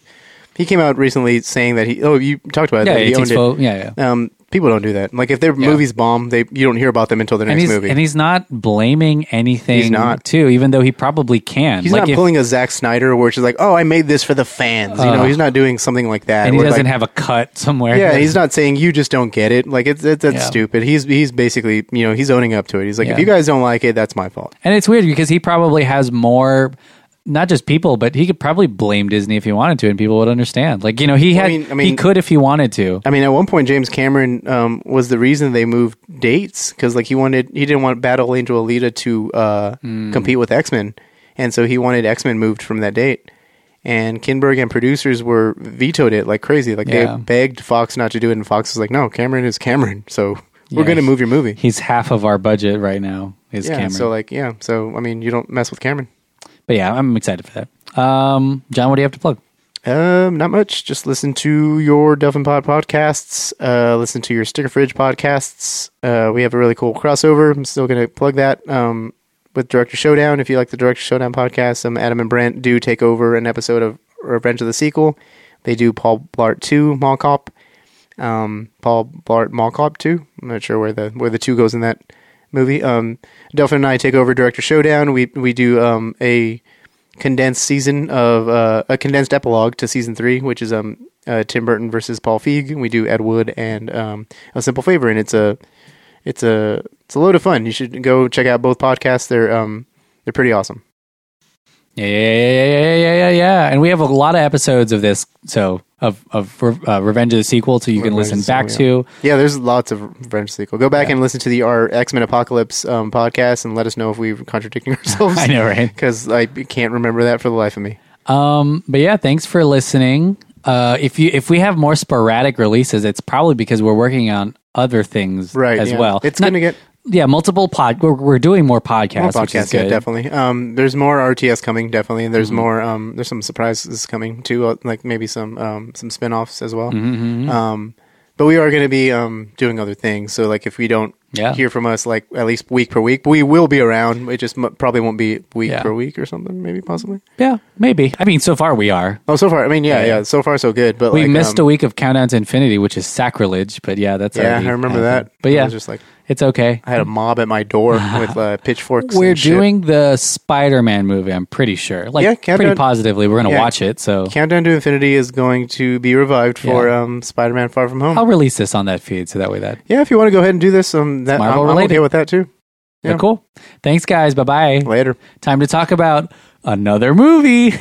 Speaker 12: he came out recently saying that he. Oh, you talked about it.
Speaker 11: Yeah,
Speaker 12: that
Speaker 11: he
Speaker 12: he
Speaker 11: takes photo-
Speaker 12: owned it.
Speaker 11: yeah,
Speaker 12: Um, people don't do that. Like if their movies bomb, they you don't hear about them until their
Speaker 11: and
Speaker 12: next
Speaker 11: he's
Speaker 12: movie.
Speaker 11: and he's not blaming anything.
Speaker 12: He's not.
Speaker 11: too, even though he probably can.
Speaker 12: He's
Speaker 11: Like,
Speaker 12: not
Speaker 11: if-
Speaker 12: pulling a Zack Snyder, where it's just like, "Oh, I made this for the fans." you
Speaker 11: Uh,
Speaker 12: know, he's not doing something like that.
Speaker 11: and he
Speaker 12: where,
Speaker 11: doesn't
Speaker 12: like,
Speaker 11: have a cut somewhere.
Speaker 12: Yeah, he's not saying you just don't get it. Like it's, it's that's
Speaker 11: Yeah.
Speaker 12: stupid. He's he's basically you know he's owning up to it. He's like,
Speaker 11: Yeah.
Speaker 12: if you guys don't like it, that's my fault.
Speaker 11: And it's weird because he probably has more, not just people, but he could probably blame Disney if he wanted to, and people would understand. Like you know, he
Speaker 12: Well,
Speaker 11: had,
Speaker 12: I mean- I
Speaker 11: he
Speaker 12: mean-
Speaker 11: could if he wanted to.
Speaker 12: I mean, at one point, James Cameron um, was the reason they moved dates because like he wanted he didn't want Battle Angel
Speaker 11: Hmm.
Speaker 12: Alita to uh, compete with X Men, and so he wanted X Men moved from that date. and Kinberg and producers were vetoed it like crazy. Like
Speaker 11: Yeah.
Speaker 12: they begged Fox not to do it, and Fox was like, "No, Cameron is Cameron, so we're
Speaker 11: Yeah,
Speaker 12: going to
Speaker 11: he-
Speaker 12: move your movie."
Speaker 11: He's half of our budget right now. Is
Speaker 12: yeah,
Speaker 11: Cameron?
Speaker 12: so like yeah, so I mean, you don't mess with Cameron.
Speaker 11: but yeah, I'm excited for that. Um, John, what do you have to plug?
Speaker 12: Um, not much. Just listen to your Duff and Pod podcasts. Uh, listen to your Sticker Fridge podcasts. Uh, we have a really cool crossover. I'm still going to plug that. Um, with Director Showdown. If you like the Director Showdown podcast, um, Adam and Brent do take over an episode of Revenge of the Sequel. They do Paul Blart Two Mall Cop. Um, Paul Blart Mall Cop Two. I'm not sure where the where the two goes in that movie. Um, Delphin and I take over Director Showdown. We we do um a condensed season of uh, a condensed epilogue to season three, which is um uh, Tim Burton versus Paul Feig. We do Ed Wood and um, A Simple Favor, and it's a it's a it's a load of fun. You should go check out both podcasts. They're um they're pretty awesome.
Speaker 11: Yeah, yeah, yeah, yeah, yeah, yeah, yeah. And we have a lot of episodes of this, so of of uh, Revenge of the Sequel, so you can
Speaker 12: Revenge
Speaker 11: listen
Speaker 12: of the
Speaker 11: back
Speaker 12: Sequel,
Speaker 11: to.
Speaker 12: yeah. Yeah, there's lots of Revenge sequel. Go back and listen to the our X Men Apocalypse um, podcast and let us know if we we're contradicting ourselves.
Speaker 11: I know, right?
Speaker 12: Because I can't remember that for the life of me.
Speaker 11: Um, but yeah, thanks for listening. Uh, if you if we have more sporadic releases, it's probably because we're working on other things
Speaker 12: Right,
Speaker 11: as
Speaker 12: yeah.
Speaker 11: well.
Speaker 12: It's
Speaker 11: Not-
Speaker 12: gonna get-
Speaker 11: yeah, multiple pod. We're, we're doing more podcasts.
Speaker 12: More
Speaker 11: which is
Speaker 12: podcasts,
Speaker 11: good.
Speaker 12: yeah,
Speaker 11: Mm-hmm.
Speaker 12: definitely. Um, there's more RTS coming, definitely. And there's more. Um, there's some surprises coming too, uh, like maybe some um, some spinoffs as well.
Speaker 11: Mhm.
Speaker 12: Um, but we are going to be um, doing other things. So like if we don't
Speaker 11: Yeah.
Speaker 12: hear from us like at least week per week, we will be around. It just m- probably won't be week
Speaker 11: Yeah.
Speaker 12: per week or something, maybe possibly.
Speaker 11: Yeah, maybe. I mean, so far we are.
Speaker 12: Oh, so far, I mean, yeah,
Speaker 11: Yeah.
Speaker 12: yeah, so far so good. But
Speaker 11: we
Speaker 12: like,
Speaker 11: missed a
Speaker 12: um,
Speaker 11: week of Countdown to Infinity, which is sacrilege. But yeah, that's
Speaker 12: Yeah,
Speaker 11: already
Speaker 12: I remember
Speaker 11: happened.
Speaker 12: that.
Speaker 11: But
Speaker 12: I
Speaker 11: yeah,
Speaker 12: was just like
Speaker 11: it's okay.
Speaker 12: I had a mob at my door with uh, pitchforks.
Speaker 11: We're
Speaker 12: and shit.
Speaker 11: doing the Spider-Man movie. I'm pretty sure. Like,
Speaker 12: Yeah,
Speaker 11: pretty
Speaker 12: Countdown-
Speaker 11: positively, we're gonna
Speaker 12: Yeah.
Speaker 11: watch it. So
Speaker 12: Countdown to Infinity is going to be revived for
Speaker 11: Yeah.
Speaker 12: um, Spider-Man: Far From Home.
Speaker 11: I'll release this on that feed, so that way that.
Speaker 12: Yeah, if you want to go ahead and do this, um, that I'm,
Speaker 11: Marvel
Speaker 12: I'm
Speaker 11: related.
Speaker 12: okay with that too.
Speaker 11: But cool. Thanks, guys. Bye bye.
Speaker 12: Later.
Speaker 11: Time to talk about another movie.